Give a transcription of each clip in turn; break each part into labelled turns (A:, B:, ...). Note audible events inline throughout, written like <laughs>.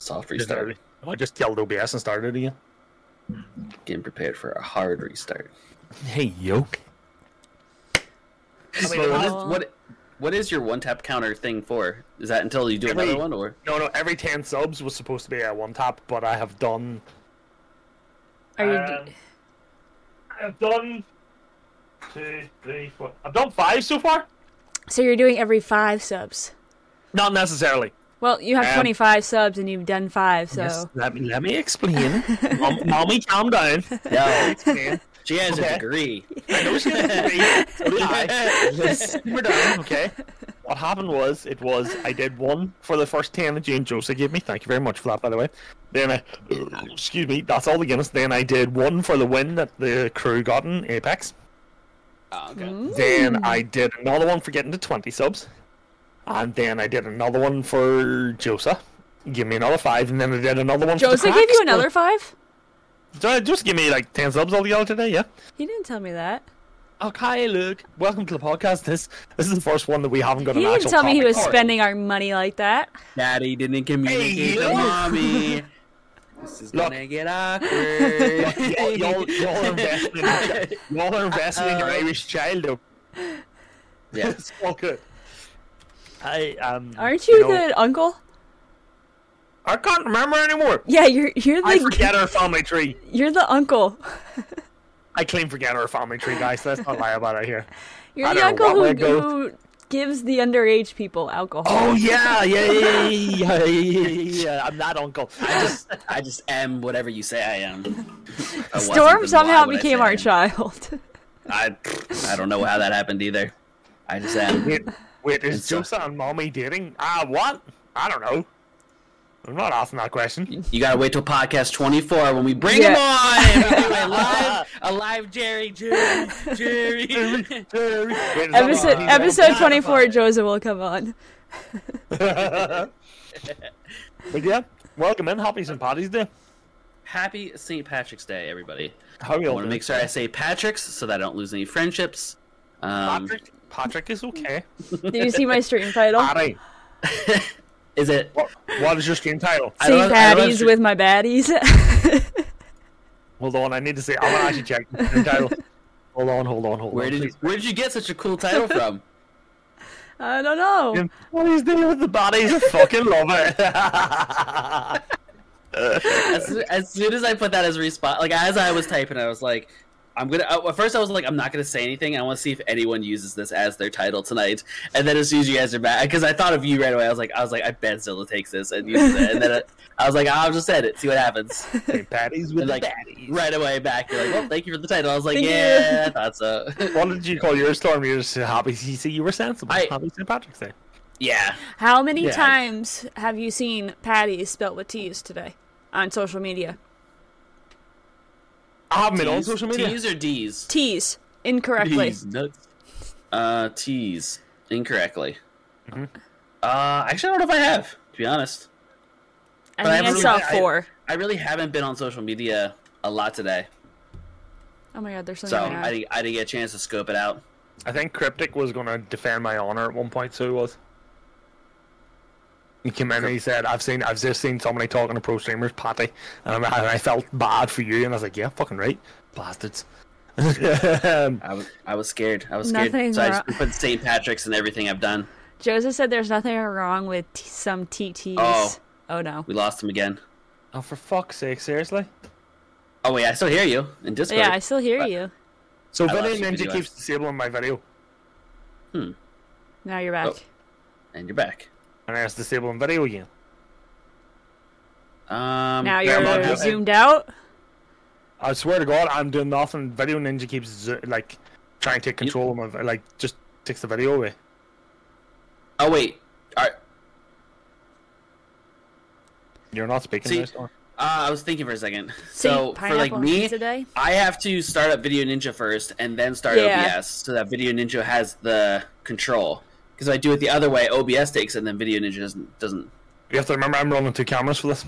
A: Soft restart.
B: I just yelled OBS and started again.
A: Getting prepared for a hard restart.
C: Hey, yoke.
A: So what, is, what what is your one tap counter thing for? Is that until you do
B: Every-
A: another one or
B: No, no. Every ten subs was supposed to be at one tap, but I have done.
D: Are you?
B: um, I've done two, three, four. I've done five so far.
D: so you're doing every five subs.
B: Not necessarily.
D: Well, you have
B: Um,
D: 25 subs and you've done five, so
B: Yes, let me let me <laughs> explain. Mom- Mommy, calm <laughs> down.
A: <laughs> no?
B: Okay.
A: She has
B: Okay.
A: a degree.
B: I know she has a degree. <laughs> So did I. Let's simmer down, okay? What happened was, it was I did one for the first ten that Jane Joseph gave me. Thank you very much for that, by the way. Then I, <clears throat> excuse me, that's all the Guinness. Then I did one for the win that the crew got in Apex.
A: Oh, okay.
B: Then I did another one for getting to 20 subs. And then I did another one for Josa. Give me another five, and then I did another one
D: Jose
B: for the
D: gave you
B: cracks.
D: another five.
B: So just give me like 10 subs altogether today, yeah?
D: He didn't tell me that.
B: Okay, Luke. Welcome to the podcast. This this is the first one that we haven't got
D: He
B: an
D: didn't
B: actual
D: tell me he
B: topic
D: was <laughs>
B: for.
D: spending our money like that.
A: <laughs> Daddy didn't communicate
B: Hey,
A: to
B: you.
A: mommy. This is
B: Look.
A: gonna get awkward. <laughs>
B: y'all, y'all,
D: <laughs>
B: y'all are investing. in- Y'all are investing in your
A: Uh-oh.
B: Irish child. Though.
A: yeah.
B: <laughs> It's all good. I um.
D: Aren't you,
B: know,
D: the uncle?
B: I can't remember anymore.
D: Yeah, you're you're
B: I
D: the
B: forget our family tree.
D: you're the uncle.
B: I clean forget our family tree, guys. Let's not lie about it here.
D: You're
B: I
D: the
B: don't know
D: uncle who,
B: what way it
D: who gives the underage people alcohol.
B: Oh yeah, yeah, yeah, yeah, yeah, yeah, yeah, yeah. <laughs> I'm that uncle.
A: I just I just am whatever you say I am. I wasn't, then why
D: Storm somehow
A: would I
D: became
A: say I
D: our
A: am?
D: child. <laughs>
A: I I don't know how that happened either. I just am.
B: Wait, wait, is
A: It's, uh,
B: Joseph and Mommy dating? Ah, what? I don't know. I'm not asking that <laughs> question.
A: You gotta wait till podcast 24 when we bring
D: Yeah.
A: him on. anyway, live, a live Jerry, Jerry, Jerry.
B: Wait, is that
D: episode
B: what-
D: episode
A: Spotify.
D: twenty four. Jose will come on.
B: <laughs> But yeah, welcome in. Happy St. Patty's Day.
A: <laughs> Happy St. Patrick's Day, everybody.
B: How are you
A: I
B: all
A: want to
B: doing?
A: make sure I say Patrick's so that I don't lose any friendships. Um,
B: Patrick, Patrick is
A: <laughs>
B: okay.
D: Did you see my stream
B: <laughs>
D: title?
B: Patty,
A: is it?
B: what, what is your stream title?
A: I don't
D: St.
A: know- I don't know
D: Patty's
A: if-
D: with my baddies. <laughs>
B: Hold on, I need to say. I'm gonna actually check the
A: <laughs>
B: stream title. Hold on, hold on, hold
A: Where
B: on.
A: did you,
B: please.
A: where did you get such a cool title from?
D: I don't know.
B: Jim, What he's doing with the bodies, I fucking love it. <laughs>
A: as, as soon as I put that as a response, like as I was typing, I was like, I'm gonna. uh, At first, I was like, I'm not gonna say anything. I want to see if anyone uses this as their title tonight. And then as soon as you guys are back, because I thought of you right away, I was like, I was like, I bet Zilla takes this and uses it. And then I, I was like, I'll just edit, see what happens.
B: St. Patty's with
A: And, like,
B: the baddies.
A: Right away, back. You're like, well, thank you for the title. I was like,
D: Thank you.
A: yeah, I thought so. <laughs>
B: What did you call your storm? You're just happy. You see, you were sensible.
A: I-
B: Happy St. Patrick's Day.
A: yeah,
D: How many
B: Yeah.
D: times have you seen Patty's spelt with T's today on social media?
B: I haven't been on
A: Ts-
B: social media.
A: Ts or D's?
D: T's incorrectly.
A: D's, nuts. Uh, T's incorrectly.
B: Mm-hmm.
A: Uh, actually, I don't know if I have. To be honest.
D: I
A: But I
D: think I,
A: haven't
D: saw
A: really- I-
D: four.
A: I really haven't been on social media a lot today,
D: oh my god, there's so,
A: so
D: many.
A: I, didn't, I didn't get a chance to scope it out.
B: I think Cryptic was going to defend my honor at one point, so he was. He came in and he said, "I've seen, I've just seen somebody talking to pro streamers, Patty, and, I'm, and I felt bad for you." And I was like, "Yeah, fucking right, bastards." <laughs> Um,
A: I was I was scared. I was scared.
D: Nothing
A: so I
D: wrong-
A: just put St. Patrick's and everything I've done.
D: Joseph said there's nothing wrong with t- some TTs.
A: Oh.
D: Oh, no.
A: We lost him again.
B: oh, for fuck's sake, seriously!
A: Oh wait, I still hear you in Discord.
D: Yeah, I still hear
A: But-
D: you.
B: So
A: I
B: Vinny
A: lost your
B: Ninja
A: video.
B: keeps disabling my video,
D: Now you're back.
A: Oh. and you're back.
B: and I was disabling video again.
A: Um,
D: now
B: yeah,
D: you're
B: I'm not doing-
D: zoomed out.
B: I swear to God, I'm doing nothing. Video Ninja keeps zo- like trying to take control of my, like just takes the video away.
A: Oh wait. All right.
B: You're not speaking.
A: See-
B: now, Storm.
A: Uh, I was thinking for a second.
D: Saint
A: So for
D: Pineapple
A: like
D: on
A: me,
D: Pizza Day?
A: I have to start up Video Ninja first and then start
D: Yeah.
A: OBS, so that Video Ninja has the control. Because if I do it the other way, OBS takes it, and then Video Ninja doesn't doesn't.
B: You have to remember, I'm running two cameras for this.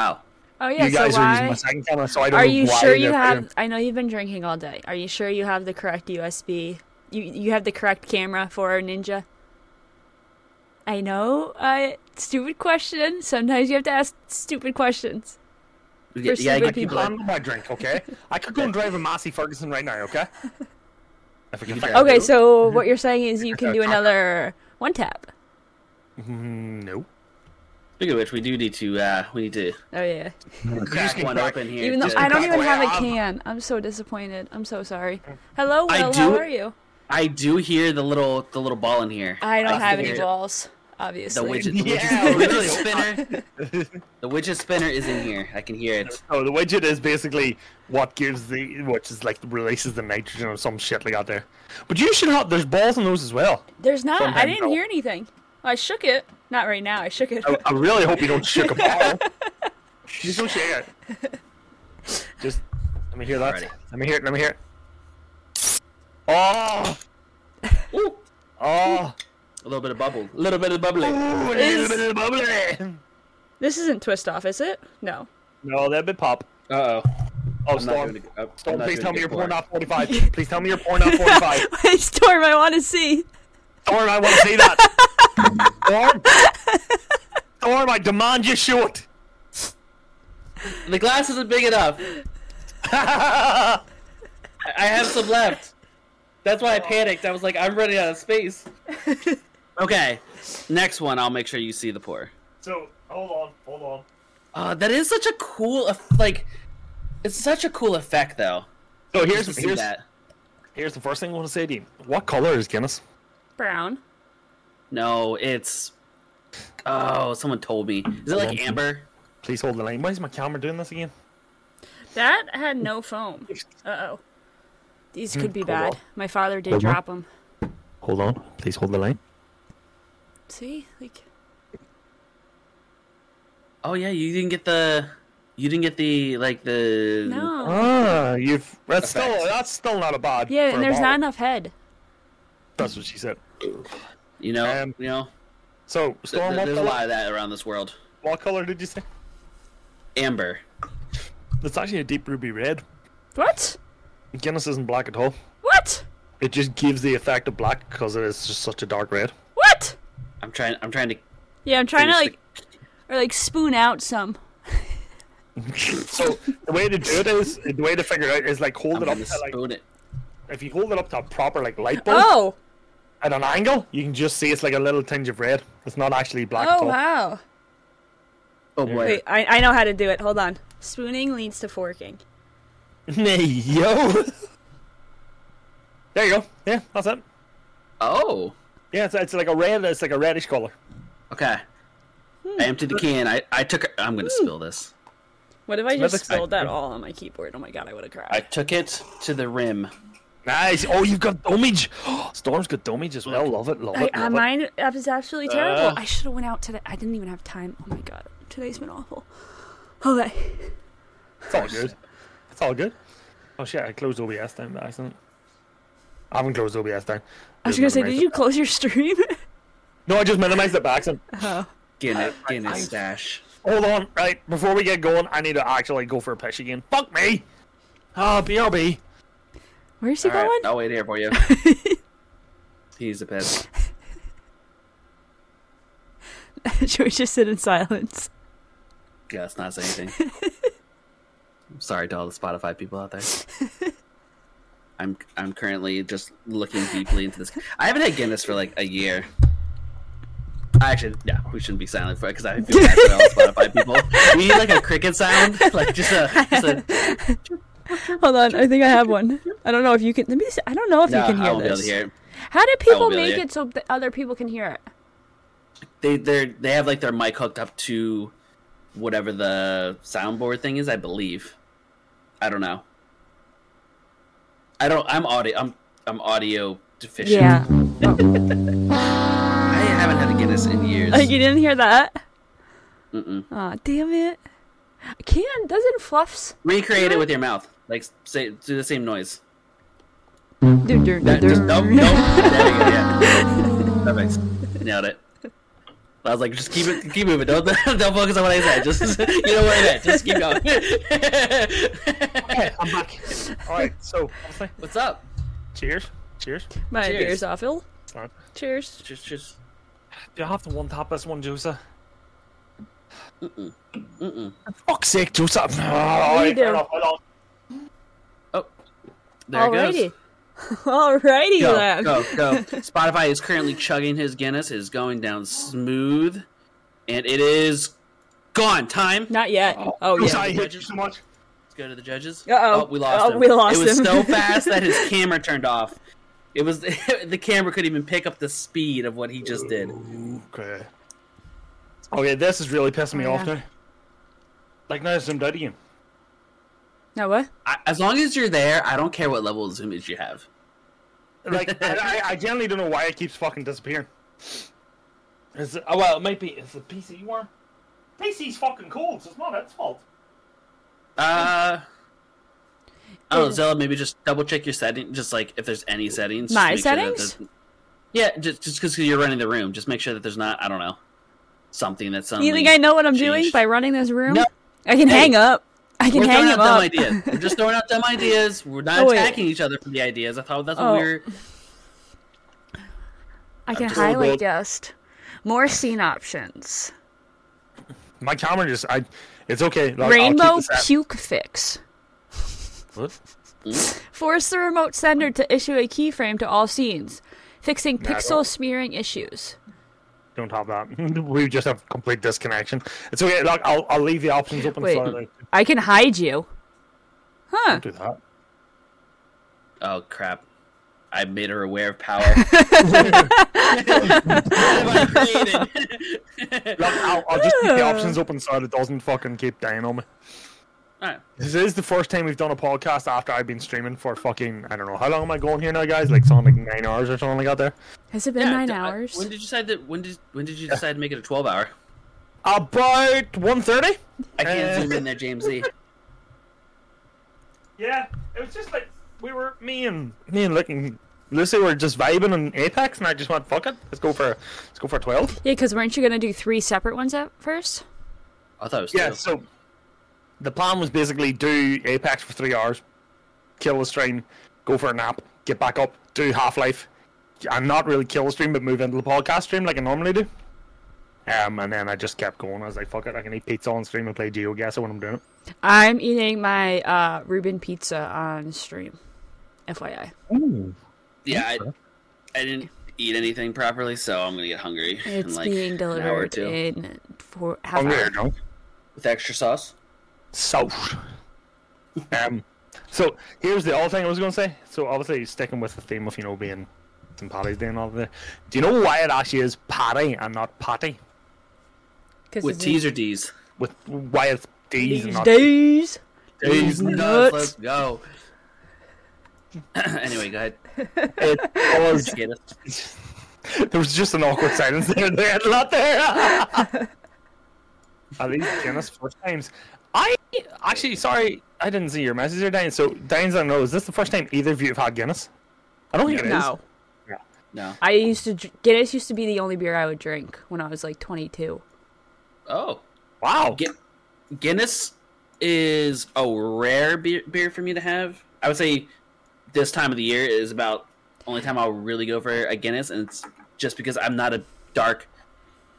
A: Oh,
D: Oh, yeah,
B: you guys
D: so
B: are
D: why...
B: using my second camera, so I don't
D: Are
B: know
D: you
B: why
D: sure you
B: they're
D: have?
B: putting-
D: I know you've been drinking all day. Are you sure you have the correct USB? You you have the correct camera for our ninja? I know. Uh, stupid question. Sometimes you have to ask stupid questions.
A: You
D: For
A: get- Yeah, I
D: stupid
A: get
B: You
A: people.
D: people.
A: Like,
B: handle my drink, okay?
D: <laughs>
B: I could go and drive a Massey Ferguson right now, okay? If I can
A: You
B: find
A: drive
D: Okay,
A: <laughs>
B: it.
D: so what you're saying is you can do another one tap.
B: Mm, no.
A: speaking of which, we do need to. Uh, we need to
D: Oh yeah.
A: crack
B: can
A: one
B: crack-
A: open here.
D: Even though
A: to-
D: I don't
B: cut
D: even
B: away
D: have a
B: off.
D: can. I'm so disappointed. I'm so sorry. Hello,
A: I
D: Will.
A: do-
D: How are you?
A: I do hear the little the little ball in here.
D: I don't have any
A: hear
D: balls, obviously.
A: The <laughs> widget, the widget,
B: Yeah,
A: the widget
B: <laughs> really.
A: spinner.
B: <laughs>
A: the widget spinner is in here. I can hear it.
B: Oh, the widget is basically what gives the which is like releases the nitrogen or some shit like that there. But you should have there's balls in those as well.
D: There's not. I
B: Sometimes
D: didn't
B: no.
D: hear anything. I shook it. Not right now. I shook it.
A: Oh,
B: I, I really hope you don't shake a ball. <laughs> Just don't shake it. Just let me hear that.
A: Alrighty.
B: Let me hear it. Let me hear it. Oh,
A: Ooh,
B: oh,
A: a little bit of bubble. A little bit of bubbling.
B: ooh, a
D: Is-
B: little bit of bubbly.
D: This isn't twist off, is it? No.
B: No, that'd be pop.
A: Uh oh.
B: Oh,
A: I'm not
B: Storm.
A: doing a- I'm
B: Storm,
A: not
B: please
A: doing
B: tell
A: a
B: me
A: good
B: you're
A: pour.
B: pouring out
A: <laughs>
B: 45. please tell me you're pouring out 45.
D: <laughs> Wait, Storm, I want to see.
B: Storm, I want to see that. Storm, Storm, I demand you <laughs> shoot.
A: The glass isn't big enough.
B: I
A: I have some left. That's
D: Oh.
A: why I panicked. I was like, I'm running out of
D: <laughs>
A: space. okay, next one. I'll make sure you see the pour.
B: So hold on, hold on.
A: Uh, that is such a cool, eff- like, it's such a cool effect, though.
B: So
A: Here's to
B: here's
A: see
B: here's,
A: that.
B: here's the first thing I want to say to you. What color is Guinness?
D: Brown.
A: No, it's. Oh, someone told me. Is it like
B: Yeah.
A: amber?
B: Please hold the line. Why is my camera doing this again?
D: That had no foam. Uh oh. These could be
B: hold
D: bad.
B: on.
D: My father did
B: Hold on.
D: drop them.
B: Hold on. Please hold the line.
D: See, like
A: Oh yeah, you didn't get the. You didn't get the like the.
D: no.
B: Ah, you've that's
A: Effect.
B: still that's still not a bad.
D: yeah,
B: for
D: and
B: a
D: there's not
B: bottle.
D: enough head.
B: That's what she said.
A: You know.
B: Um,
A: you know.
B: So
A: th-
B: Storm,
A: th-
B: what,
A: there's a
B: color,
A: lot of that around this world.
B: what color did you say?
A: Amber.
B: It's actually a deep ruby red.
D: What?
B: Guinness isn't black at all.
D: What?
B: It just gives the effect of black because it is just such a dark red.
D: What?
A: I'm trying. I'm trying to.
D: Yeah, I'm trying to
A: finish
D: like, or like spoon out some.
B: So the way to do it is the way to figure it out is like
A: the,
B: hold it
A: I'm
B: up
A: gonna
B: to like
A: spoon it.
B: if you hold it up to a proper like light bulb
D: Oh,
B: at an angle, you can just see it's like a little tinge of red. It's not actually black at
D: oh
B: all.
D: wow.
A: Oh boy.
D: Wait, I, I know how to do it. Hold on. Spooning leads to forking.
B: Nay yo. there you go. Yeah, that's it.
A: Oh.
B: Yeah, it's, it's like a red. It's like a reddish color.
A: Okay.
D: Hmm.
A: I emptied the can. I, I took. I'm gonna spill this.
D: What if I
B: Another
D: just spilled that
B: factor.
D: all on my keyboard? Oh my god, I would have
A: I
D: cried.
A: took it to the rim.
B: Nice. Oh, you've got domage. <gasps> Storm's got domage as well. Love it. Love
D: I,
B: it.
D: I,
B: love it.
D: mine that was absolutely terrible.
B: Uh.
D: I should have went out today. I didn't even have time. Oh my god, today's been awful. Okay.
B: It's all good. It's all good. Oh shit! I closed OBS down by accident. I haven't closed OBS down.
D: I was gonna say, did you close your stream? <laughs>
B: No, I just minimized it by accident.
A: Uh-huh.
D: oh.
A: Guinness, Guinness
B: I-
A: stash.
B: Hold on, right, before we get going, I need to actually go for a piss again. Fuck me! Ah, BRB.
D: Where's he
A: All right,
D: going?
A: I'll wait here for you. He's a piss.
D: <laughs> Should we just sit in silence?
A: Yeah, let's not say
D: <laughs>
A: anything. I'm sorry to all the Spotify people out there. I'm I'm currently just looking deeply into this. I haven't had Guinness for like a year. I actually, yeah, we shouldn't be silent for it because I feel bad for all the Spotify people. We need like a cricket sound, like just a, just
D: <laughs>
A: a
D: Hold on, I think I have one. I don't know if you can. Let me. See, I don't know if
A: no,
D: you can
A: I
D: hear
A: won't be able to
D: this.
A: hear it.
D: How do
A: I
D: people
A: won't be able to
D: make
A: hear.
D: it so that other people can hear it?
A: they they they have like their mic hooked up to whatever the soundboard thing is, I believe. I don't know. I don't. I'm audio. I'm I'm audio deficient.
D: Yeah. <laughs>
A: I haven't had a Guinness in years.
D: Oh, Like you didn't hear that?
A: Mm-mm.
D: Aw, damn it. Can doesn't fluffs
A: Recreate it with your mouth. Like say do the same noise.
D: do do
A: That, just nope, nope.
D: do.
A: There you go, yeah. Perfect. Nailed it. I was like, just keep it, keep moving. Don't, <laughs> don't focus on what I said. Just, <laughs> you know what I meant. Just keep going.
B: Okay, <laughs> I'm back. Alright, so, obviously,
A: <laughs> What's up?
B: cheers. Cheers.
D: <laughs> My
A: Cheers.
D: beer's off. Ill.
B: Alright.
D: Cheers.
A: Just, just
B: Do I have to one tap this one, Josa?
A: Mm-mm. Mm-mm.
B: Fuck's sake, Josa! Oh, alright,
D: do.
B: fair enough, hold on.
A: Oh, there it goes.
D: Alrighty. Alrighty, <laughs>
A: Go,
D: then.
A: go, go. Spotify is currently chugging his Guinness. It is going down smooth, and it is gone. Time.
D: Not yet. Oh,
B: Josa,
D: yeah.
B: I hate you so much.
A: Let's go to the judges.
D: Uh-oh.
A: we lost
D: Oh,
A: him.
D: we lost
A: it was
D: him.
A: so fast that
D: <laughs>
A: his camera turned off. It was <laughs> the camera couldn't even pick up the speed of what he just did.
B: Okay. Okay, this is really pissing me
D: Oh,
B: off
D: yeah.
B: now. Like, now it's zoomed out again.
D: No what?
A: I, as long as you're there, I don't care what level of zoom is you have.
D: <laughs>
B: Like, I, I- I generally don't know why it keeps fucking disappearing. Is it, oh, well, it might be. It's the PC one. PC's fucking cold, so it's not its fault.
A: Uh, I don't know,
D: Is-
A: Zella. Maybe just double check your setting. Just like if there's any settings. just
D: My
A: make sure that
D: settings?
A: there's- yeah, just just because you're running the room, just make sure that there's not. I don't know something that's. Suddenly...
D: You think I know what I'm doing
A: changed.
D: by running this room?
A: No.
D: I can
A: Hey,
D: hang up. I can
A: We're
D: hang
A: throwing out
D: him
A: dumb
D: up.
A: ideas. We're just throwing out
D: <laughs>
A: dumb ideas. We're not
D: Oh, wait.
A: attacking each other for the ideas. I thought that's what
D: Oh.
A: we were.
D: I can
B: just a little
D: highlight
B: bit-
D: just more scene options.
B: My camera just. I. It's okay. Like, I'll
D: Rainbow
B: keep this
D: puke fix.
B: at- What?
D: Force the remote sender to issue a keyframe to all scenes, fixing
B: I
D: pixel
B: don't-
D: smearing issues.
B: Don't have that. <laughs> we just have complete disconnection. It's okay. Look, I'll, I'll leave the options open
D: Wait.
B: so I
D: I can hide you. Huh.
B: don't do that.
A: Oh crap! I made her aware of
D: <laughs>
A: power. what have I <laughs> created?
B: Look, I'll, I'll just keep the options open so that it doesn't fucking keep dying on me.
A: All right.
B: This is the first time we've done a podcast after I've been streaming for fucking I don't know how long am I going here now, guys? Like something like nine hours or something like that. There,
D: Has it been
A: Yeah,
D: nine
A: d- uh,
D: hours?
A: When did you decide that? When did when did you decide to make it a twelve hour?
B: about one thirty.
A: I can't
B: Uh,
A: zoom in there, Jamesy.
B: Yeah, it was just like we were me and me and looking Lucy were just vibing on Apex, and I just went fuck it, let's go for let's go for twelve.
D: Yeah, because weren't you gonna do three separate ones at first?
A: I thought it
B: <laughs>
A: was
B: Yeah,
A: two.
B: so the plan was basically do Apex for three hours, kill the stream, go for a nap, get back up, do Half Life, and not really kill the stream, but move into the podcast stream like I normally do. Um, and then I just kept going. I was like, "Fuck it, I can eat pizza on stream and play GeoGuessr when I'm doing it."
D: I'm eating my uh, Reuben pizza on stream. FYI.
A: yeah. I, I didn't eat anything properly, so I'm gonna get hungry in
D: It's
A: like
D: being
A: an hour or
D: delivered
A: two
D: eh?
A: Oh,
D: in four half
B: I'm
D: hour.
B: really drunk.
A: with extra sauce.
B: So, um, so here's the other thing I was going to say. So obviously sticking with the theme of you know being St. Paddy's Day and all that. Do you know why it actually is Patty and not Patty?
D: Because
A: With T's or D's.
B: with why it's D's and
D: these
B: not
D: days.
B: D's.
D: Nuts.
A: Nuts, Let's <laughs> go. <clears throat> anyway, go ahead.
B: It was,
A: Get it.
B: there was just an awkward silence there. They had a lot there. Are these Guinness first times? I actually, sorry, I didn't see your message there, Diane. So, Diane's on know, is this the first time either of you have had Guinness? I don't think it is.
D: No,
A: No.
D: I used to dr- Guinness used to be the only beer I would drink when I was like 22.
A: Oh,
B: Wow.
A: Gu- Guinness is a rare beer, beer for me to have. I would say this time of the year is about only time I'll really go for a Guinness, and it's just because I'm not a dark,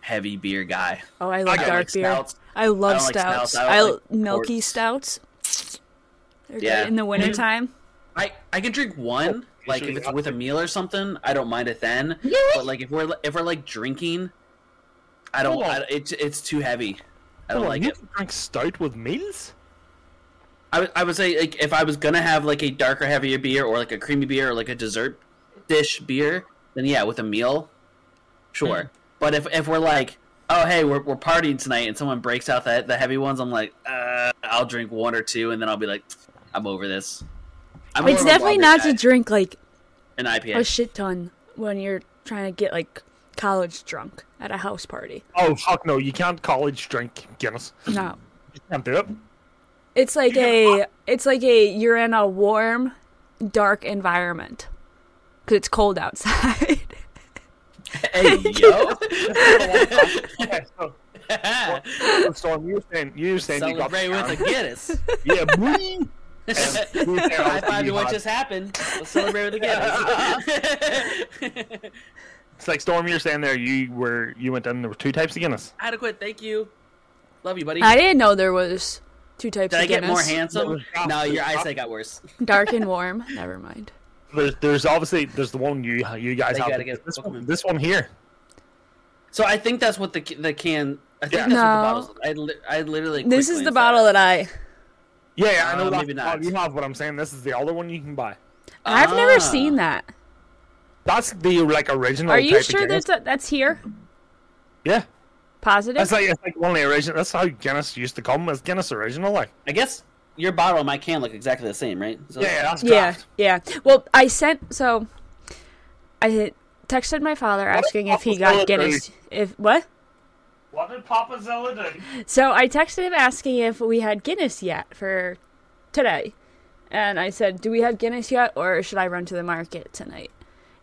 A: heavy beer guy.
D: Oh, I love
A: don't
D: dark
A: like
D: beer.
A: stouts.
D: I love
A: don't like
D: stouts.
A: stouts. I don't
D: I
A: like
D: milky
A: ports.
D: stouts. They're good
A: Yeah.
D: in the wintertime.
A: I I can drink one, like if it's with a meal or something, I don't mind it then. But like if we're if we're like drinking, I don't.
B: Hold on.
A: I, it's it's too heavy. I don't
B: Hold on,
A: like
B: you
A: it.
B: can drink stout with meals?
A: I would- I would say like if I was gonna have like a darker, heavier beer or like a creamy beer or like a dessert dish beer, then yeah, with a meal, sure.
D: Hmm.
A: But if if we're like, oh hey, we're we're partying tonight, and someone breaks out that the heavy ones, I'm like, uh, I'll drink one or two, and then I'll be like, I'm over this. I'm more
D: It's
A: of a
D: definitely
A: lager
D: not
A: guy,
D: to Oh, drink like
A: an IPA.
D: a shit ton when you're trying to get like college drunk at a house party.
B: Oh, fuck no, you can't college drink Guinness.
D: No.
B: You can't do it.
D: It's like a it's like a you're in a warm, dark environment because it's cold outside. <laughs>
A: <laughs> hey yo,
B: Okay, so, Storm, you were saying you were saying you got
A: celebrate with a
B: <laughs>
A: Guinness. <laughs>
B: Yeah, boy. Um,
A: High five to
B: you
A: what
B: had-
A: just happened. Let's celebrate with a Guinness. <laughs>
B: It's like Storm, you're saying there. You were you went in. There were two types of Guinness.
A: Adequate. Thank you. Love you, buddy.
D: I didn't know there was two types
A: Did
D: of
A: I get more
D: Guinness.
A: handsome?
B: No.
A: No, your eyesight got worse.
D: <laughs> Dark and warm. Never mind.
B: There's there's obviously there's the one you you guys
A: They
B: have.
A: gotta get
B: this, one,
A: Pokemon.
B: this one here.
A: So I think that's what the the can. I think that's what the
B: Yeah.
D: No.
A: bottles. look- I li- I literally.
D: This
A: quickly
D: is
A: saw
D: the bottle
A: it.
D: that I.
B: Yeah, yeah, I
A: Uh,
B: know that's
A: maybe
B: the
A: not.
B: one you have, but I'm saying this is the other one you can buy.
D: I've never
A: Ah.
D: seen that.
B: That's the like original.
D: Are you
B: type of
D: sure
B: Guinness.
D: that's that's here?
B: Yeah,
D: Positive.
B: that's like it's like only original. That's how Guinness used to come. As Guinness original, like
A: I guess your bottle and my can look exactly the same, right? So
B: yeah, yeah that's
D: yeah,
B: draft.
D: yeah. Well, I sent so I had texted my father asking if he got
B: Papa's
D: Guinness. If what?
B: What did Papa Zilla do?
D: So I texted him asking if we had Guinness yet for today, and I said, "Do we have Guinness yet, or should I run to the market tonight?"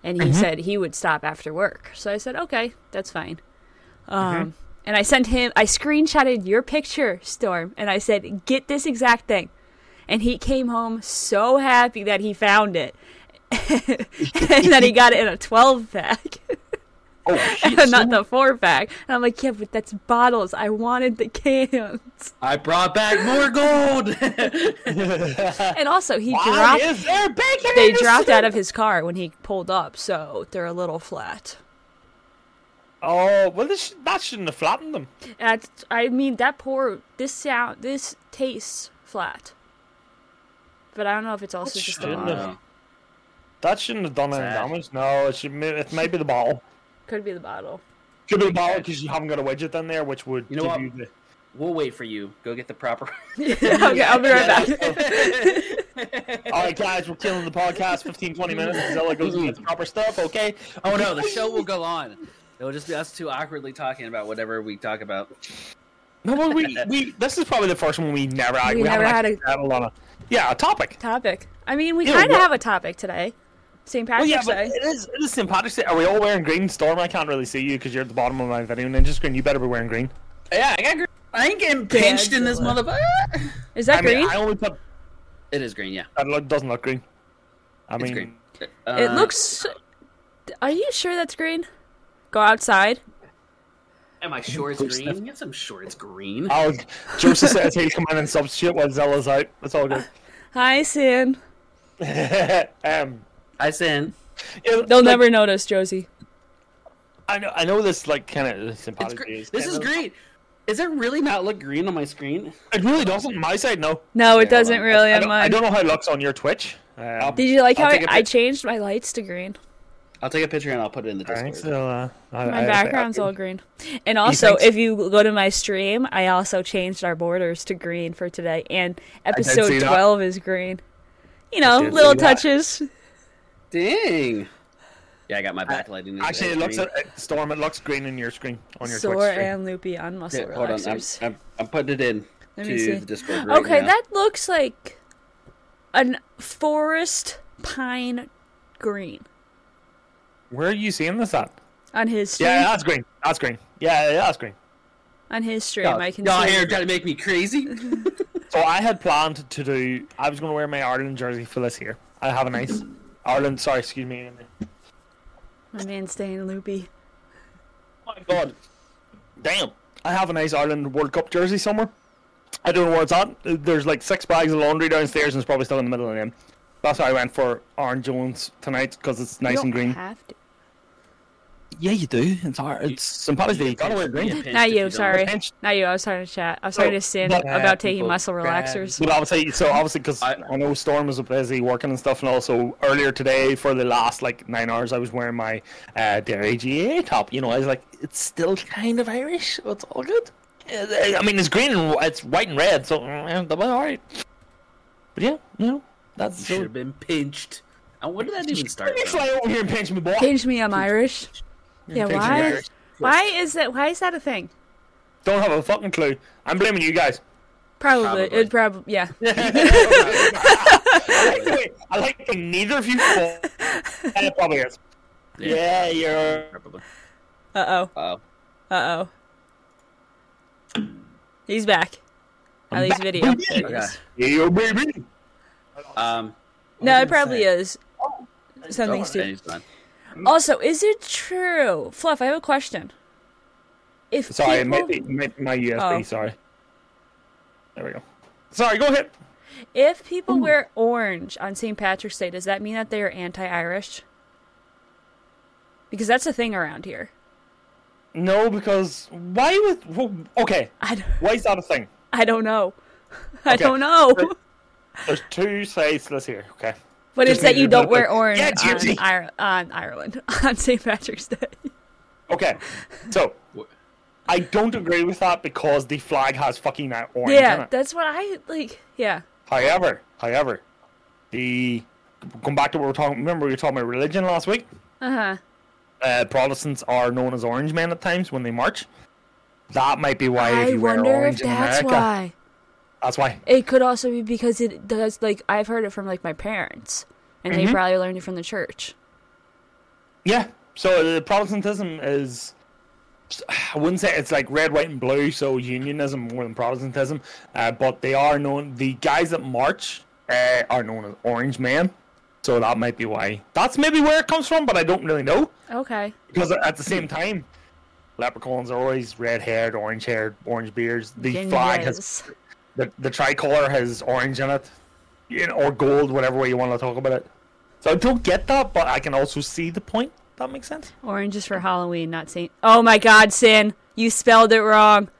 D: And he said he would stop after work. So I said, "Okay, that's fine." Um, And I sent him. I screenshotted your picture, Storm, and I said, "Get this exact thing." And he came home so happy that he found it, <laughs> and that he got it in a twelve pack. <laughs>
B: Oh, shit,
D: not the four pack. And I'm like, yeah, but that's bottles. I wanted the cans.
A: I brought back more gold. <laughs>
B: <laughs>
D: And also, he
B: Why
D: dropped.
B: is there bacon?
D: They
B: in this
D: dropped
B: soup?
D: out of his car when he pulled up, so they're a little flat.
B: Oh well, this that shouldn't have flattened them.
D: And I mean, that poor. This sound. This tastes flat. But I don't know if it's also just the
B: shouldn't
D: bottle.
A: uh,
B: have- That shouldn't have done any
A: Sad.
B: damage. No, it should. may- It may be the bottle.
D: Could be
B: <laughs>
D: the bottle. <laughs>
B: Could be the bottle because you haven't got a widget in there, which would
A: You know
B: give
A: what?
B: you the.
A: we'll wait for you. Go get the proper.
D: okay, I'll
A: <laughs>
D: be right back. <laughs>
B: All right, guys, we're killing the podcast. 15, 20 minutes. Zilla goes and gets proper stuff. Okay.
A: oh no, the show <laughs> will go on. It'll just be us two awkwardly talking about whatever we talk about.
B: No, but we, we this is probably the first one we never had.
D: We never
B: haven't
D: had
B: actually a lot of yeah a topic.
D: topic. I mean, we
B: Ew,
D: kind of
B: what-
D: have a topic today. St.
B: Well,
D: Patrick's
B: yeah, but
D: Day.
B: it is it is St. Patrick's Day. Are we all wearing green? Storm, I can't really see you because you're at the bottom of my video ninja screen. You better be wearing green.
A: Yeah, I got. Green. I ain't getting pinched in this
D: Damn.
A: motherfucker.
D: Is that
B: I mean,
D: green?
B: I only put
A: It is green. Yeah,
B: that look, doesn't look green. I
A: it's
B: mean,
A: green.
D: It
A: Uh,
D: looks. Are you sure that's green? Go outside.
A: Am I sure it's green? Yes, I'm sure it's green.
B: I'll, Joseph says he'll come in and substitute while Zella's out. That's all good. <laughs>
D: Hi, Sin.
B: um,
A: I sin.
B: yeah,
D: They'll
B: like,
D: never notice, Josie.
B: I know. I know this like kind of St.
A: It's
B: Patrick's
A: gr-
B: Day is
A: this is
B: kinda-
A: green. Is it really not look green on my screen?
B: It really doesn't. My side, no.
A: Yeah,
D: No, it
A: well,
D: doesn't really.
B: I
D: on
B: don't, I
D: mine.
B: don't know how it looks on your Twitch. Um,
D: Did you like
B: I'll
D: how
B: take
D: I,
B: a
D: I
B: pic-
D: changed my lights to green?
A: I'll take a picture and I'll put it in the Discord.
B: Thanks, Zilla. I-
D: My
B: I- I-
D: background's all green. And also,
B: thinks-
D: if you go to my stream, I also changed our borders to green for today. And
B: see
D: episode
B: that.
D: 12 is green. You know,
B: did
D: little
B: see that.
D: touches.
A: Dang. Yeah, I got my backlighting. is
B: Actually, it looks
A: green.
B: at uh, Storm. It looks green in your screen on your
D: Sore
B: Twitch stream.
D: and loopy on muscle
A: Yeah, hold on, I'm,
D: relaxers.
A: I'm, I'm putting it in
D: Let me see.
A: to the Discord. Right
D: okay,
A: now.
D: that looks like an forest pine green
B: Where are you seeing this at?
D: on his stream.
B: Yeah, that's green. That's green. Yeah, yeah, that's green.
D: On his stream, I can
A: Y'all
D: see.
A: here trying to make me <laughs> crazy? Oh
B: So I had planned to do. I was going to wear my Ireland jersey for this year. I have a nice Ireland. Sorry, excuse me.
D: My man's staying loopy.
B: Oh my god. Damn. I have a nice Ireland World Cup jersey somewhere. I don't know where it's at. There's like six bags of laundry downstairs and it's probably still in the middle of them. That's why I went for Orange Jones tonight because it's nice
D: you
B: and
D: don't
B: green.
D: Have to.
B: Yeah, you do. It's hard. It's sympathetic. You gotta wear green.
A: Pinched
D: Not
A: if
D: you,
A: don't.
D: sorry.
B: Pinch.
D: Not you. I was trying to chat. I was
B: No,
D: trying to sin
B: but, uh,
D: about taking
A: people-
D: muscle relaxers.
B: But obviously, so obviously, because I,
A: I-
B: know Storm was busy working and stuff, and also earlier today for the last like nine hours, I was wearing my uh, Dairy GA top. You know, I was like, it's still kind of Irish. so It's all good. Uh, I mean, it's green and wh- it's white and red, so mm, all right. But yeah, you know, that's
A: Should
B: so.
A: have been pinched. I wonder that even start.
B: You
A: from?
B: fly over here and pinch me, boy.
D: Pinch me, I'm Irish. Yeah,
B: Pinch me,
D: why?
B: Irish.
D: Why is that? Why is that a thing?
B: Don't have a fucking clue. I'm blaming you guys.
D: Probably.
A: Probably.
D: It probably. Yeah.
B: I like the way, I like the way neither of you fall. And it probably is. Yeah, you're.
A: Probably.
D: Uh oh.
A: Oh,
D: Uh oh. He's back. At least
B: back,
D: video.
B: baby.
D: There he
A: okay.
D: is.
B: Yeah, baby.
A: Um,
D: No,
A: I was
D: it
A: gonna
D: probably
A: say-
D: is. Something
A: Um, oh,
D: stupid.
A: he's gone.
D: Also, is it true, Fluff? I have a question. If
B: Sorry,
D: people,
B: my, my, my USB.
D: Oh.
B: Sorry. There we go. Sorry, go ahead.
D: if people wear orange on St. Patrick's Day, does that mean that they are anti-Irish? Because that's a thing around here.
B: No, because why would well, okay?
D: I don't,
B: Why is that a thing?
D: I don't know. <laughs> I
B: Okay.
D: don't know.
B: But- There's two sides to this here. Okay.
D: <laughs> But
B: Just
D: it's that
B: leave
D: you
B: it
D: don't
B: at
D: wear
B: that.
D: orange
B: Yeah,
D: on,
B: Gypsy.
D: Ire- on Ireland <laughs> on St. Patrick's Day.
B: Okay. So
A: Wh-
B: I don't agree with that because the flag has fucking that orange in
D: Yeah,
B: it.
D: that's what I like. Yeah.
B: However, however, the going back to what we were talking. Remember we were talking about religion last week.
D: Uh huh.
B: Uh, Protestants are known as orange men at times when they march. That might be why if
D: I
B: you wear
D: wonder if
B: orange in
D: that's
B: America,
D: why.
B: that's why.
D: It could also be because it does. Like I've heard it from like my parents, and
B: Mm-hmm.
D: they probably learned it from the church.
B: Yeah. So the Protestantism is. I wouldn't say it's like red, white, and blue. So Unionism more than Protestantism, uh, but they are known. The guys that march uh, are known as Orange Men. So that might be why. That's maybe where it comes from, but I don't really know
D: Okay.
B: because at the same time, leprechauns are always red-haired, orange-haired, orange beards. The
D: Then
B: flag has
D: yes.
B: the, the tricolor has orange in it, you know, or gold, whatever way you want to talk about it. So I don't get that, but I can also see the point. That makes sense.
D: Orange is for Halloween, not Saint. Oh my God, Sin! You spelled it wrong.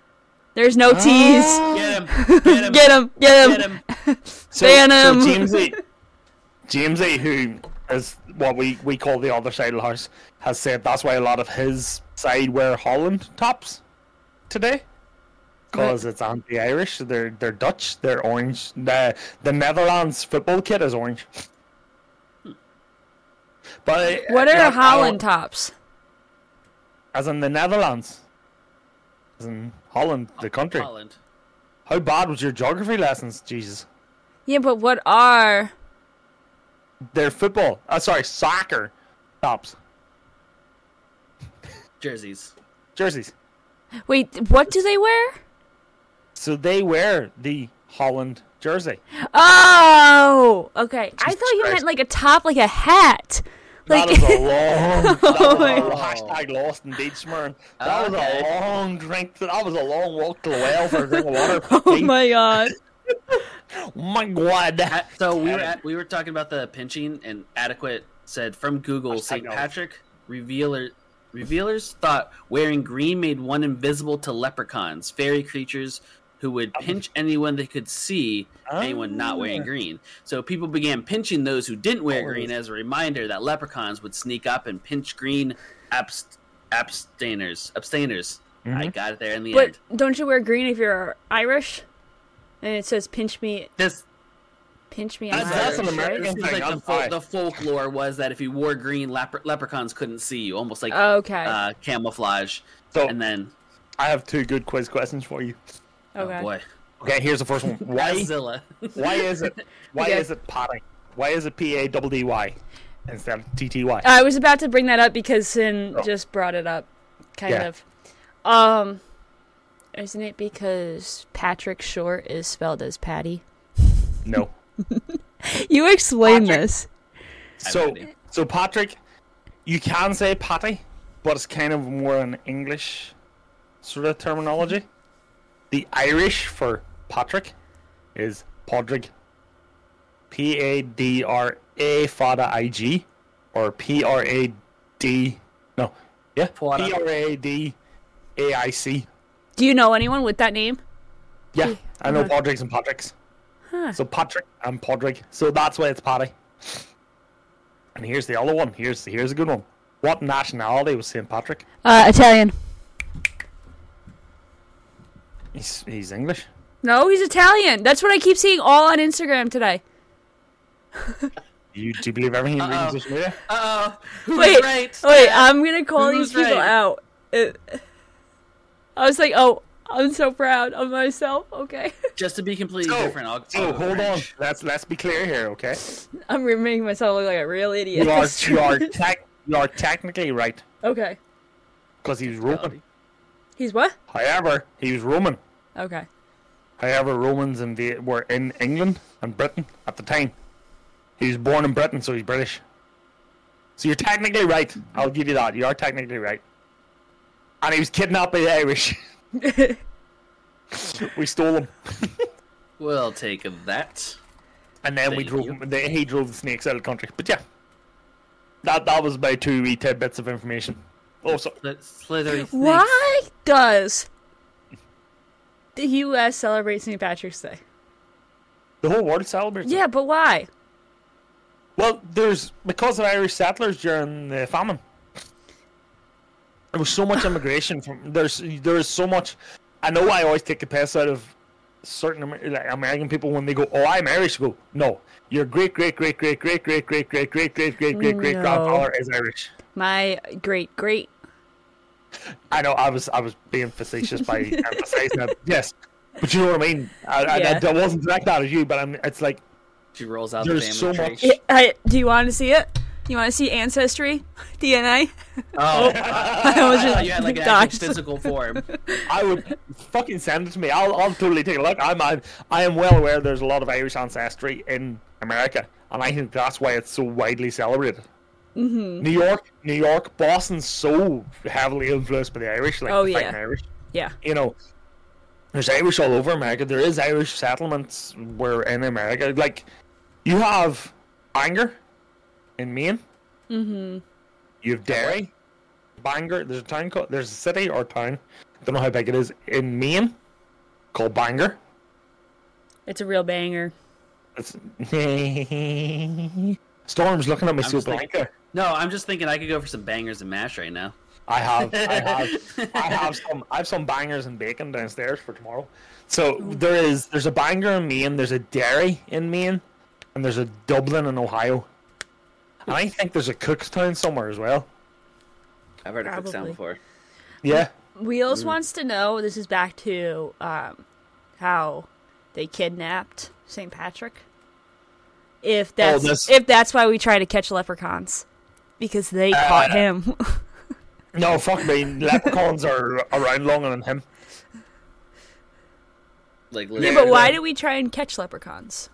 D: There's no T's.
B: Ah.
A: Get him! Get him!
D: Get him! Get
A: Get
D: him!
A: him!
B: So,
D: Ban him.
B: so
D: <laughs>
B: Jamesy, Jamesy, who is what we, we call the other side of the house, has said that's why a lot of his side wear Holland tops today. Because it's anti-Irish, they're they're Dutch, they're orange. The the Netherlands football kit is orange. But
D: Hmm. What are
B: yeah,
D: Holland
B: Hol-
D: tops?
B: As in the Netherlands, as in Holland, the country.
A: Holland.
B: How bad was your geography lessons, Jesus?
D: Yeah, but what are?
B: They're football. Uh, sorry, soccer tops.
A: Jerseys.
B: jerseys.
D: Wait, what do they wear?
B: So they wear the Holland jersey.
D: Oh, okay. I
B: Jesus
D: thought you meant
B: Christ.
D: like a top, like a hat. <laughs> Like, <laughs>
B: that is a long, that was
D: Oh
B: a
D: my- Oh,
B: long- hashtag lost indeed, Smurn. That
A: Okay.
B: was a long drink. That was a long walk to the well for a drink of water.
D: <laughs>
B: Oh
D: oh
B: <laughs>
D: my god.
B: my god!
A: At- so we were at, we were talking about the pinching and adequate said from Google
B: Hashtag
A: St.
B: no.
A: Patrick revealer revealers thought wearing green made one invisible to leprechauns, fairy creatures who would pinch anyone they could see, anyone not wearing
B: Ah.
A: green. So people began pinching those who didn't wear green as a reminder that leprechauns would sneak up and pinch green abst- abstainers. Abstainers. I got it there in the
D: But
A: end.
D: don't you wear green if you're Irish? And it says pinch me,
A: This
D: pinch me. I'm
A: That's,
B: That's- that's
D: Irish,
B: an
A: American
B: American
D: right?
A: thing.
B: thing,
A: Like the,
B: I'm
A: fol-
B: fine.
A: the folklore was that if you wore green, lepre- leprechauns couldn't see you, almost like
D: Okay.
A: uh, camouflage.
B: So-
A: and then,
B: I have two good quiz questions for you.
D: okay.
A: oh boy,
B: Okay, here's the first one. Why?
A: Godzilla. <laughs>
B: why is it? Why
D: Okay.
B: is it potting? Why is it P A double D Y instead of T T Y?
D: I was about to bring that up because Sin
B: Oh.
D: just brought it up, kind
B: Yeah.
D: of. Um, isn't it because Patrick Short is spelled as Patty?
B: No.
D: You explain
B: Patrick.
D: this.
B: So,
A: idea.
B: so Patrick, you can say patty, but it's kind of more an English sort of terminology. The Irish for Patrick is Podrig. P A D R A Fada I G or P R A D no. Yeah. P
A: Fada.
B: R A D A I C.
D: Do you know anyone with that name?
B: Yeah. I know
D: Uh-huh.
B: Podrigs and Patricks. So Patrick and Podrick. So that's why it's Patty. And here's the other one. Here's here's a good one. What nationality was St. Patrick?
D: Uh, Italian.
B: He's he's English.
D: No, he's Italian. That's what I keep seeing all on Instagram today.
B: You do you believe everything you read in
A: Uh-oh.
B: social media?
A: Uh oh, who's
D: Wait,
A: right?
D: wait, I'm gonna call
A: Who's
D: these people
A: right?
D: out. It- I was like, oh, I'm so proud of myself. Okay, <laughs>
A: Just to be completely different. I'll,
B: so
A: I'll go
B: Oh, hold on.
A: French.
B: Let's let's be clear here, okay?
D: I'm re- making myself look like a real idiot.
B: You are you are tec- you are technically right
D: <laughs> okay,
B: because he was Roman.
D: he's what?
B: However, he was Roman.
D: Okay,
B: However, Romans in the, were in England and Britain at the time. He was born in Britain, so he's British. So you're technically right. I'll give you that. You are technically right. And he was kidnapped by the Irish. <laughs> we stole him,
A: We'll take that.
B: and then we
A: Thank
B: drove
A: you.
B: him. They, he drove the snakes out of the country. But yeah, that that was my two wee tidbits of information. Oh, Also,
A: Slit- slithery snakes.
D: Why does the U.S. celebrate St. Patrick's Day?
B: the whole world celebrates. it.
D: Yeah, but why?
B: Well, there's because of Irish settlers during the famine. There was so
D: <sighs>
B: much immigration from there's there is so much. I know I always take the piss out of certain Amer- like American people when they go, "Oh, I'm Irish." I go, no, your great great great great great great great great great great great great great
D: No.
B: grandfather is Irish.
D: My great great.
B: I know I was I was being facetious
D: <laughs>
B: by emphasizing that. Yes, but you know what I mean. I, I,
D: Yeah.
B: I, wasn't like that as you, but I'm. It's like
A: She rolls out
B: There's
A: the family
B: so
A: tree.
B: much-
D: I, I- do you want to see it? You want to see ancestry <laughs> DNA?
A: Oh, I
D: I was <laughs>
A: thought you had like an
D: dodged.
A: actual physical form.
B: I would fucking send it to me. I'll, I'll totally take a look. I'm, I'm I am well aware there's a lot of Irish ancestry in America, and I think that's why it's so widely celebrated. Mm-hmm. New York, New York, Boston's so heavily influenced by the Irish, like
D: Oh,
B: the
D: yeah.
B: fighting Irish.
D: Yeah.
B: You know, there's Irish all over America. There is Irish settlements where in America, like you have Bangor in Maine. Mm-hmm. You have Derry, Bangor. There's a town called there's a city or town. Don't know how big it is in Maine called Bangor.
D: It's a real banger.
B: It's... <laughs> Storm's looking at me so
A: just thinking-
B: blank. there.
A: No, I'm just thinking I could go for some bangers and mash right now.
B: I have, I have, I have some, I have some bangers and bacon downstairs for tomorrow. So there is, there's a banger in Maine, there's a dairy in Maine, and there's a Dublin in Ohio, and I think there's a Cookstown somewhere as well.
A: I've heard a quick sound
D: Probably.
A: before.
B: Yeah,
A: Mm.
D: Wheels wants to know. This is back to um, how they kidnapped St. Patrick.
A: Oh,
D: If that's
B: this-
D: if that's why we try to catch leprechauns, because they
A: Uh,
D: caught him.
B: no, fuck me, leprechauns are around longer than him.
A: Like,
D: yeah,
A: literally,
D: <laughs> but why do we try and catch leprechauns?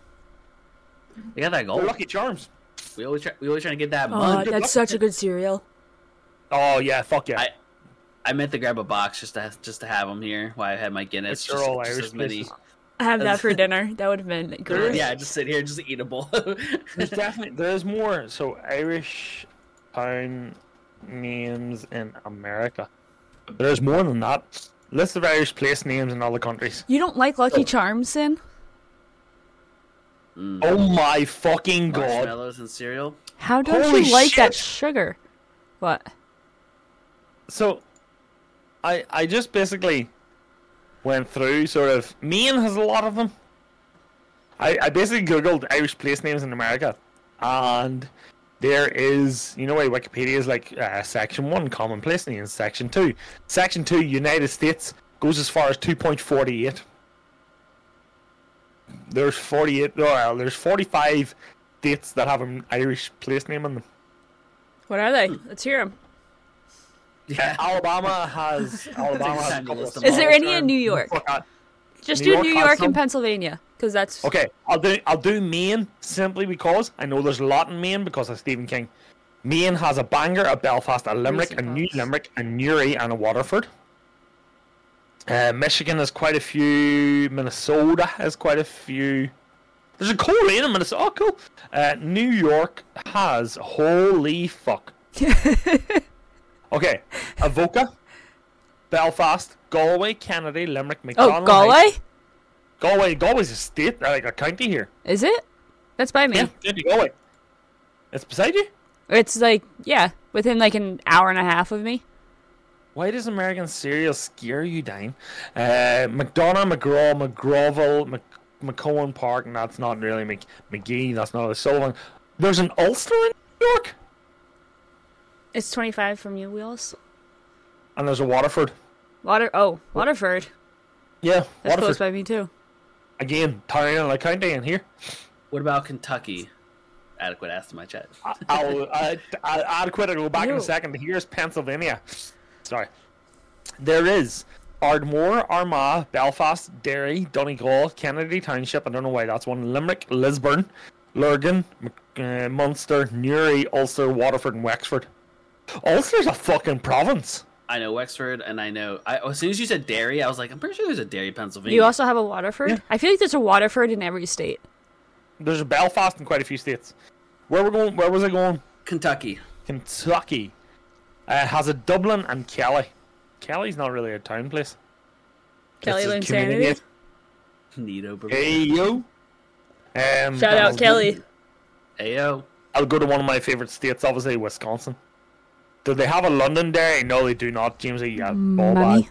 A: we got that
B: Oh,
A: gold?
B: Lucky Charms.
A: We always try. We always trying to get that
D: Oh,
A: mug.
B: good
D: that's
B: luck.
D: such a good cereal.
B: Oh yeah, fuck yeah.
A: I, I meant to grab a box just to just to have them here. Why I had my Guinness.
B: Which are
A: just,
B: all
A: just
B: Irish
A: as many.
B: places.
D: I have
B: <laughs>
D: that for dinner. That would have been
A: <laughs>
D: great.
A: Yeah, just sit here, just eat a bowl.
B: There's definitely there's more. So Irish town names in America. There's more than that. List of Irish place names in other countries.
D: You don't like Lucky Charms, then?
B: Oh my fucking
A: <laughs>
B: god!
A: Marshmallows and cereal.
D: How don't
B: Holy
D: you like that
B: shit.
D: sugar? What?
B: So, I I just basically went through sort of Maine has a lot of them. I I basically googled Irish place names in America, and there is you know where Wikipedia is like uh, section one common place names, section two, section two United States goes as far as two point forty eight. There's forty eight. Well, there's forty five states that have an Irish place name in them.
D: What are they? Let's hear them.
A: Yeah.
B: <laughs> Alabama has Alabama has a
A: time to
B: couple
A: list
B: of
A: them all.
D: Is there any in
B: terms.
D: New York?
B: Fuck that.
D: Just
B: New
D: do New
B: York has
D: York
B: some.
D: and Pennsylvania, because that's
B: Okay, I'll do I'll do Maine simply because I know there's a lot in Maine because of Stephen King. Maine has a Bangor, a Belfast, a Limerick, a
D: Reason
B: New
D: folks.
B: Limerick, a Newry, and a Waterford. Uh, Michigan has quite a few. Minnesota has quite a few. There's a cool in Minnesota. Oh, cool. Uh, New York has holy fuck.
D: <laughs>
B: okay, Avoca, Belfast, Galway, Kennedy, Limerick,
D: <laughs> oh
B: McDonald.
D: Galway.
B: Galway, Galway's a state, uh, like a county here.
D: Is it? That's by me.
B: Yeah, there you go. Wait. It's beside you.
D: It's like yeah, within like an hour and a half of me.
B: Why does American cereal scare you, Dane? Uh, McDonough, McGraw, McGroville, Mc, McCohen Park, and that's not really Mc, McGee, that's not a Sullivan. There's an Ulster in New York,
D: It's twenty five from you, Wheels.
B: and there's a Waterford.
D: Water. Oh, Waterford.
B: Yeah,
D: That's
B: Waterford.
D: close by me too.
B: Again, town and a county in here.
A: What about Kentucky? Adequate asked in my chat.
B: I- I'll, I, I, I'll quit. I'll go back in a
D: Ew.
B: second. Here's Pennsylvania. Sorry. There is Ardmore, Armagh, Belfast, Derry, Donegal, Kennedy Township. I don't know why that's one. Limerick, Lisburn, Lurgan, Mc- uh, Munster, Newry, Ulster, Waterford, and Wexford. Ulster's a fucking province.
A: I know Wexford, and I know. I, as soon as you said Dairy, I was like, I'm pretty sure there's a Dairy, Pennsylvania.
D: You also have a Waterford.
B: Yeah.
D: I feel like there's a Waterford in every state.
B: There's a Belfast in quite a few states. Where we're going? Where was I going?
A: Kentucky.
B: Kentucky uh, has a Dublin and Kelly. Kelly's not really a town place.
D: Kelly
B: It's a
D: Linsanity.
B: community.
A: Neato. Bourbon.
B: Hey yo. Um,
D: Shout
B: I'll
D: out
B: go-
D: Kelly.
A: Ayo.
B: I'll go to one of my favorite states, obviously Wisconsin. Do they have a London Dairy? No, they do not. James, you got ball
D: Mummy.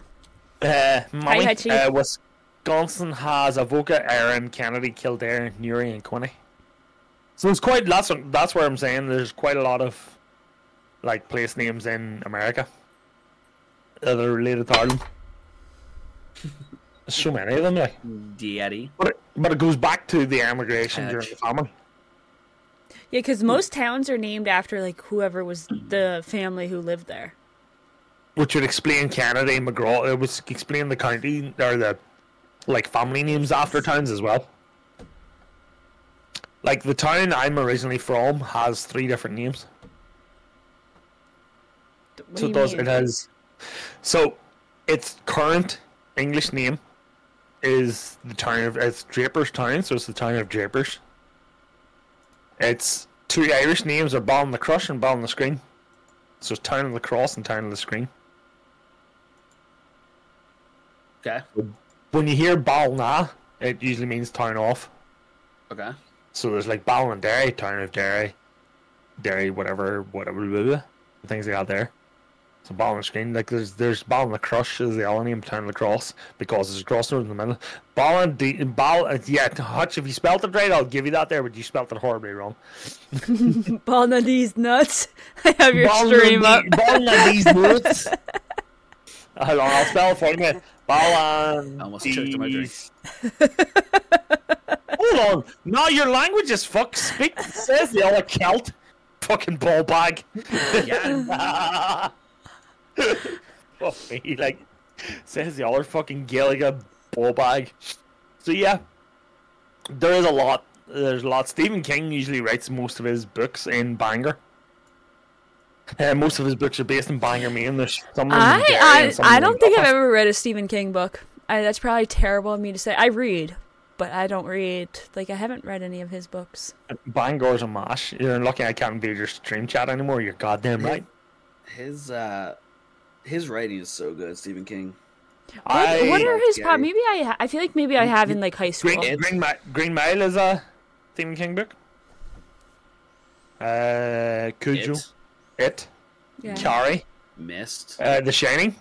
B: bag. Uh, mummy.
D: Hi, Hutchie.
B: uh, Wisconsin has Avoca, Erin, Kennedy, Kildare, Newry, and Quinney. So it's quite. That's that's where I'm saying there's quite a lot of like place names in America that are related to Ireland. There's so many of them, like.
A: Daddy.
B: But it, but it goes back to the emigration during
A: Catch.
B: the famine.
D: Yeah, because most towns are named after like whoever was the family who lived there.
B: which would explain Canada and McGraw. It would explain the county or the like family names after towns as well. Like the town I'm originally from has three different names.
D: What
B: so
D: do
B: it
D: you
B: does
D: mean?
B: it has so its current English name is the town of it's Draper's Town, so it's the town of Drapers. It's two Irish names are Ball on the Crush and Ball on the Screen. So it's Town of the Cross and Town of the Screen.
A: Okay.
B: when you hear Balna, it usually means town off.
A: Okay.
B: So there's like Bal and Derry, town of Derry, Derry, whatever, whatever, blah, blah, the things they got there. So Bal on the screen, like there's there's Bal and the Crush is the other name, town of the cross because there's a crossroad in the middle. Bal and D, Bal, yeah, Hutch, if you spelt it right, I'll give you that there, but you spelt it horribly wrong.
D: Ball on these nuts. <laughs> I have your
B: Bal
D: stream up.
B: Balna these roots. <laughs> Hold on, I'll spell it for you. Bal and
A: I almost choked on my drink.
B: these- Hold on. Now your language is fuck. Speak says the other Celt. Fucking ball bag. Yeah. <laughs> fuck me. Like says the other fucking Gaelic ball bag. So yeah. There is a lot. There's a lot. Stephen King usually writes most of his books in Bangor. Uh, most of his books are based in Bangor, Maine. There's some. in Derry
D: I
B: and some
D: I, I
B: in
D: don't think I've
B: Belfast.
D: ever read a Stephen King book. I, that's probably terrible of me to say. I read, but I don't read. Like I haven't read any of his books.
B: Bangor's a mash. You're lucky I can't be your stream chat anymore. You're goddamn right.
A: His uh, his writing is so good, Stephen King.
D: What,
B: I
D: what are Oh. his
A: Yeah.
D: pop? Maybe I ha- I feel like maybe I have in like high school.
B: Green Green, Mi- Green Mile is a Stephen King book. Uh, Cujo,
A: It,
B: It,
D: Yeah,
B: Carrie,
A: Mist,
B: uh, The Shining.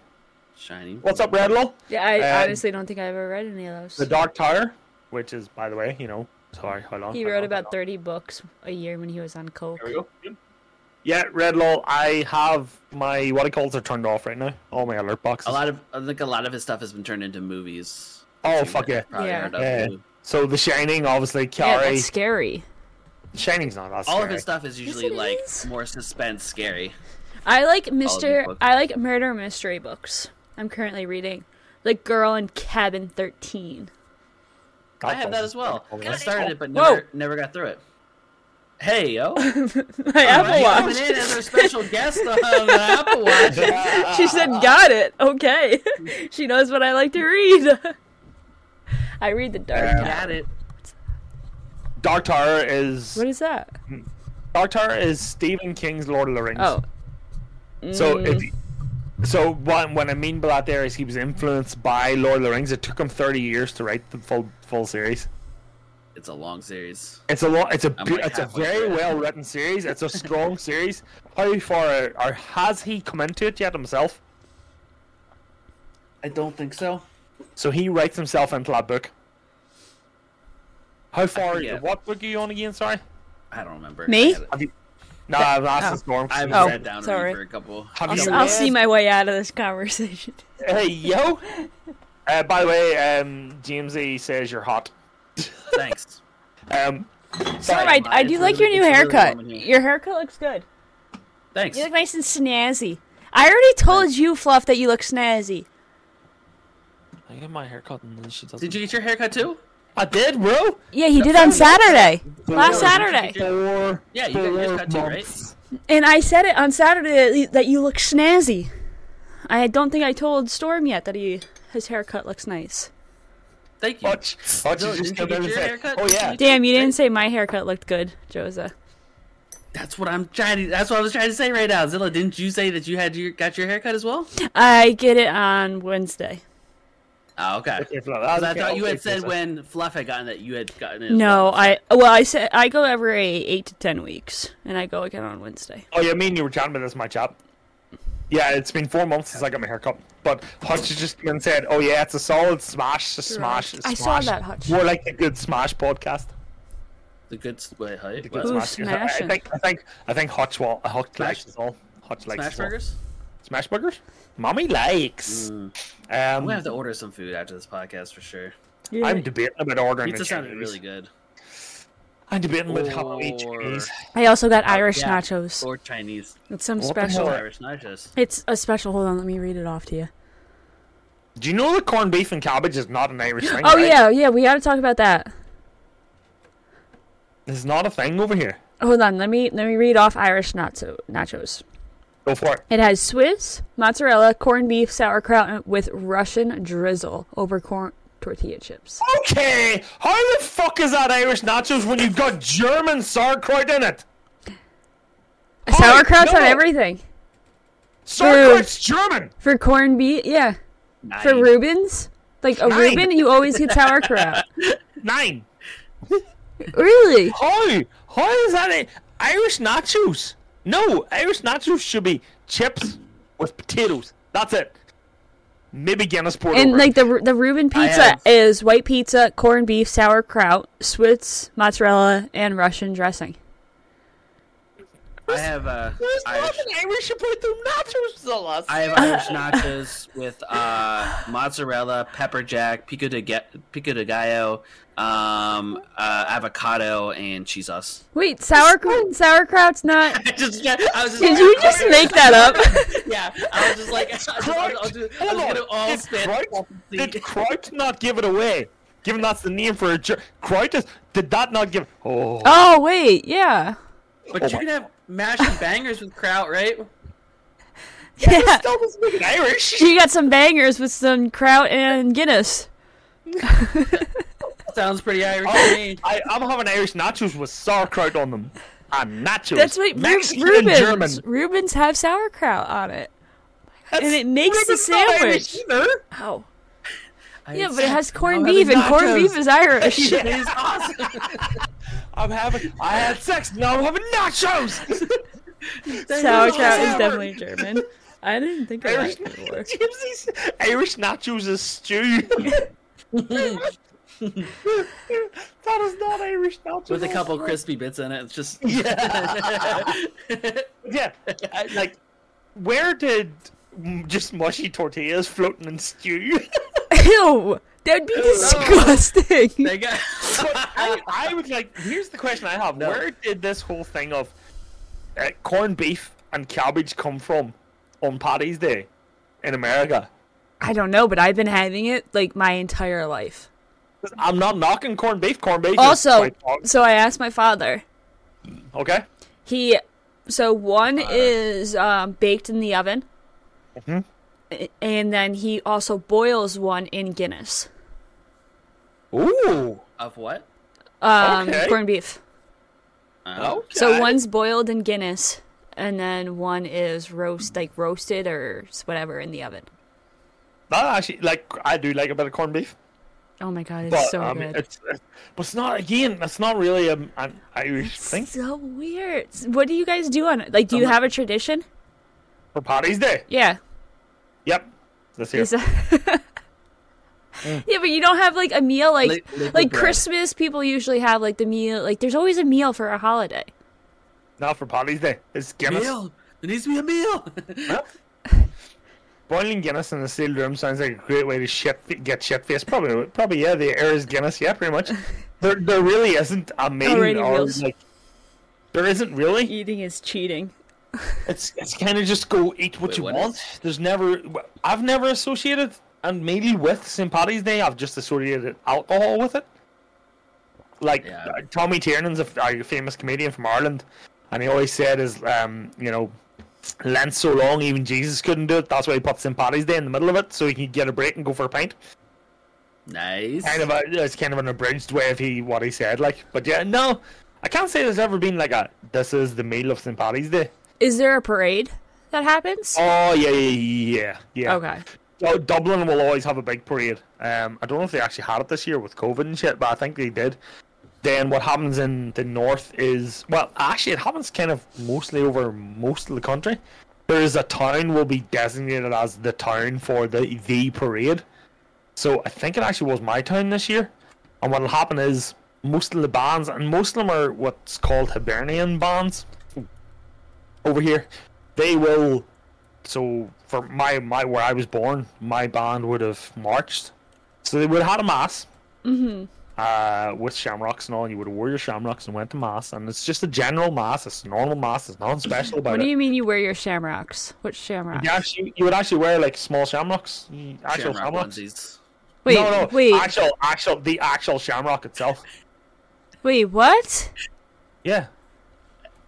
A: Shining.
B: What's up, Redlaw?
D: yeah I
B: Uh,
D: honestly don't think I ever read any of
B: The
D: those.
B: Dark Tower, which is, by the way, you know, sorry, hold on.
D: He
B: hold
D: wrote
B: on,
D: about
B: hold on.
D: thirty books a year when he was on coke.
B: There we go. Yeah, Redlaw, I have my what it calls are turned off right now. All my alert boxes.
A: A lot of I think a lot of his stuff has been turned into movies.
B: oh fuck yeah.
A: Probably
D: Yeah.
A: RW.
B: Yeah. So The Shining, obviously,
D: Yeah,
B: Carrie.
D: that's scary.
B: Shining's not that
A: All of
B: scary.
A: his stuff is usually
D: it
A: like
D: is.
A: more suspense, scary.
D: I like
A: good
D: Mister.
A: books.
D: I like murder mystery books. I'm currently reading, like Girl in Cabin Thirteen. <laughs>
B: God,
A: I have that
B: doesn't-
A: as well.
B: doesn't-
A: I started it, but
D: Whoa.
A: never never got through it. Hey yo,
D: My <laughs> Apple
A: Everybody Oh, coming
D: Watch.
A: in as our special guest on the
D: <laughs>
A: Apple Watch.
B: <laughs>
D: She said, "Got it. Okay."
A: <laughs>
D: <laughs> she knows what I like to read. <laughs> I read the dark.
B: Yeah.
D: Tower.
A: Got it.
B: Dark Tower is
D: What is that?
A: Hmm.
B: Dark Tower is Stephen King's Lord of the Rings.
D: Oh, mm.
B: so if so what what I mean by that there is he was influenced by Lord of the Rings. It took him thirty years to write the full full series.
A: It's a long series.
B: It's a lot. It's a
A: I'm
B: bu-
A: like
B: it's a
A: halfway
B: very
A: through it.
B: well written series. It's a
A: <laughs>
B: strong series. How far or has he come into it yet himself?
A: I don't think so.
B: So he writes himself into that book. How far?
A: forget.
B: What book are you on again? Sorry.
A: I don't remember.
D: Me?
A: I haven't-
B: Have you? No, I've
A: Ah.
B: asked
D: Oh.
B: the storm.
A: I haven't
D: Oh,
A: sat down
D: sorry.
A: sorry. for a couple.
B: Have
D: I'll,
B: you
D: I'll
B: read-
D: see my way out of this conversation. <laughs>
A: <laughs>
B: Hey yo. Uh, by the way, um, Jamesy says you're hot.
A: <laughs> Thanks.
B: Um,
D: Sorry,
A: Sorry,
D: I, I
A: it's
D: do like
A: really-
D: your new
A: it's really
D: haircut.
A: warm in here.
D: your haircut looks good.
A: Thanks.
D: You look nice and snazzy. I already told you, Fluff, that you look snazzy.
B: I get my haircut and then she doesn't.
A: Did you get your haircut too?
B: I did, bro.
D: Yeah, he did on Saturday. Last Saturday.
B: Four.
A: Yeah, you guys
B: four
A: just got two, right?
B: months.
D: And I said it on Saturday that you look snazzy. I don't think I told Storm yet that he his haircut looks nice.
A: Thank you.
B: Hutch, Hutch
A: No,
B: is just
A: didn't you
B: come in
A: get
B: and
A: your
B: say,
A: haircut?
B: "Oh yeah,
D: Damn, you didn't say my haircut looked good, Joza.
A: That's what I'm trying. To, that's what I was trying to say right now, Zilla. Didn't you say that you had your got your haircut as well?
D: I get it on Wednesday.
A: Oh, okay.
B: If not,
A: 'Cause I
B: okay,
A: thought you
B: I'll
A: had
B: take
A: said
B: this.
A: when Fluff had gotten that you had gotten it. as
D: No,
A: well.
D: I well I said I go every eight to ten weeks, and I go again on Wednesday.
B: Oh yeah, me and you were chatting about this, my chap. Yeah, it's been four months since I got my haircut, but Hutch has just came and said, "Oh yeah, it's a solid smash, a smash, a
D: I
B: smash."
D: saw that, Hutch.
B: More like a good smash podcast.
A: the good wait, hi,
B: The
A: what?
B: good smash.
D: Ooh,
B: I- I
D: smashing.
B: think, I think, I think Hutch will, Hutch
A: Smash-
B: likes us all. Hutch likes
A: smash
B: us all.
A: burgers.
B: Smash burgers. Mommy likes.
A: I'm gonna have
B: Um,
A: to order some food after this podcast for sure.
B: I'm debating about ordering
A: Pizza
B: a
A: sounded
B: Chinese.
A: really good.
B: I'm debating with Halloween
A: Or-
B: Chinese.
D: I also got Irish
A: Yeah,
D: nachos.
A: or Chinese
D: It's some
B: What the hell
D: special.
B: are-
A: Irish nachos.
D: It's a special. Hold on, let me read it off to you.
B: Do you know that corned beef and cabbage is not an
D: <gasps>
B: Irish thing?
D: Oh
B: right?
D: yeah, yeah, we gotta talk about that.
B: it's not a thing over here.
D: Hold on, let me let me read off Irish nacho nachos.
B: Go for it.
D: It has Swiss, mozzarella, corned beef, sauerkraut with Russian drizzle over corn tortilla chips.
B: Okay, how the fuck is that Irish nachos when you've got German sauerkraut in it?
D: Sauerkraut's on
B: no.
D: everything.
B: Sauerkraut's German.
D: For corned beef, yeah. For
A: Nine.
D: Reubens, like a
B: Nine.
D: Reuben, you
B: <laughs>
D: always get sauerkraut.
B: Nine.
D: really?
B: How? How is that a- Irish nachos? No, Irish nachos should be chips with potatoes. That's it. Maybe Guinness poured
D: And
B: over.
D: like the the Reuben pizza
A: have-
D: is white pizza, corned beef, sauerkraut, Swiss mozzarella, and Russian dressing.
A: I have uh,
B: There's
A: Irish,
B: nothing Irish about them nachos, Zolas.
A: I have Irish nachos with uh, mozzarella, pepper jack, pico de ga- pico de gallo, um, uh, avocado, and cheese sauce. <laughs>
D: Wait, sauerkraut
B: <laughs>
D: sauerkraut's not.
A: I just, I was just,
D: Did you just make that up?
A: Yeah, I was just like, I was just, I was,
B: Kraut.
A: I was just, I was
B: Hold on.
A: gonna all
B: Did
A: spit.
B: Kraut- Did Kraut not give it away? Given that's the name for a ger- Kraut is. Did that not give? Oh.
D: oh wait, yeah.
A: But
B: Oh
A: you
B: my-
A: can have mashed and bangers with kraut, right?
D: Yeah.
B: Still doesn't make it Irish.
D: You got some bangers with some kraut and Guinness.
A: Sounds pretty Irish
B: Oh,
A: to me.
B: I, I'm having Irish nachos with sauerkraut on them. And nachos.
D: That's what Reu-
B: Mexican
D: Rubens.
B: German.
D: Rubens have sauerkraut on it,
B: That's-
D: and it makes the
B: Reuben's not Irish
D: sandwich.
B: either.
D: <laughs> Ow.
A: I
D: Yeah,
A: had
D: but it
A: so-
D: has corned
A: I'm having
D: beef, and corned
A: nachos.
D: beef is <laughs> Irish.
A: It is awesome.
B: I'm having. I had sex. Now I'm having
D: <laughs>
B: nachos. <laughs>
D: Sauerkraut is
B: Sauerkraut.
D: <laughs> definitely German. I didn't think of
B: Irish,
D: that before.
B: Gypsies- Irish nachos is
D: <laughs>
B: stew. that is not Irish nachos.
A: with a
B: <laughs>
A: couple crispy bits in it. It's just
B: Yeah, I- like where did mm, just mushy tortillas floating in stew?
D: <laughs> Ew! That'd be disgusting.
A: <laughs> they got.
B: But I, I would like. Here's the question I have: Where did this whole thing of uh, corned beef and cabbage come from on Paddy's Day in America?
D: I don't know, but I've been having it like my entire life.
B: 'Cause I'm not knocking corned beef. Corned beef. is
D: Also,
B: quite dog-
D: so I asked my father.
B: okay.
D: He, so one is um, baked in the oven, Mm-hmm. A- and then he also boils one in Guinness.
B: Ooh.
A: Of what?
D: Um,
B: Okay.
D: corned beef.
A: Uh,
D: So one's boiled in Guinness, and then one is roast, like roasted or s- whatever in the oven.
B: That actually, like, I do like a bit of corned beef,
D: Oh my god, it's
B: but
D: so
B: um,
D: good.
B: it's, it's but it's not again. It's not really um, an Irish thing
D: so weird. S- What do you guys do on it? Like,
B: Um,
D: do you have a tradition?
B: for Paddy's Day.
D: Yeah.
B: Yep. This here.
D: Is
B: <laughs>
D: that-
B: Mm.
D: yeah, but you don't have like a meal like
A: Li- liquid
D: like
A: bread.
D: Christmas. People usually have like the meal. Like, there's always a meal for a holiday.
B: Not for Paddy's Day. It's Guinness.
A: meal. There needs to be a meal. <laughs>
B: Huh? Boiling Guinness in a sealed room sounds like a great way to shit, get shit faced. Probably, probably, yeah. The air is Guinness, yeah, pretty much. There, there really isn't a main
D: Already
B: or
D: feels-
B: like. There isn't really.
D: Eating is cheating.
B: It's it's kind of just go eat what
A: Wait,
B: you
A: what
B: want. There's never. I've never associated a meal with St. Patty's Day. I've just associated alcohol with it. Like
A: Yeah.
B: uh, Tommy Tiernan's a, a famous comedian from Ireland, and he always said is um you know. Lent so long, even Jesus couldn't do it. That's why he puts St. Paddy's Day in the middle of it, so he can get a break and go for a pint.
A: Nice.
B: kind of a, it's kind of an abridged way of he what he said. Like, but yeah, no, I can't say there's ever been like a this is the meal of St. Patty's Day.
D: Is there a parade that happens?
B: Oh yeah, yeah, yeah, yeah.
D: Okay.
B: So Dublin will always have a big parade. Um, I don't know if they actually had it this year with COVID and shit, but I think they did. Then what happens in the north is well, actually, it happens kind of mostly over most of the country. There is a town will be designated as the town for the the parade. So I think it actually was my town this year. And what'll happen is most of the bands, and most of them are what's called Hibernian bands over here. They will so for my my where I was born, my band would have marched. So they would have had a mass. Mm-hmm. Uh, with shamrocks and all, you would have wore your shamrocks and went to mass, and it's just a general mass. It's a normal mass. It's nothing special about
D: What
B: it.
D: do you mean you wear your shamrocks? What shamrocks?
B: You actually, you would actually wear like small shamrocks, actual
A: Shamrock
B: shamrocks.
A: onesies.
D: Wait,
B: no, no,
D: wait,
B: actual, actual, the actual shamrock itself.
D: wait, what?
B: Yeah,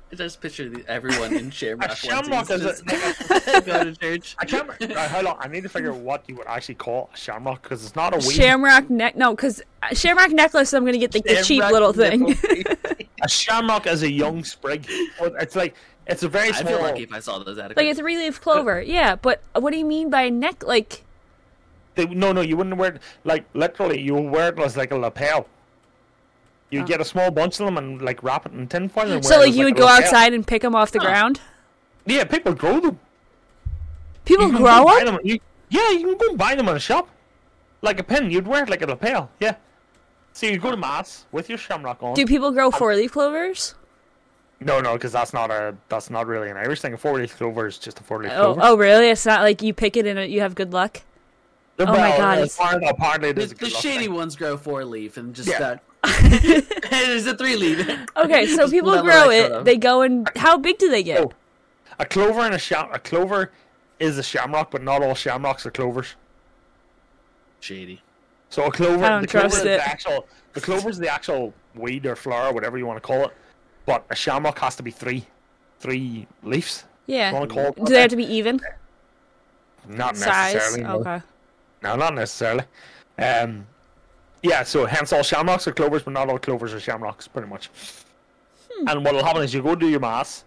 A: I just picture the, everyone
B: <laughs>
A: in shamrock
B: a shamrock
A: onesies
B: is a, <laughs>
A: just <laughs> go to church.
B: I can't. remember-
A: <laughs>
B: Right, hold on, I need to figure out what you would actually call a shamrock because it's not a weed.
D: Shamrock neck? No, because shamrock necklace. I'm gonna get the, the cheap little thing.
A: <laughs>
B: a shamrock is a young sprig. It's like it's a very
A: I
B: small.
A: feel lucky if I saw those at a
D: <laughs> like a three leaf
B: <laughs>
D: clover. Yeah, but what do you mean by neck? Like,
B: They, no, no, you wouldn't wear it. Like literally, you wear it as like a lapel. You get a small bunch of them and like wrap it in tin foil. And
D: Oh.
B: wear
D: so
B: it
D: like
B: as,
D: you would
B: a
D: go
B: lapel.
D: outside and pick them off the ground.
B: Yeah, people grow them. <laughs>
D: People
B: You can
D: grow
B: go buy
D: them.
B: You- yeah, you can go and buy them in a shop. Like a pin, you'd wear it like a lapel. Yeah. So you go to mass with your shamrock on.
D: Do people grow four leaf clovers?
B: No, no, because that's not a that's not really an Irish thing. A four leaf clover is just a four leaf
D: Oh,
B: clover.
D: oh, really? It's not like you pick it and it- you have good luck.
B: oh
D: my God, it's-
B: Apparently, apparently it
A: The,
B: is a
A: the
B: good luck
A: shady
B: thing.
A: ones grow four leaf and just
B: Yeah.
A: that.
D: <laughs>
A: <laughs> There's a three leaf.
D: Okay, so
A: Just
D: people
A: level
D: grow
A: that shit
D: it.
A: up.
D: They go and how big do they get?
B: uh, Oh. A clover and a sham a clover is a shamrock, but not all shamrocks are clovers.
A: Shady.
B: So a clover,
D: I don't
B: the clover
D: trust
B: is the
D: it.
B: actual the clover is the actual weed or flower, whatever you want to call it. But a shamrock has to be three, three leaves.
D: yeah.
B: Want to call it
D: Do they have to be even
B: Not
D: size? Oh.
B: necessarily. no.
D: Okay.
B: No, not necessarily. Um, yeah, so hence all shamrocks are clovers, but not all clovers are shamrocks, pretty much.
D: Hmm.
B: And what'll happen is you go do your mass,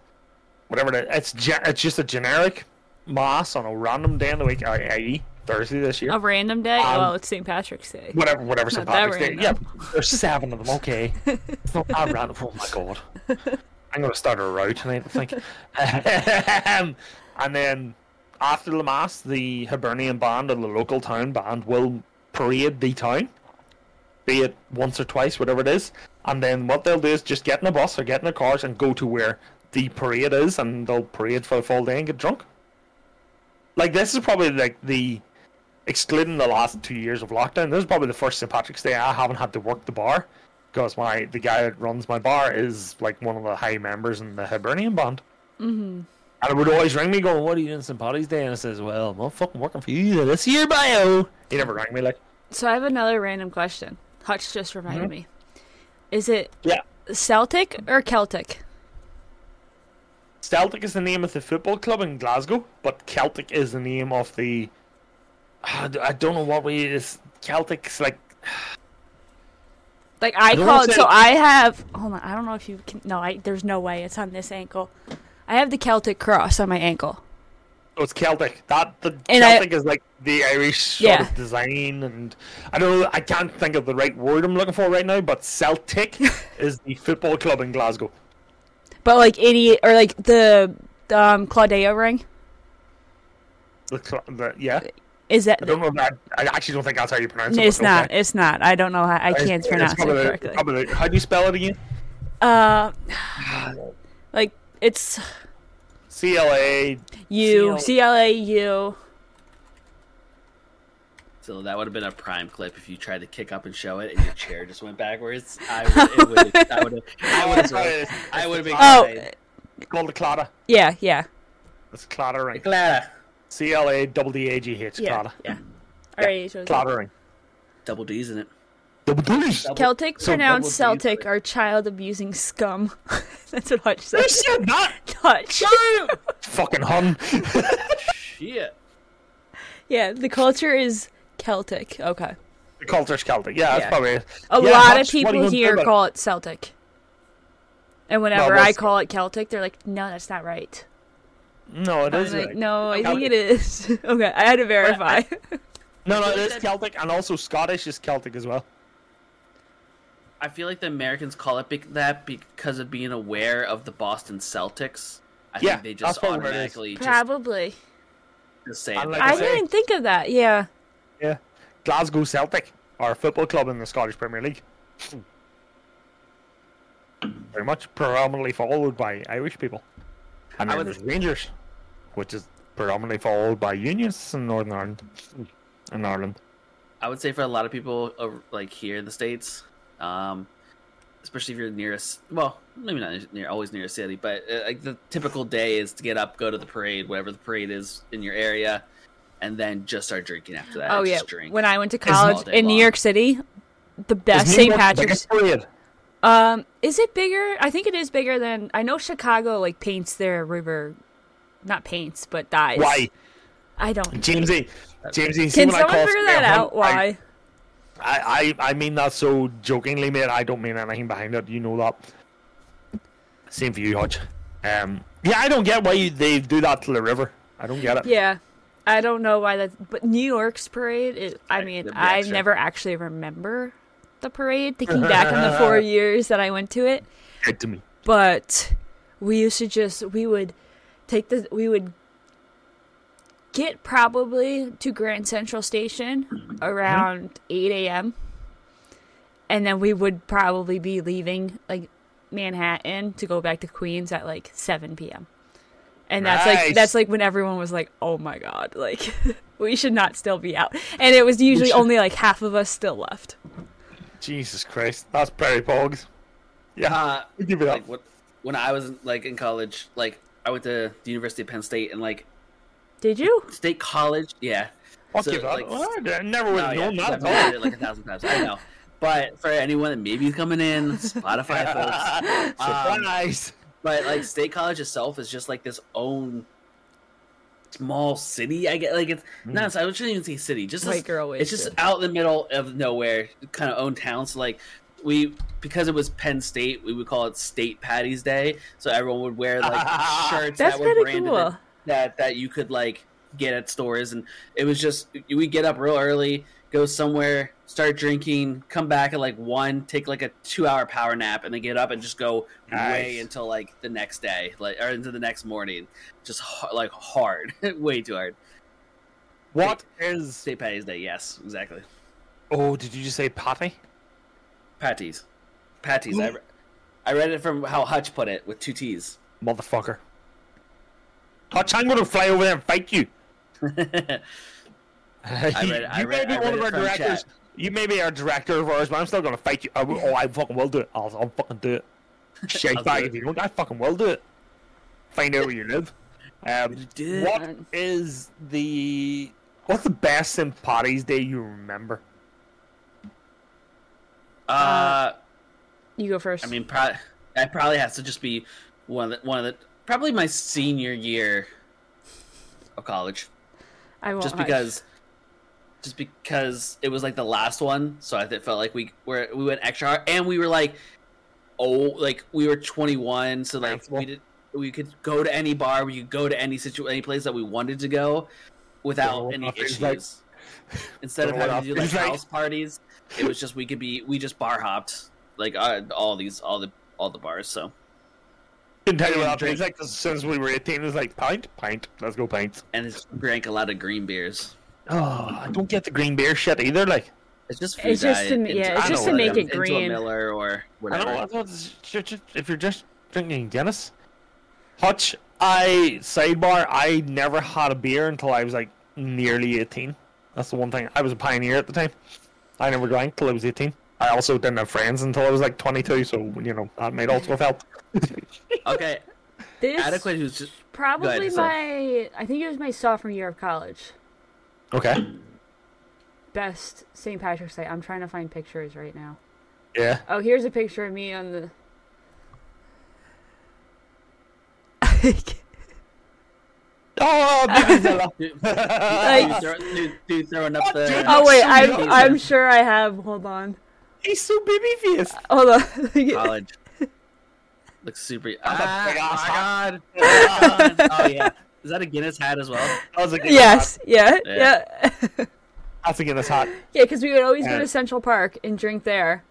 B: whatever it is. It's, ge- it's just a generic mass on a random day in the week, i- i.e., Thursday this year.
D: A random day?
B: Um,
D: well, it's St. Patrick's Day.
B: <laughs> Whatever, whatever St.
D: that
B: Patrick's Day. Yeah,
D: random.
B: there's seven of them, okay. It's not that random. Oh my god. I'm going to start a row tonight, I think. Um, <laughs> and then after the Mass, the Hibernian band or the local town band will parade the town, be it once or twice, whatever it is. And then what they'll do is just get in a bus or get in their cars and go to where the parade is, and they'll parade for the full day and get drunk. Like, this is probably like the. Excluding the last two years of lockdown, this is probably the first St. Patrick's Day I haven't had to work the bar because my the guy that runs my bar is like one of the high members in the Hibernian band. Mm-hmm. And it would always ring me going, "What are you doing St. Patty's Day?" And I says, "Well, I'm not fucking working for you this year, bio." He never rang me like,
D: So I have another random question. Hutch just
B: Mm-hmm.
D: reminded me. Is it
B: "Yeah,
D: Celtic or Celtic?
B: Celtic is the name of the football club in Glasgow, but Celtic is the name of the. <sighs> Ah, d- I don't know what way it is. Celtic's like
D: Like I,
B: don't
D: call
B: wanna
D: it.
B: say-
D: So I have. Hold on. I don't know if you can. No, I, there's no way. It's on this ankle. I have the Celtic cross on my ankle.
B: Oh, it's Celtic. That the
D: And I-
B: Celtic is like the Irish sort
D: Yeah.
B: of design, and I don't know. I can't think of the right word I'm looking for right now. But
D: <laughs>
B: Celtic is the football club in Glasgow.
D: But like idiot or like the um Claudio ring
B: The, cl- the, yeah,
D: is that
B: I don't know. if That I actually don't think that's how you pronounce it.
D: it's
B: but
D: not.
B: okay.
D: It's not. I don't know how I can't
B: It's
D: pronounce
B: probably
D: it
B: the-
D: correctly.
B: probably the- how do you spell it again?
D: Uh, like it's
B: C L A.
D: U
B: CL.
D: C L A U.
A: So that would have been a prime clip if you tried to kick up and show it, and your chair just went backwards. I would, it would, I would have, I would have, I would have been.
D: Oh,
A: fine.
B: Called the Clada.
D: yeah, yeah,
B: It's Clada ring.
A: Clara.
B: C L A double D A G H.
D: yeah,
B: Clada.
D: yeah. All right, so-
B: Clada ring.
A: Double D's in it.
B: Double D's.
A: Double-
D: Celtic
B: so
D: pronounced
A: double D's.
D: Celtic are child abusing scum. <laughs> That's what Hutch said.
B: said that?
D: Hutch.
B: Fucking hun. <laughs>
A: Shit.
D: <laughs> Yeah, the culture is Celtic. Okay.
B: The culture's Celtic. Yeah, that's
D: Yeah.
B: probably it.
D: A
B: Yeah,
D: lot
B: Hutch,
D: of
B: what do you
D: people
B: wanna do
D: here
B: about it?
D: call it Celtic. And whenever I
B: most-
D: call it Celtic, they're like, no, that's not right.
B: No, it
D: I'm
B: is.
D: like,
B: right.
D: no, I
B: Celtic.
D: think it is. <laughs> okay, I had to <laughs> verify.
B: No, no, it is Celtic, and also Scottish is Celtic as well.
A: I feel like the Americans call it bec that because of being aware of the Boston Celtics. I
B: Yeah,
A: think they
B: that's
A: just
B: probably what it is.
A: automatically just,
D: Probably.
A: just say
B: I like
A: it.
D: I
B: say-
D: didn't think of that. Yeah.
B: Yeah. Glasgow Celtic are a football club in the Scottish Premier League. Very much predominantly followed by Irish people. And
A: I
B: then
A: would-
B: there's Rangers, which is predominantly followed by Unionists in Northern Ireland. In Ireland.
A: I would say for a lot of people, uh, like here in the states, um, especially if you're nearest, well, maybe not near always near a city, but uh, like the typical day is to get up, go to the parade, whatever the parade is in your area, and then just start drinking after that.
D: Oh,
A: and
D: yeah.
A: just drink.
D: When I went to
A: all
D: college
A: day
D: in New
A: long.
D: York City, the best
B: Is
D: St.
B: New York the
D: Patrick's.
B: biggest parade?
D: Um, is it bigger? I think it is bigger than I know. Chicago like paints their river, not paints, but dyes.
B: Why?
D: I don't.
B: Jamesy. Jamesy, see
D: Can
B: when I
D: someone
B: call
D: figure
B: somebody
D: that
B: a hun,
D: out?
B: I-
D: Why?
B: I, I, I mean that so jokingly, mate. I don't mean anything behind it. You know that. Same for you, Hodge. Um, yeah, I don't get why you, they do that to the river. I don't get it.
D: yeah, I don't know why that. But New York's parade is. I mean,
A: that'd be
D: I
A: extra.
D: never actually remember the parade. Thinking back on the
B: <laughs>
D: four years that I went to it,
B: Get to me.
D: but we used to just we would take the we would get probably to grand central station
A: Mm-hmm.
D: around 8 a.m and then we would probably be leaving like manhattan to go back to queens at like 7 p.m and that's
B: Nice.
D: like that's like when everyone was like oh my god <laughs> like we should not still be out and it was usually
B: should-
D: only like half of us still left
B: Jesus Christ, that's Perry Pogs. Yeah,
A: uh,
B: we give it up.
A: like what, when I was like in college, like I went to the University of Penn State and like
D: did you
A: State College, yeah.
B: I'll
A: so,
B: give it up.
A: like,
B: Oh, I never would
A: No,
B: have
A: yeah,
B: known that
A: I've
B: at
A: heard
B: all.
A: it like a thousand times. I know. But for anyone that may be coming in, Spotify <laughs> folks,
B: <laughs> Surprise.
A: but like State College itself is just like this own small city. I get like it's no, it's- I shouldn't even say city. Just
D: White
A: this-
D: girl
A: It's just
D: wasted.
A: out in the middle of nowhere, kind of own town. So like we because it was Penn State, we would call it State Patty's Day. So everyone would wear like shirts
D: That's
A: that were
D: kinda
A: branded
D: cool.
A: that that you could like get at stores, and it was just we get up real early. Go somewhere, start drinking, come back at like one, take like a two-hour power nap, and then get up and just go way
B: Nice.
A: until like the next day, like or into the next morning, just har like hard, <laughs> way too hard.
B: What is?
A: St. Patty's Day, yes, exactly.
B: Oh, did you just say patty?
A: Patties, patties. I, re- I read it from how Hutch put it with two T's. <laughs>
B: Motherfucker. Hutch, I'm gonna fly over there and fight you.
A: Uh,
B: <laughs> you
A: read- I
B: you
A: read-
B: may
A: I
B: be
A: read
B: one of
A: it from
B: our
A: chat.
B: directors. You may be our director of ours, but I'm still gonna fight you. I will, oh, I fucking will do it. I'll, I'll fucking do
A: <laughs>
B: it. Shit,
A: I'll
B: bag
A: do
B: if you don't, I fucking will do it. Find out where you live. Um,
A: did.
B: what is the what's the best St. Patty's Day you remember?
A: Uh,
D: you go first
A: I mean, pro- that probably has to just be one of the, one of the probably my senior year of college.
D: I won't
A: just
D: hide.
A: because just because it was like the last one so i th- felt like we were we went extra hard and we were like oh like we were 21 so like
B: Flexible.
A: we did we could go to any bar we could go to any situ any place that we wanted to go without
B: Don't know
A: any
B: what that
A: issues
B: feels like.
A: instead of
B: Don't know what
A: having to
B: that
A: do like
B: feels like.
A: house parties it was just we could be we just bar hopped like uh, all these all the all the bars so
B: Couldn't tell you what
A: Drink.
B: happened. Like since we were 18, it was like pint, pint. Let's
A: <sighs>
B: go pints.
A: and it's drank a lot of green beers
B: Oh, I don't get the green beer shit either. Like
A: it's just food
D: It's just
A: dye
D: to ma- yeah, it's
A: I
B: just
A: know,
B: to
A: like,
B: make it
A: into a
D: green.
A: Miller or
B: I
A: whatever.
B: don't know. I thought it's ju- ju- if you're just drinking Guinness, Hutch. I sidebar. I never had a beer until I was like nearly eighteen. That's the one thing. I was a pioneer at the time. I never drank till I was eighteen. I also didn't have friends until I was like twenty-two. So you know that might also have <laughs> helped.
A: Okay,
D: this
A: adequate. Who's <laughs> just
D: Probably
A: ahead, so-
D: my, I think it was my sophomore year of college.
B: Okay.
D: best St. Patrick's Day. I'm trying to find pictures right now.
B: Yeah.
D: Oh, here's a picture of me on the. <laughs>
B: <laughs> Oh, baby Zilla.
A: Dude,
D: Like-
A: dude, throw- dude, dude throwing up the.
D: oh wait, I'm
B: Something.
D: I'm sure I have. Hold on,
B: He's so baby <laughs> faced.
D: hold on. <laughs>
A: college. Looks super.
B: big ass
A: Ah,
B: hat.
A: my God. <laughs> oh yeah. Is that a Guinness hat as well?
B: That was a Guinness hat.
D: yes, yeah,
A: Yeah.
D: yeah, yeah. <laughs>
B: That's a Guinness hat.
D: Because we would always go
B: Yeah.
D: to Central Park and drink there,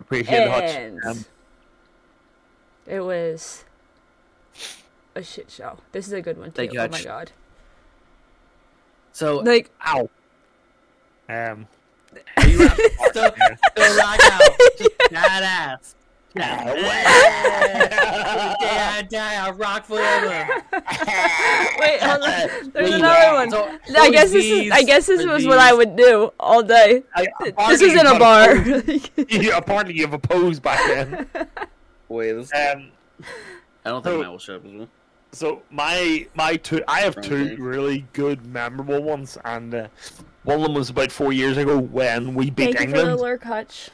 B: Appreciate the hutch.
D: and
B: Um,
D: it was a shit show. This is a good one too.
A: Thank you,
D: Oh my
A: Hutch.
D: god!
A: So
D: Like
B: ow. Um.
A: are you
D: <laughs>
A: rock- so, so rock out. Just badass. Yeah. The day I die, I rock forever.
D: Wait, hold on. There's
A: Wait,
D: another one.
A: so-
D: I guess this is.
A: these
D: I guess this
A: are
D: was what I
A: these-
D: would do all day.
B: I,
D: This is in a bar. <laughs>
B: <laughs>
D: Like,
B: yeah, apparently you've opposed back
D: <laughs>
B: then.
A: Wait, this, I
B: Um,
A: don't think
B: so-
A: mine will show up as well.
B: so my my two, I have two
A: Okay.
B: really good memorable ones, and uh, one of them was about four years ago when we beat
D: Thank you for the
B: England.
D: lurk, Hutch.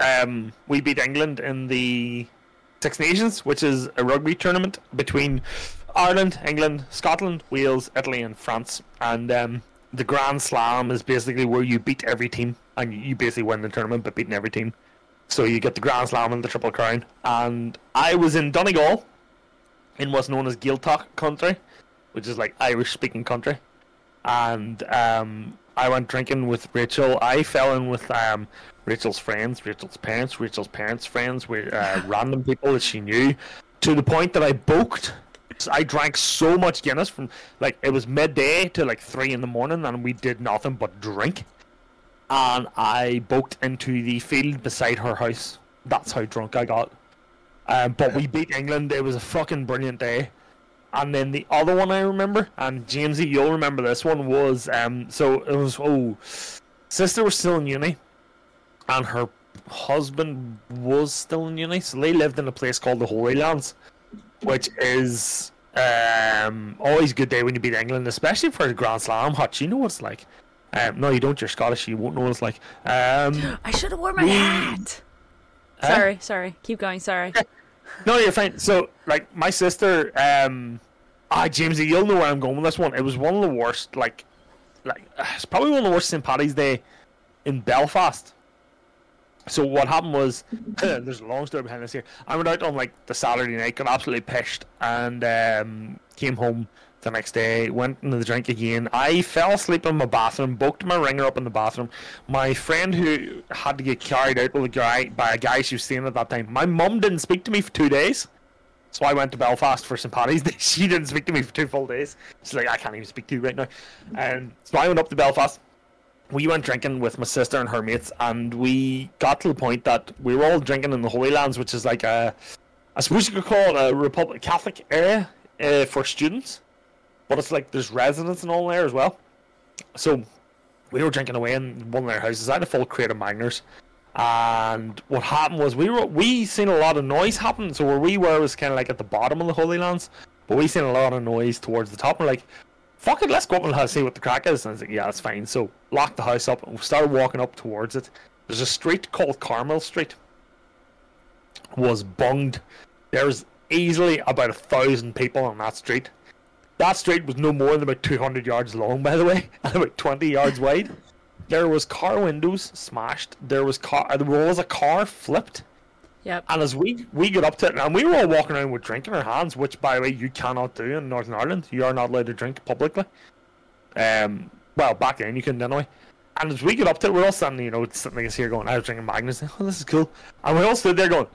B: um, we beat England in the Six Nations, which is a rugby tournament between Ireland, England, Scotland, Wales, Italy, and France. And um, the Grand Slam is basically where you beat every team, and you basically win the tournament by beating every team. So you get the Grand Slam and the Triple Crown. And I was in Donegal, in what's known as Gaeltacht country, which is like Irish speaking country. And um, I went drinking with Rachel. I fell in with um, Rachel's friends, Rachel's parents, Rachel's parents' friends, with uh, random people that she knew, to the point that I bulked. So I drank so much Guinness from like it was midday to like three in the morning, and we did nothing but drink. And I bulked into the field beside her house. That's how drunk I got. Um, but we beat England. It was a fucking brilliant day. And then the other one I remember, and Jamesy, you'll remember this one was um. So it was oh, sister was still in uni, and her husband was still in uni, so they lived in a place called the Holy Lands, which is um always a good day when you beat England, especially for the Grand Slam. Hutch, you know what it's like. Um, no, you don't. You're Scottish. You won't know what it's like. Um,
D: I should have worn my hat.
B: Huh?
D: Sorry, sorry. Keep going. Sorry.
B: No, you're fine. So, like, my sister, um, ah, Jamesy, you'll know where I'm going with this one. It was one of the worst, like, like it's probably one of the worst St. Paddy's Day in Belfast. So what happened was, <clears throat> there's a long story behind this here. I went out on like the Saturday night, got absolutely pissed, and um, came home the next day. Went into the drink again. I fell asleep in my bathroom, booked my ringer up in the bathroom. My friend who had to get carried out with a guy by a guy she was seeing at that time. My mum didn't speak to me for two days. So I went to Belfast for St. Paddy's Day. <laughs> She didn't speak to me for two full days. She's like, I can't even speak to you right now. And so I went up to Belfast. We went drinking with my sister and her mates, and we got to the point that we were all drinking in the Holy Lands, which is like a, I suppose you could call it a Republic Catholic area uh, for students, but it's like there's residents and all there as well. So we were drinking away in one of their houses. I had a full crate of minors, and what happened was we were we seen a lot of noise happen. So where we were was kind of like at the bottom of the Holy Lands, but we seen a lot of noise towards the top. We're like, "Fuck it, let's go up and have- see what the crack is." And I was like, "Yeah, that's fine." So locked the house up and we started walking up towards it. There's a street called Carmel Street. Was bunged. There's easily about a thousand people on that street. That street was no more than about 200 yards long, by the way, <laughs> and about 20 yards wide. There was car windows smashed. There was car. There was a car flipped.
D: Yep.
B: And as we we get up to it, and we were all walking around with drink in our hands, which by the way you cannot do in Northern Ireland. You are not allowed to drink publicly. Um, well, back then you couldn't anyway. And as we get up to it, we're all standing, you know, sitting like this here going, I was drinking Magnus. <laughs> Oh, this is cool. And we all stood there going,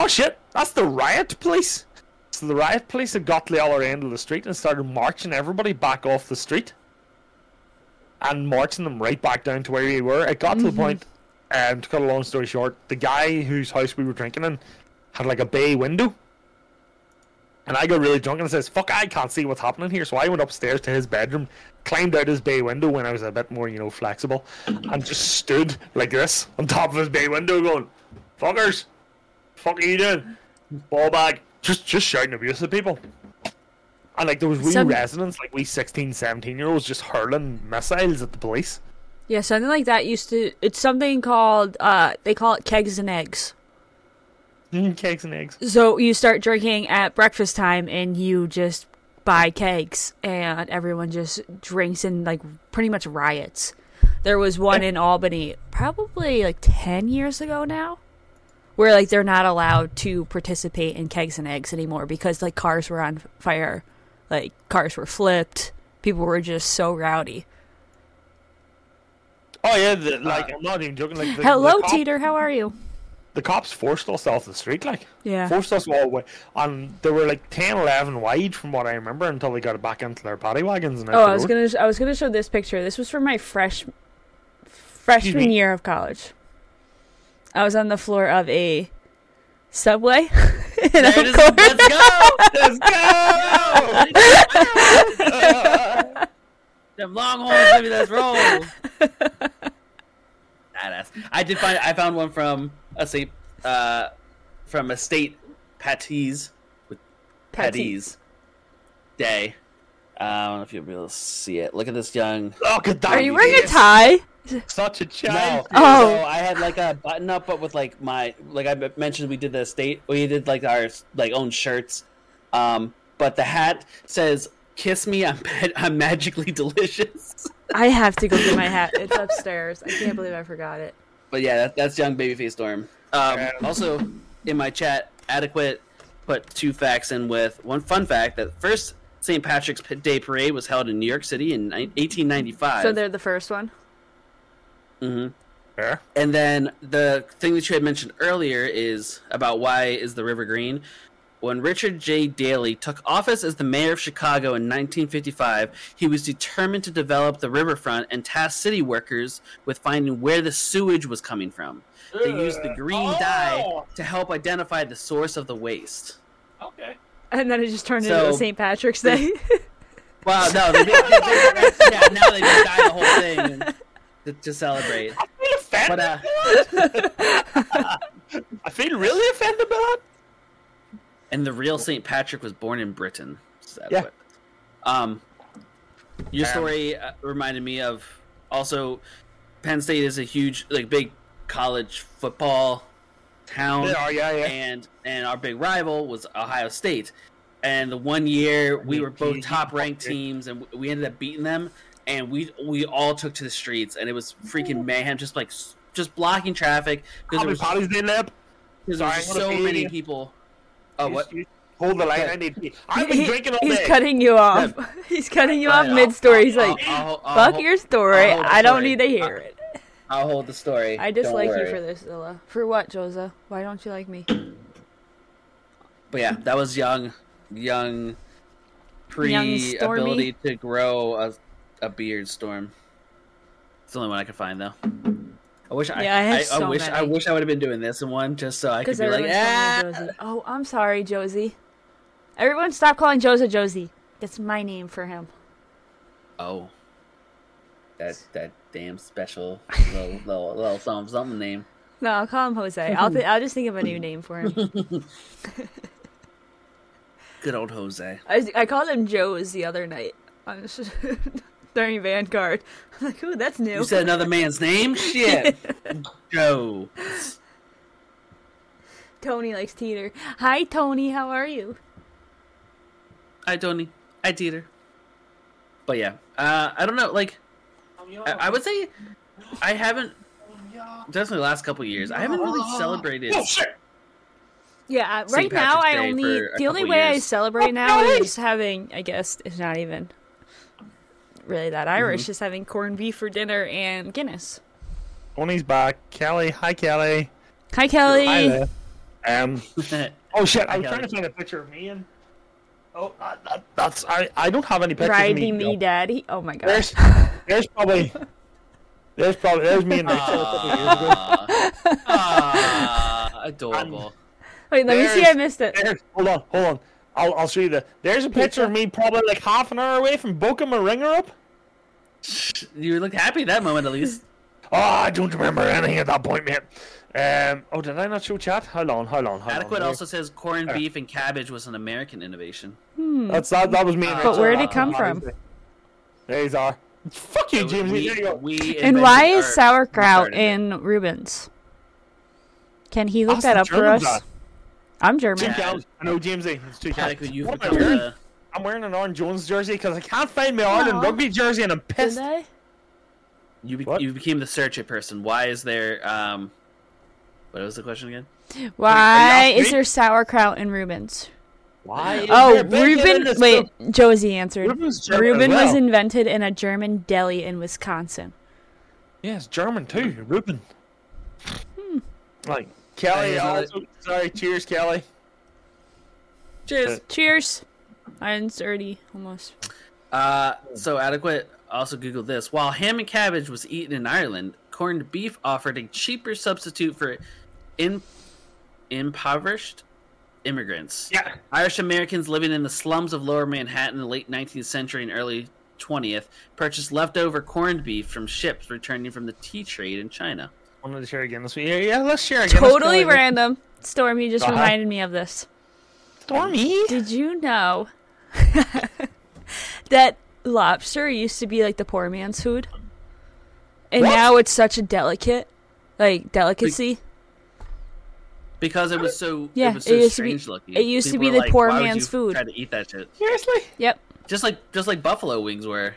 B: Oh shit, that's the riot police. So the riot police had got to the other end of the street and started marching everybody back off the street and marching them right back down to where we were. It got to the point, um, to cut a long story short, the guy whose house we were drinking in had like a bay window. And I got really drunk and says, "Fuck, I can't see what's happening here." So I went upstairs to his bedroom, climbed out his bay window when I was a bit more, you know, flexible, and just stood like this on top of his bay window, going, "Fuckers, fuck are you doing? Ball bag." Just, just shouting abuse at people. And like there was wee
D: Some-
B: residents, like wee 16, 17 year olds, just hurling missiles at the police. <laughs>
D: Yeah, something like that used to. It's something called. Uh, they call it kegs and eggs.
B: Mm, cakes and eggs.
D: So you start drinking at breakfast time, and you just buy kegs, and everyone just drinks and like pretty much riots. There was one in Albany, probably like ten years ago now, where like they're not allowed to participate in kegs and eggs anymore because like cars were on fire, like cars were flipped, people were just so rowdy.
B: Oh yeah, the, like I'm not even joking. Like the,
D: Hello,
B: the cop-
D: Teeter, how are you?
B: The cops forced us off the street, like
D: Yeah.
B: forced us all away. And they were like 10, 11 wide, from what I remember, until they got it back into their paddy wagons. And out
D: Oh,
B: the
D: I was
B: door.
D: gonna. I was gonna show this picture. This was from my fresh freshman
B: me.
D: year of college. I was on the floor of a subway, <laughs> and
A: There it
D: of
A: is.
D: course, <laughs>
A: Let's go.
B: Let's go!
A: Them Longhorns, baby, let's roll. Badass. I did find. I found one from a state, uh, from a state patties with patties day. Uh, I don't know if you'll be able to see it. Look at this young.
B: Look at that.
D: Are you wearing a
B: Yes.
D: tie?
B: Such a child.
A: No,
D: Oh.
A: no, I had like a button up, but with like my like I m- mentioned, we did the state, we did like our like own shirts, um, but the hat says "Kiss me, I'm <laughs> bad, I'm magically delicious."
D: <laughs> I have to go get my hat. It's upstairs. I can't believe I forgot it.
A: But yeah, that, that's young babyface storm. Um, also, in my chat, adequate put two facts in with one fun fact that first St. Patrick's P- Day parade was held in New York City in ni- 1895.
D: So they're the first one.
A: Mhm.
B: Fair.
A: And then the thing that you had mentioned earlier is about why is the river green? When Richard J. Daley took office as the mayor of Chicago in 1955, he was determined to develop the riverfront and tasked city workers with finding where the sewage was coming from. They used the green dye to help identify the source of the waste.
B: Okay.
D: And then it just turned
A: So-
D: into a St.
A: <laughs>
D: Patrick's Day.
A: Wow, no, <laughs> they did, they did- yeah, now they just dye the whole thing and- to, to celebrate.
B: I feel offended.
A: But uh,
B: I feel really offended by that.
A: and the real Saint Patrick was born in Britain. So that's
B: Yeah.
A: what- Um, your
B: Um,
A: story uh, reminded me of also Penn State is a huge, like, big college football town.
B: They are, yeah, yeah.
A: Um, and and our big rival was Ohio State. And the one year we were both top ranked teams, and we ended up beating them. And we we all took to the streets, and it was freaking mayhem, just like s- just blocking traffic because there
B: Happy
A: was,
B: parties in there.
A: 'cause there was
B: Sorry,
A: just
B: what a
A: so many
B: failure.
A: people. Oh, what?
B: Hold the line. I need tea. I've been
D: He-
B: drinking all
D: he's
B: day.
D: cutting you off. <laughs> He's cutting you off
A: I'll-
D: mid story. He's
A: I'll-
D: like,
A: I'll- I'll-
D: "Fuck
A: I'll-
D: your story.
A: I'll- I'll-
D: I don't
A: sorry.
D: need to hear it."
A: I'll hold the story.
D: I
A: Don't
D: dislike you
A: worry.
D: for this, Zilla. For what, Joza? Why don't you like me?
A: But yeah, that was young, young, pre
D: Young Stormy.
A: ability to grow a, a beard storm. It's the only one I could find though. I wish I,
D: Yeah, I have
A: I,
D: so
A: wish I
D: many.
A: wish I would have been doing this in one just so I could
D: Because
A: be like,
D: everyone's calling
A: ah.
D: her Josie. Oh, I'm sorry, Josie. Everyone, stop calling Joza Josie. That's my name for him.
A: Oh, that that damn special
D: <laughs>
A: little little, little something something name.
D: No, I'll call him Jose. I'll th- I'll just think of a new name for
A: <laughs>
D: him.
A: Good old Jose.
D: I I called him Joe's the other night on s- <laughs> during Vanguard. I'm like, ooh, that's new.
A: You said another man's name?
D: <laughs>
A: Shit, Joe.
D: Tony likes Teeter. Hi, Tony. How are you?
A: I Tony. I Teeter. But yeah, uh, I don't know. Like,
B: Um,
A: I, I would say I haven't. Definitely, the last couple of years, I haven't really celebrated. <laughs>
B: Oh shit!
D: Yeah, uh,
A: St.
D: right now
A: Patrick's
D: I
A: Day
D: only
A: for a
D: the only
A: couple
D: way I
A: years.
D: celebrate now is having I guess it's not even really that
B: Mm-hmm.
D: Irish, just having corned beef for dinner and Guinness.
B: Tony's back. Kelly, hi Kelly.
D: Hi Kelly.
B: Hi there. Um. Oh shit! I was
A: Hi,
B: trying to
A: Kelly.
B: find a picture of me and. Oh, that, that, that's I. I don't have any pictures of me.
D: Riding
B: No.
D: me, daddy. Oh my gosh.
B: There's, there's probably, there's probably, there's me
A: <laughs>
B: and Rachel a couple of years ago.
A: Aw. Aw, uh, adorable.
D: <laughs> Wait, let me see. I
B: there's-
D: missed it.
B: There's, hold on, hold on. I'll, I'll show you the. There's a picture of me probably like half an hour away from Boca Ringer up.
A: You look happy at that moment, at least.
B: Oh, I don't remember anything at that point, mate. Um, oh, did I not show chat? Hold on, hold on, hold on.
A: Adequate
B: Wait.
A: also says corned beef and cabbage was an American innovation.
B: That's that. That was me. and
A: But
B: Rachel
D: where did
B: on
D: it come
B: that
D: from?
B: Monday. There you are. Fuck you, James.
A: We-
B: there you go.
A: we
D: And
A: invented
D: why is
A: art.
D: sauerkraut
A: We started it.
D: in Rubens? Can he look
B: Ask
D: that
B: the
D: up for
B: Germans
D: us?
B: that.
D: I'm German.
B: Jim Galloway. I know Jamesy. It's too
A: Technically, you've
B: What am I
A: become
B: wearing?
A: a-
B: I'm wearing an Aaron Jones jersey because I can't find my Ireland
D: Aw.
B: rugby jersey and I'm
D: Did
B: pissed.
D: I?
A: you, be-
B: What?
A: you became the search it person. Why is there um what was the question again?
D: Why
B: ask
D: is
B: me?
D: there sauerkraut in Rubens?
B: Why? is
D: Oh,
B: there bacon in
D: Reuben.
B: this
D: Wait,
B: soup?
D: Josie answered.
B: Reuben's German as
D: Reuben was
B: well.
D: invented in a German deli in Wisconsin.
B: Yeah, it's German too. Reuben. Like Kelly.
A: Hey,
B: Also, sorry. Cheers, Kelly.
A: Cheers.
D: Cheers. I'm dirty almost.
A: Uh so adequate also googled this. While ham and cabbage was eaten in Ireland, corned beef offered a cheaper substitute for in- impoverished immigrants.
B: Yeah.
A: Irish Americans living in the slums of lower Manhattan in the late 19th century and early 20th purchased leftover corned beef from ships returning from the tea trade in China.
B: Wanted to share again this week. Yeah, yeah let's share again. Let's
D: Totally
B: go again.
D: random. Stormy just
B: Uh-huh.
D: reminded me of this.
B: Stormy.
D: Did you know <laughs> that lobster used to be like the poor man's food? And
B: What?
D: now it's such a delicate, like delicacy.
A: Because it was so
D: Yeah,
A: it was so
D: it used to be-
A: strange looking.
D: it used to
A: People
D: be
A: were
D: the poor
A: "Why would
D: man's
A: you
D: food."
A: Try to eat that shit.
B: Seriously.
D: Yep.
A: Just like just like buffalo wings were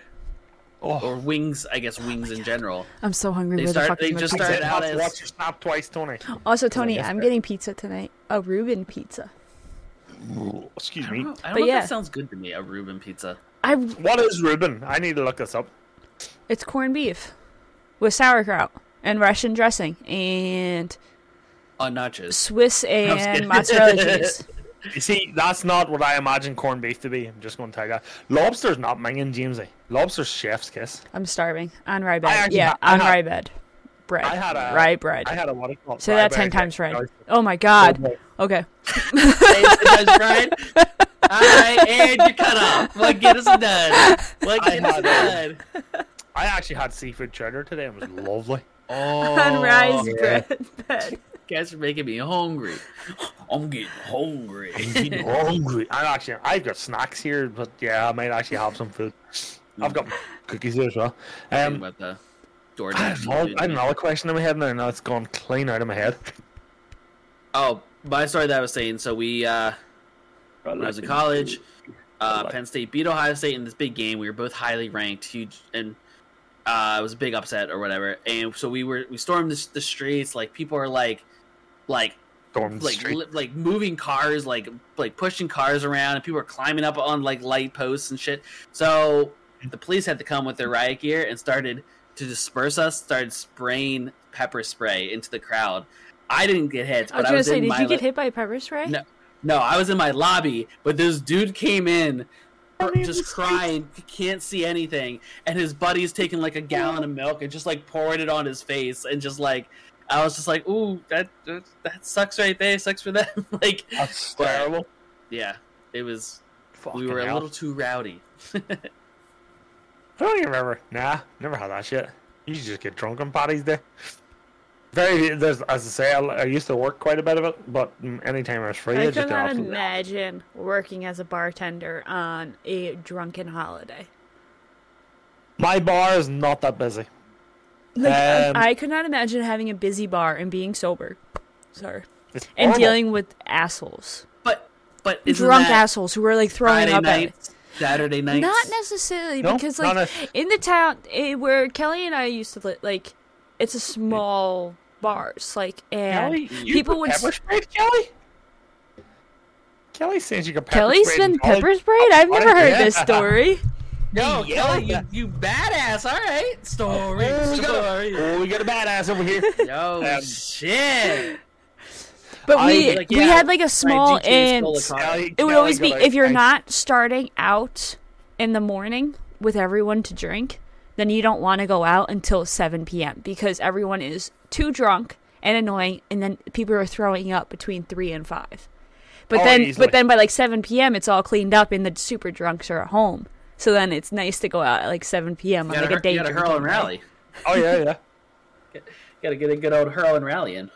A: or wings, I guess wings in general.
D: I'm so hungry.
A: They
D: Where the
A: start-
D: fuck
A: they
D: is my
A: just
D: pizza?
A: started out
B: Watch-
A: as-
B: Watch your snap twice, Tony.
D: <gasps> Also, Tony,
B: Yes,
D: I'm
B: sir.
D: getting pizza tonight. A Reuben pizza.
B: Excuse
A: I
B: me.
A: don't know, I don't
D: But
A: know
D: yeah.
A: if that sounds good to me, a Reuben pizza.
D: I.
B: What is Reuben? I need to look this up.
D: It's corned beef with sauerkraut and Russian dressing and
A: On
D: <laughs>
A: nachos.
B: <laughs>
D: Swiss
A: was
D: and
A: kidding.
D: mozzarella cheese.
B: You see, that's not what I imagine corned beef to be. I'm just going to tell you that. Lobster's not minging, Jamesy. Lobster's chef's kiss.
D: I'm starving on rye
B: I
D: bread.
B: actually
D: Yeah,
B: ha- I
D: on
B: had-
D: rye bread. Bread.
B: I had a
D: rye bread.
B: I had a what? Oh,
D: Say
B: rye
D: that
B: bread,
D: ten times
B: yeah.
D: right.
B: No, it's-
D: Oh my god.
B: no.
D: Okay.
A: Alright, and you're cut off. What get us done? What
B: I
A: get us
B: had,
A: done?
B: I actually had seafood cheddar today. It was lovely.
A: Oh,
D: <laughs> on rye
A: you
B: <laughs>
D: bread. bread.
A: guys are making me hungry. I'm getting hungry.
B: I'm <laughs> getting hungry. I'm actually, I've got snacks here, but yeah, I might actually have some food. I've got cookies here as well. Um,
A: about the
B: I
A: DoorDash.
B: had another- I had another question in my head now. Now it's gone clean out of my head.
A: Oh, my story that I was saying. So we, uh, when I was in college, uh, Penn State beat Ohio State in this big game. We were both highly ranked, huge, and uh, it was a big upset or whatever. And so we were we stormed the, the streets. Like people are like, like
B: Stormed the
A: like
B: street.
A: li- like moving cars, like like pushing cars around, and people are climbing up on like light posts and shit. So the police had to come with their riot gear and started to disperse us. Started spraying pepper spray into the crowd. I didn't get hit,
D: I was
A: but I was,
D: gonna say,
A: in
D: did
A: my
D: you get
A: li-
D: hit by a pepper spray?
A: No. No, I was in my lobby, but this dude came in. cr- Just crying, he can't see anything, and his buddy's taking like a gallon of milk and just like pouring it on his face, and just like I was just like, "Ooh, that that that sucks right there, sucks for them." <laughs> like,
B: That's
A: but-
B: terrible.
A: yeah, it was.
B: Fucking
A: we were a
B: hell.
A: little too rowdy.
B: I don't even remember. Nah, never had that shit. You should just get drunk on parties day. Very, there's, as I say, I, I used to work quite a bit of it, but mm, anytime I was free, I,
D: I
B: just
D: could
B: did
D: not
B: absolutely.
D: imagine working as a bartender on a drunken holiday.
B: My bar is not that busy.
D: Like,
B: Um,
D: I could not imagine having a busy bar and being sober. Sorry.
B: It's
D: And
B: horrible.
D: dealing with assholes.
A: But but isn't
D: Drunk
A: that
D: assholes who are like throwing
A: Friday
D: up at
A: nights, Saturday nights.
D: Not necessarily
B: No?
D: because
B: Not
D: like in the town eh, where Kelly and I used to live, like it's a small bars like and
B: Kelly, you
D: people
B: got
D: would.
B: pepper sprayed, Kelly. Kelly says you got pepper
D: Kelly's
B: sprayed in <laughs>
D: been
B: college.
D: pepper sprayed. I've
B: What
D: never
B: a-
D: heard
B: <laughs>
D: this
B: yeah.
D: story.
A: Yo,
B: Yeah.
A: Kelly, you, you badass. All right, story,
B: Oh, we got
A: story.
B: a, oh, we got a badass over
D: <laughs>
B: here.
A: Yo,
B: Um,
A: shit.
D: But
B: I
D: we
B: would
A: like,
D: we
A: yeah,
D: had like a small
A: Right, DK
D: and
A: stole a
D: it
A: car.
B: Kelly-
D: would
B: Kelly
D: always
B: got
D: be
B: a-
D: if you're
B: I-
D: not starting out in the morning with everyone to drink, then you don't want to go out until 7 p.m. because everyone is too drunk and annoying, and then people are throwing up between three and five. But
B: Oh,
D: then,
B: easily.
D: but then by like 7 p.m., it's all cleaned up, and the super drunks are at home. So then it's nice to go out at like 7 p.m.
A: You
D: on
A: gotta,
D: like a day
A: you gotta
D: drinking
A: hurl and
D: night.
A: rally.
B: Oh yeah, yeah.
A: Gotta get a good old hurl and rally in.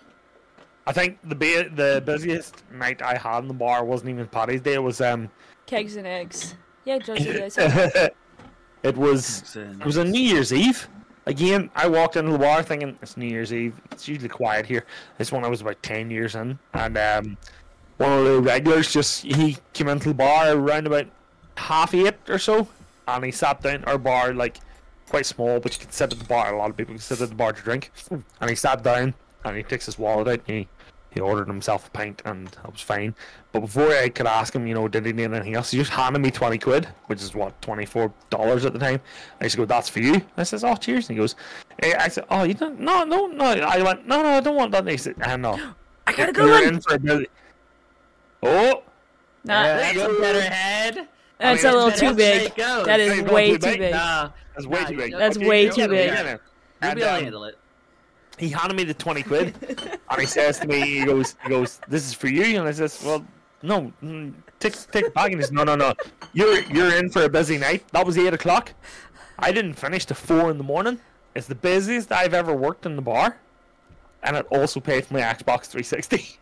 B: I think the ba- the busiest night I had in the bar wasn't even Paddy's Day. It was um,
D: Kegs and eggs. Yeah, Josie does.
B: it was it was on New Year's Eve. Again, I walked into the bar thinking it's New Year's Eve. It's usually quiet here. This one I was about ten years in, and um, one of the regulars just he came into the bar around about half eight or so, and he sat down at our bar like quite small, but you could sit at the bar. A lot of people can sit at the bar to drink, and he sat down and he takes his wallet out and he he ordered himself a pint and that was fine. But before I could ask him, you know, did he need anything else, he just handed me 20 quid, which is what, $24 at the time. I used to go, that's for you. I says, oh, cheers. And he goes, eh, I said, oh, you don't, no, no, no. I went, no, no, I don't want that. And he said, ah, no.
D: I got a
B: You're
D: good
B: in
D: one.
B: for a busy- Oh,
D: Nah,
B: Yeah.
A: That's a better head.
D: that's
B: I
D: a
B: mean,
D: little
A: that's
D: too
A: how
D: big.
A: it goes.
D: That
B: Hey,
D: is
B: don't
D: way
B: do
D: too
B: big.
D: big.
A: Nah,
B: that's way
A: Nah,
B: too
A: you
B: big.
A: don't-
D: That's way
B: you're
D: too
B: getting
D: big.
B: it.
A: you'll
B: And,
A: be able to
B: um,
A: handle it.
B: he handed me the 20 quid
A: <laughs>
B: and he says to me he goes he goes this is for you and i says well no mm, take take it back and he says no no no you're you're in for a busy night that was eight o'clock i didn't finish till four in the morning it's the busiest i've ever worked in the bar and it also paid for my xbox <laughs> 360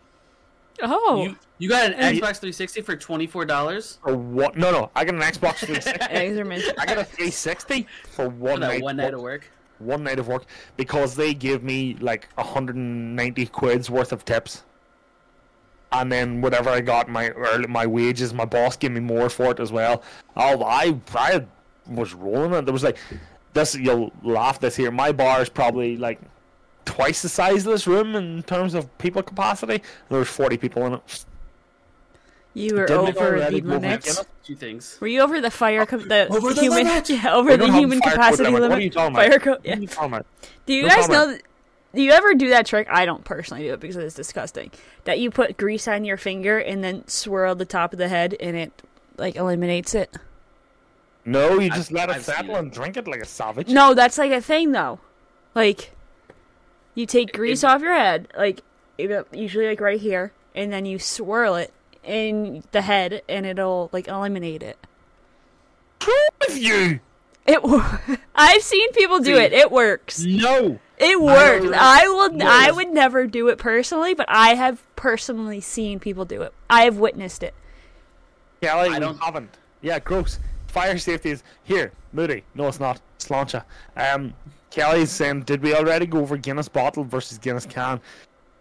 D: Oh,
A: You, you got an
B: you-
A: Xbox 360 for twenty four dollars
B: or what no no i got an xbox 360
D: eggs are mint.
B: i got a 360 for one
A: for that
B: night
A: one night of work.
B: one night of work because they give me like 190 quid's worth of tips. And then whatever I got my early, my wages, my boss gave me more for it as well. Oh, I I was rolling it. There was like this. You'll laugh this here. My bar is probably like twice the size of this room in terms of people capacity. There was 40 people in it.
D: You were
B: Didn't it
D: over
B: already
D: the
B: go over
D: limit.
B: again?
A: Two things.
D: Were you over the fire? Co- the
A: Over the
D: human,
A: limit?
D: <laughs> yeah, over
B: They
D: the
B: don't have
D: human
B: fire code
D: capacity
B: limit.
D: limit.
B: What are you talking about?
D: Fire code. Yeah.
B: What are you talking about?
D: Do you
B: No
D: guys know?
B: comment.
D: th- Do you ever do that trick? I don't personally do it because it's disgusting. That you put grease on your finger and then swirl the top of the head, and it like eliminates it.
B: No, you just let it
A: I've seen
B: settle
A: it.
B: and drink it like a savage.
D: No, that's like a thing though. Like, you take grease
A: it-
D: off your head, like you know, usually like right here, and then you swirl it in the head, and it'll like eliminate it.
B: Screw with you.
D: It. wor- <laughs> I've seen people do it. It works.
B: No.
D: It works.
A: don't-
D: I will.
B: No.
D: I would never do it personally, but I have personally seen people do it. I have witnessed it.
B: Yeah, like
A: I
B: I
A: don't-
B: haven't. Yeah, gross. Fire safety is here. Moody. No, it's not. Slancha. Um, Kelly's saying, did we already go over Guinness bottle versus Guinness can?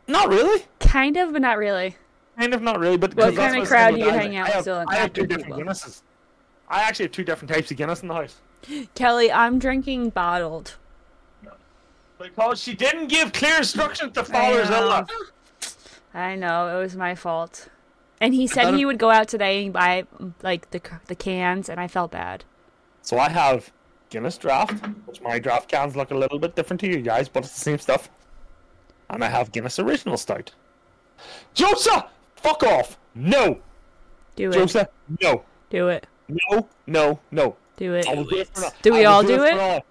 B: Not really.
D: Kind of, but not really.
B: Kind of not really. But
D: What
B: 'cause that's
D: kind of
B: what I was
D: crowd
B: saying
D: do you
B: with
D: hang
B: Isaac.
D: out
B: I have,
D: with, Dylan?
B: I have two
D: Active
B: different
D: people.
B: Guinnesses. I actually have two different types of Guinness in the house.
D: Kelly, I'm drinking bottled.
B: Because she didn't give clear instructions to follow
D: know.
B: Zilla.
D: I know it was my fault, and he said
B: don't-
D: he would go out today and buy like the c- the cans, and I felt bad.
B: So I have Guinness draft, which my draft cans look a little bit different to you guys, but it's the same stuff. And I have Guinness original stout. Joseph, fuck off! No,
D: Do it.
B: Joseph, no,
D: Do it.
B: no, no, no.
D: Do it.
B: I will do it for now. I
D: Do we
B: will
D: all do
B: for
D: it?
B: now.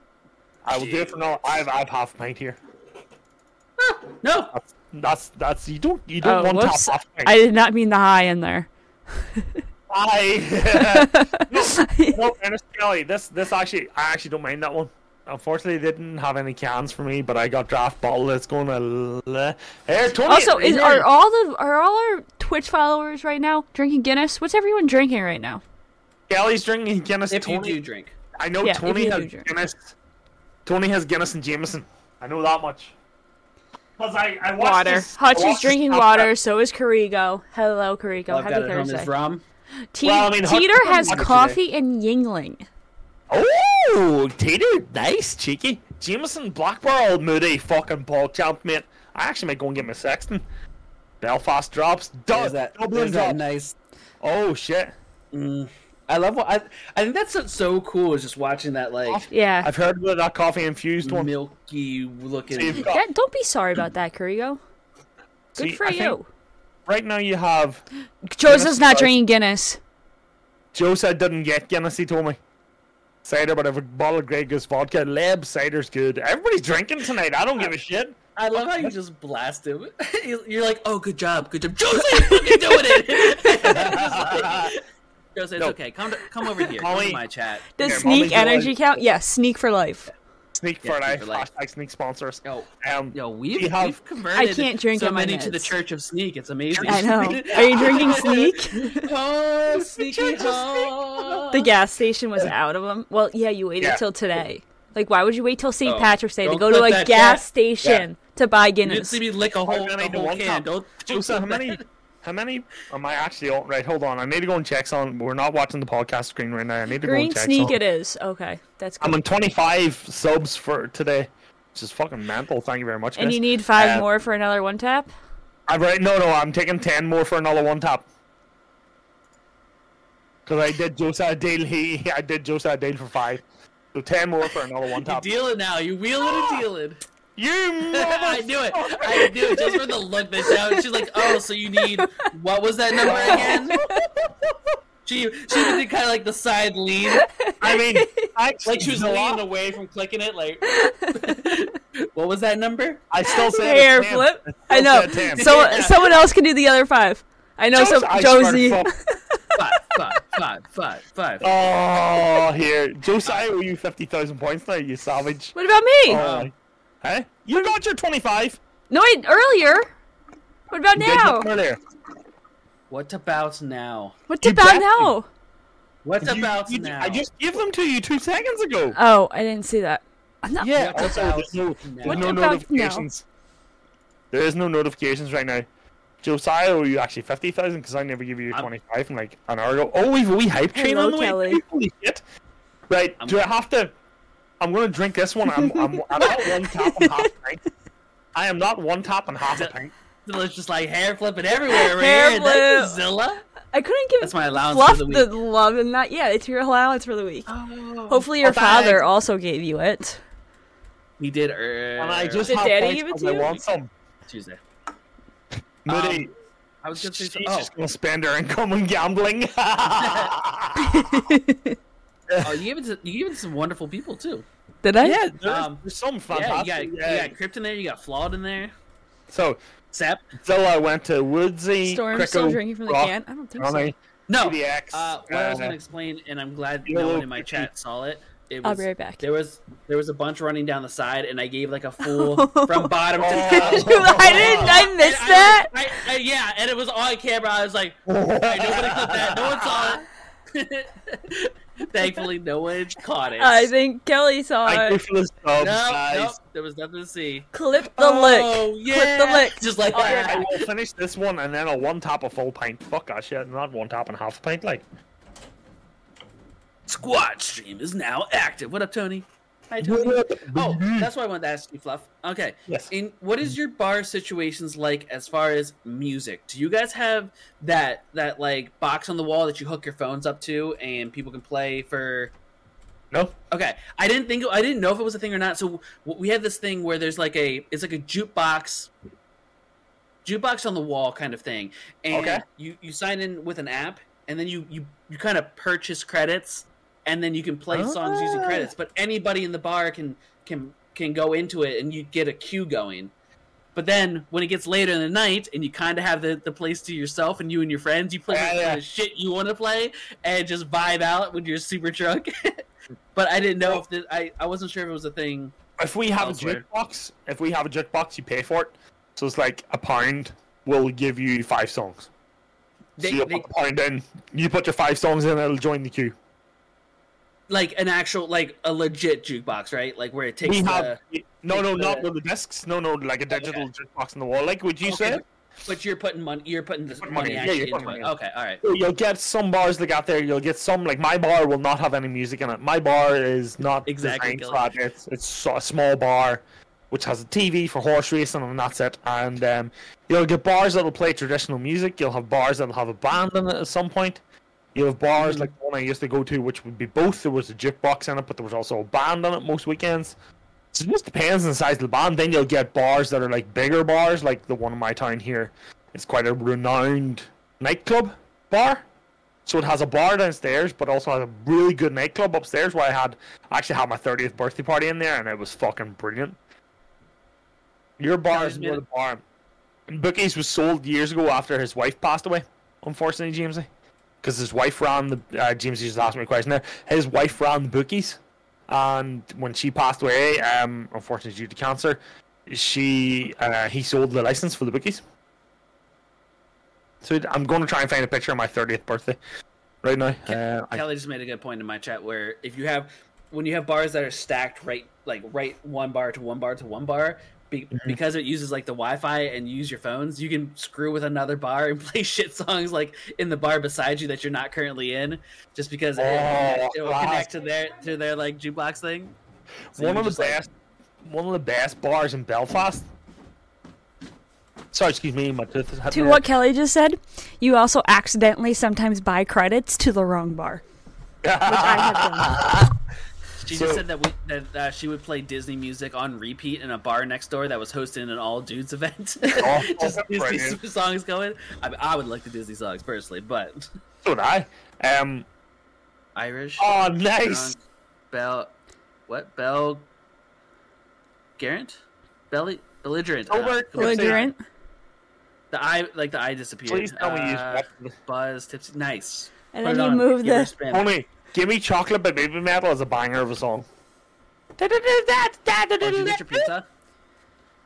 B: I will do it for now. I've I've half a pint here.
A: No,
B: That's that's you don't you don't
D: Oh,
B: want to have
D: whoops!
B: half a pint.
D: I did not mean the high in there. <laughs>
B: I <laughs> no, no, Ernest Kelly. This this actually I actually don't mind that one. Unfortunately, they didn't have any cans for me, but I got draft bottle. It's going to le- Here, Tony.
D: Also, is,
B: here.
D: are all the are all our Twitch followers right now drinking Guinness? What's everyone drinking right now?
B: Kelly's drinking Guinness?
A: if you
B: Tony,
A: do drink,
B: I know
D: Yeah, if
B: Tony
D: you
B: has
D: do drink.
B: Guinness. Tony has Guinness and Jameson. I know that much. Cause I I watched
D: Water.
B: This, I
D: Hutch is
B: watched this
D: drinking
B: podcast.
D: water. So is Carigo. Hello, Carigo.
A: all I've got
D: Happy
A: at home is
D: Thursday.
A: rum.
D: Te-
B: Well, I mean, Hutch
D: Teeter
B: doesn't
D: has
B: want it today.
D: coffee and Yingling.
B: Oh, Tater, nice, cheeky. Jameson Blackbarrel, moody fucking ball champ, mate. I actually might go and get my Sexton. Belfast drops. Does
A: There's that,
B: Dublin
A: there's that
B: drops.
A: nice.
B: Oh shit.
A: I love what I. I think that's what's so cool is just watching that like
D: Yeah.
B: I've heard about that coffee infused one.
A: milky
B: So you've
A: looking.
B: got-
D: That- don't be sorry about that, Carigo. Good
B: see,
D: for
B: I think
D: you.
B: Right now you have
D: Joseph's not
B: does.
D: drinking Guinness.
B: Joe said didn't get Guinness, he told me. Cider, but a bottle of Grey Goose vodka. Leb cider's good. Everybody's drinking tonight. I don't give a shit.
A: I love how you just blast him. <laughs> You're like, oh, good job, good job, Jose,
B: <laughs>
A: you're fucking doing it. Just like- Jose, it's
B: No.
A: okay. Come to, come over here. Come
B: Molly-
A: to my chat.
D: Does
B: Yeah, Molly's
D: sneak
B: the one-
D: energy count? Yes, sneak for life.
B: Sneak
A: Yeah,
B: for
A: Sneak
B: life.
A: for Life.
B: Hashtag sneak sponsors.
A: Yo,
B: Um,
A: Oh, yo, we've,
B: we have-
A: we've converted
D: I can't drink
A: so
D: in my
A: many to the
D: meds.
A: Church of Sneak. It's amazing.
D: I know.
A: <laughs>
D: Are you drinking Sneak?
A: oh, sneaky home. <laughs>
D: The gas station was out of them. Well, yeah, you waited
B: Yeah.
D: till today. Like, why would you wait till St.
A: Oh,
D: Patrick's Day to
A: don't
D: go to
A: put
D: a
A: that
D: gas
A: gas-
D: station to buy
A: You didn't
D: Guinness?
A: see me lick a whole,
B: How
A: a
B: many to
A: whole
B: one
A: can.
B: cup?
A: Don't, don't
B: Joseph,
A: do
B: how
A: that.
B: many? How many am I actually on? Right, hold on. I need to go and check on. We're not watching the podcast screen right now. I need to
D: Green
B: go and check.
D: sneak
B: some.
D: it is. Okay, that's
B: I'm
D: good.
B: on 25 subs for today, which is fucking mental. Thank you very much.
D: And
B: guys.
D: you need five
B: Uh,
D: more for another one tap?
B: I'm right. No, no. I'm taking 10 more for another one tap. Because I did Joseph a deal. He, I did Joseph a deal for five. So 10 more for another
A: <laughs>
B: one
A: You
B: tap.
A: dealing now. You wheeling and dealing.
B: You
A: <laughs> I
B: mother.
A: knew it. I knew it just for the look that she had. She's like, "Oh, so you need what was that number again?"
B: <laughs>
A: She she even did kind of like the side lean,
B: I mean, I,
A: like she was
B: the
A: leaning
B: lot-
A: away from clicking it. Like, <laughs> what was that number?
B: I still say it
D: Hair
B: was 10.
D: flip. I
B: still
D: know.
B: said ten.
D: So
A: Yeah.
D: someone else can do the other five. I know.
B: Joseph,
D: some
B: I swear to
D: Josie.
B: fuck.
A: Five, five, five, five, five.
B: Oh, here. Josiah, owe you 50,000 points now, you savage.
D: What about me?
A: Uh,
B: Oh.
A: um,
B: Hey? You got your 25.
D: no, wait. Earlier. What about
B: You did
D: now?
B: it earlier.
A: What about now?
D: What
B: You
D: about
B: bet-
D: now?
A: What
B: You-
A: about
B: you-
A: now?
B: I just gave them to you two seconds ago.
D: Oh, I didn't see that. I'm not.
B: yeah,
A: What
B: also,
A: about
B: there's no, there's
A: now?
B: no
D: Uh, What about
B: notifications. There is no notifications right now. Josiah, owe you actually 50,000 because I never give you
A: I'm-
B: 25 from like an hour ago. Oh, we have a wee hype train
D: Hello,
B: on the way.
D: Kelly.
B: too. Holy shit. Right,
A: I'm-
B: do I have to. I'm going to drink this one. I'm, I'm, I'm
D: <laughs>
B: not one tap and half a pint. I am not one tap and half a pint.
A: It's just like hair flipping everywhere right
D: Hair
A: here. That's
D: flip.
A: Zilla.
D: I couldn't give
A: That's my allowance
D: Fluff
A: for the week.
D: the love and not. Yeah, it's your allowance for the week.
A: Oh,
D: Hopefully, your
B: Oh,
D: father
B: thanks.
D: also gave you it.
A: he did. Er,
B: And I just
D: Did
B: have
D: Daddy
B: points
D: give it
B: because
D: to
B: I
D: you?
B: want some.
A: Tuesday.
B: Moody,
A: Um, I was gonna say.
B: she's
A: so- Oh,
B: just gonna spend her income on
D: <laughs>
B: gambling. <laughs>
A: oh, you gave it to you gave it to some wonderful people too.
D: <laughs> Did I?
B: yeah, there's,
A: Um,
B: there's
A: Yeah,
B: some
A: you
B: fantastic.
A: got, you
B: yeah.
A: got Crypt in there, you got Flawed in there.
B: So
A: Sap.
B: Zilla went to Woodsy.
D: Storm
B: Cricko,
D: still drinking from the
B: Rock,
D: can. I don't think so.
B: Ronnie,
A: No.
B: CDX.
A: Uh, what I was going
B: uh,
A: to explain, and I'm glad
B: you know,
A: no one in my
B: critique.
A: chat saw it. it
D: I'll
A: was,
D: be right back.
A: There was there was a bunch running down the side, and I gave
D: <laughs>
A: like a full from bottom to
B: Oh.
A: top.
D: <laughs> I didn't. <laughs> I
A: And
D: missed that.
A: I, I, I, yeah, and it was on camera. I was like, "Hey, nobody clipped that.
B: <laughs>
A: No one saw it. <laughs> Thankfully, no one caught it.
D: I think Kelly saw
B: Thank you
D: it.
B: for the subs,
A: no, nope,
B: guys.
A: there was nothing to see.
D: Clip the
A: Oh,
D: lick.
A: yeah.
D: Clip the lick.
A: Just like
D: Oh,
A: that.
B: I will finish this one and then a one tap a full pint. Fuck that shit, not one tap and half a pint. Like,
A: Squad stream is now active. What up, Tony? Hi, Tony. Oh,
B: <laughs> oh,
A: that's why I wanted to ask you, Fluff. Okay.
B: Yes.
A: In what is your bar situations like as far as music? Do you guys have that that like box on the wall that you hook your phones up to and people can play for?
B: no,
A: Okay, I didn't think I didn't know if it was a thing or not. So w- we had this thing where there's like a it's like a jukebox jukebox on the wall kind of thing, and
B: Okay.
A: you you sign in with an app, and then you you you kind of purchase credits, and then you can play songs using
B: Ah.
A: credits. But anybody in the bar can can can go into it, and you get a queue going. But then when it gets later in the night, and you kind of have the, the place to yourself, and you and your friends, you play
B: Yeah,
A: the
B: yeah.
A: kind of shit you want to play, and just vibe out when you're super drunk. <laughs> but I didn't know if the, I I wasn't sure if it was a thing.
B: if we have a
A: Elsewhere.
B: jukebox, if we have a jukebox, you pay for it. So it's like a pound will give you five songs.
A: They,
B: so you
A: they,
B: put a pound in, you put your five songs in, it'll join the queue.
A: like an actual like a legit jukebox, right? Like where it takes.
B: we
A: the,
B: have no,
A: take
B: no, not
A: the-
B: with the discs. No, no, like a digital jukebox in the wall. Like would you
A: Okay,
B: say?
A: but- But you're putting money. You're putting this
B: Put
A: money
B: money in. Yeah,
A: actually
B: you're
A: into
B: putting money
A: it.
B: in.
A: Okay, all right.
B: You'll get some bars that got there. You'll get some like my bar will not have any music in it. My bar is not
A: Exactly,
B: designed for that. It's it's so- a small bar, which has a TV for horse racing and that's it. And um, you'll get bars that'll play traditional music. You'll have bars that'll have a band in it at some point. You have bars
A: Hmm.
B: like the one I used to go to, which would be both. There was a jukebox in it, but there was also a band in it most weekends. So it just depends on the size of the band. Then you'll get bars that are like bigger bars, like the one in my town here. It's quite a renowned nightclub bar. So it has a bar downstairs, but also has a really good nightclub upstairs where I had I actually had my thirtieth birthday party in there, and it was fucking brilliant. Your bar
A: there's
B: is
A: been-
B: more the bar. Bookies was sold years ago after his wife passed away. Unfortunately, Jamesy, because his wife ran the uh, Jamesy just asked me a question there. His wife ran the bookies And when she passed away, um, unfortunately due to cancer, she uh, he sold the license for the bookies. So I'm going to try and find a picture of my 30th birthday right now. Uh, I,
A: Kelly just made a good point in my chat where if you have when you have bars that are stacked right like right one bar to one bar to one bar be,
B: Mm-hmm.
A: because it uses like the Wi-Fi and you use your phones, you can screw with another bar and <laughs> play shit songs like in the bar beside you that you're not currently in, just because it,
B: Oh,
A: it will
B: wow.
A: connect to their to their like jukebox thing. So
B: one
A: you
B: of the
A: just, like-
B: best, one of the best bars in Belfast. Sorry, excuse me, my tooth is hitting
D: To
B: my-
D: what Kelly just said, you also accidentally sometimes buy credits to the wrong bar. Which I
B: <laughs>
D: have done.
A: She
B: So-
A: just said that we, that uh, she would play Disney music on repeat in a bar next door that was hosting an all dudes event.
B: <laughs> Oh,
A: <laughs> just
B: that's
A: Disney
B: brilliant.
A: songs going. I, mean, I would like the Disney songs personally, but <laughs>
B: So did I. Um.
A: Irish,
B: Oh, nice.
A: drunk, Bell, what Bell, Garant, Belly, belligerent, uh,
B: Over-
A: come on,
D: Belligerent.
A: The eye, like the eye disappeared.
B: Please tell me you
A: Uh,
B: used that.
A: Buzz, tipsy, nice.
D: And
A: Put
D: then
A: it
D: you
A: on,
D: move
A: give her
D: the-
A: a spin.
B: Tony, give me chocolate by baby metal as a banger of a song.
A: Oh, did you get your pizza?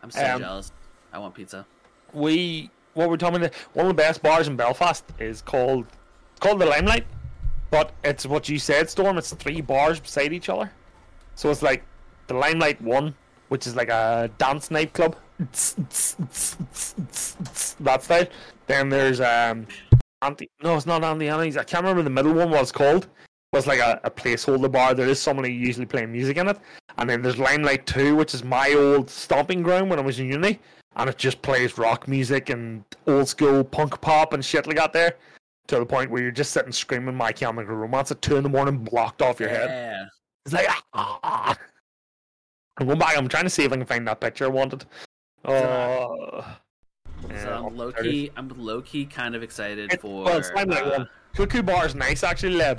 A: I'm so
B: Um,
A: jealous. I want pizza.
B: we what we're talking about one of the best bars in Belfast is called it's called the Limelight, but it's what you said, Storm. It's three bars beside each other, so it's like the Limelight one, which is like a dance nightclub, that style. Then there's um, Anti. No, it's not Anti Annie's. I can't remember the middle one. What it's called was like a, a placeholder bar. There is somebody usually playing music in it, and then there's Limelight Two, which is my old stomping ground when I was in uni and it just plays rock music and old school punk pop and shit like that there. To the point where you're just sitting screaming My Chemical Romance at two in the morning, blocked off your head.
A: Yeah.
B: It's like ah, ah, ah. I'm going back. I'm trying to see if I can find that picture I wanted. Oh,
A: So I'm low key. I'm low key kind of excited
B: It,
A: um, for.
B: well, it's time like
A: uh,
B: one. Cuckoo Bar is nice, actually, Leb.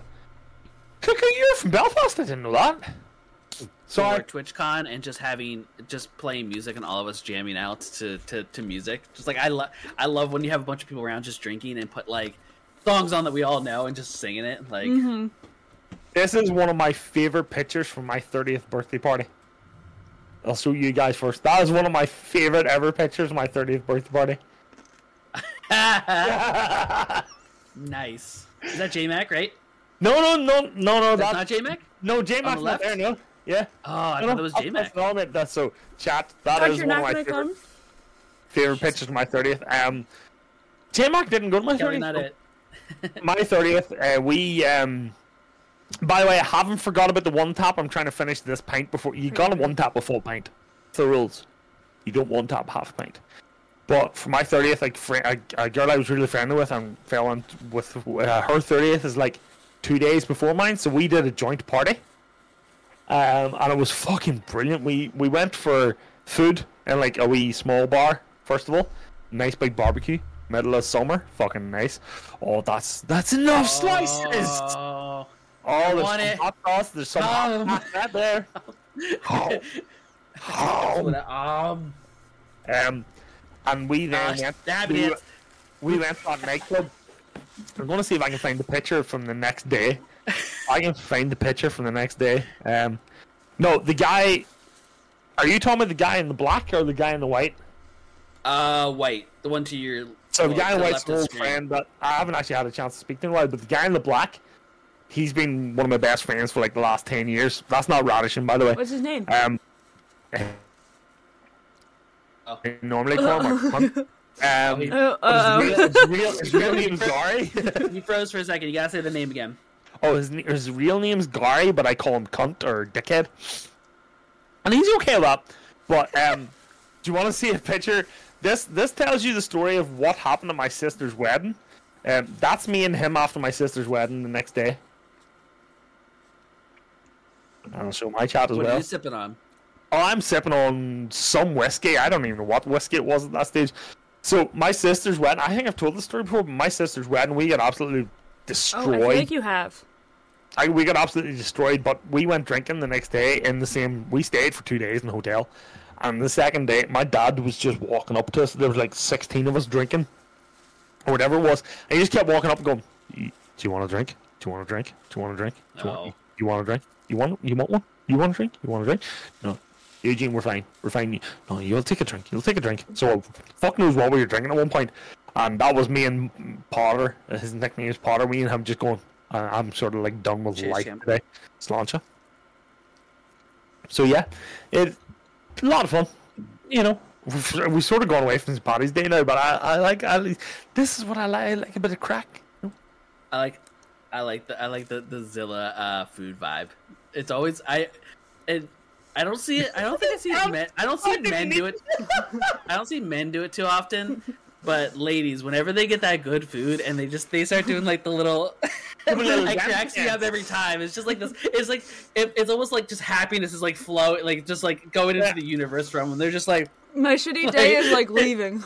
B: Cuckoo, you're from Belfast. I didn't know that.
A: for
B: Sorry,
A: TwitchCon and just having just playing music and all of us jamming out to to, to music. Just like I love I love when you have a bunch of people around just drinking and put like songs on that we all know and just singing it. Like
B: This is one of my favorite pictures from my 30th birthday party. I'll show you guys first. That is one of my favorite ever pictures of my 30th birthday party.
A: nice. Is that J Mac right?
B: No, no, no, no, no.
A: That's
B: That,
A: not J Mac.
B: no, J Mac's not
A: left?
B: there, no. Yeah.
A: Oh, I
B: no,
A: thought
B: no,
A: it was
B: I'll
A: J Mac.
B: post it on it. That's so. Chat, That
D: Doc,
B: is
D: you're
B: one of
D: not
B: my
D: gonna
B: favorite,
D: come?
B: favorite pictures of my 30th. Um, J Mac didn't go to my 30th.
A: Kelly, not it.
B: my 30th uh, we um by the way i haven't forgot about the one tap i'm trying to finish this pint before you gotta one tap a full pint it's the rules you don't one tap half pint but for my 30th like fri a, a girl i was really friendly with and fell in with uh, her 30th is like two days before mine so we did a joint party um, and it was fucking brilliant. We we went for food and like a wee small bar first of all, nice big barbecue, middle of summer, fucking nice. Oh, that's that's enough slices.
A: Oh.
B: Oh, there's
A: want
B: some
A: it.
B: hot sauce. There's some
A: Come.
B: hot sauce
A: <laughs>
B: right there. Oh. Oh.
A: Um,
B: Um, and we then
A: uh,
B: went.
A: stab
B: we,
A: it.
B: we went to that nightclub. I'm gonna see if I can find the picture from the
A: <laughs>
B: next day. I can find the picture from the next day. Um, no, the guy. Are you talking about the guy in the black or the guy in the white?
A: Uh, white. The one to your.
B: So the
A: well,
B: guy in
A: to
B: white's
A: left of
B: an
A: the
B: old
A: screen.
B: friend, but I haven't actually had a chance to speak to him in a while. But the guy in the black, he's been one of my best friends for like the last ten years. That's not radishing, by the way.
D: What's his name?
B: Um,
A: Oh.
B: I normally call him. a cunt. Um,
D: oh, oh, oh.
B: His real, his real name's Gary. <laughs>
A: You froze for a second. You gotta say the name again.
B: Oh, his, his real name's Gary, but I call him cunt or dickhead. And he's okay with that. But um, do you want to see a picture? This this tells you the story of what happened at my sister's wedding. Um, that's me and him after my sister's wedding the next day. And I'll show my chat as
A: What are
B: well.
A: you sipping on?
B: Oh, I'm sipping on some whiskey. I don't even know what whiskey it was at that stage. So my sister's wedding. I think I've told this story before. But my sister's wedding, we got absolutely
D: Oh,
B: destroyed.
D: I feel like you have.
B: I, we got absolutely destroyed, but we went drinking the next day in the same. We stayed for two days in the hotel, and the second day, my dad was just walking up to us. There was like sixteen of us drinking, or whatever it was. And he just kept walking up and going, "Y- "Do you want a drink? Do you want a drink? Do you want a drink? Do you
A: No.
B: want? You want a drink? You want? You want one? You want a drink? You want a drink? No. Eugene, we're fine. We're fine. No, you'll take a drink. You'll take a drink. So, fuck knows what we were drinking at one point. And that was me and Potter. His nickname is Potter. Me and him just going, I- I'm sort of like done with
A: Cheers,
B: life
A: champ.
B: today. Slancha. So, yeah, it a lot of fun. You know, we've, we've sort of gone away from this party's day now, but I, I like I, this is what I like. I like a bit of crack.
A: I like, I like the I like the the Zilla uh, food vibe. It's always I, and I don't see it. I don't think I see
B: <laughs>
A: it men. I don't see men do it. <laughs> I don't see men do it too often. But ladies, whenever they get that good food and they just they start doing like the little, <laughs>
B: The little
A: I
B: jam
A: cracks me
B: jam.
A: up every time. It's just like this. It's like it, it's almost like just happiness is like flow, like just like going into
B: Yeah.
A: the universe from them. They're just like,
D: My shitty day
B: <laughs>
D: is like leaving.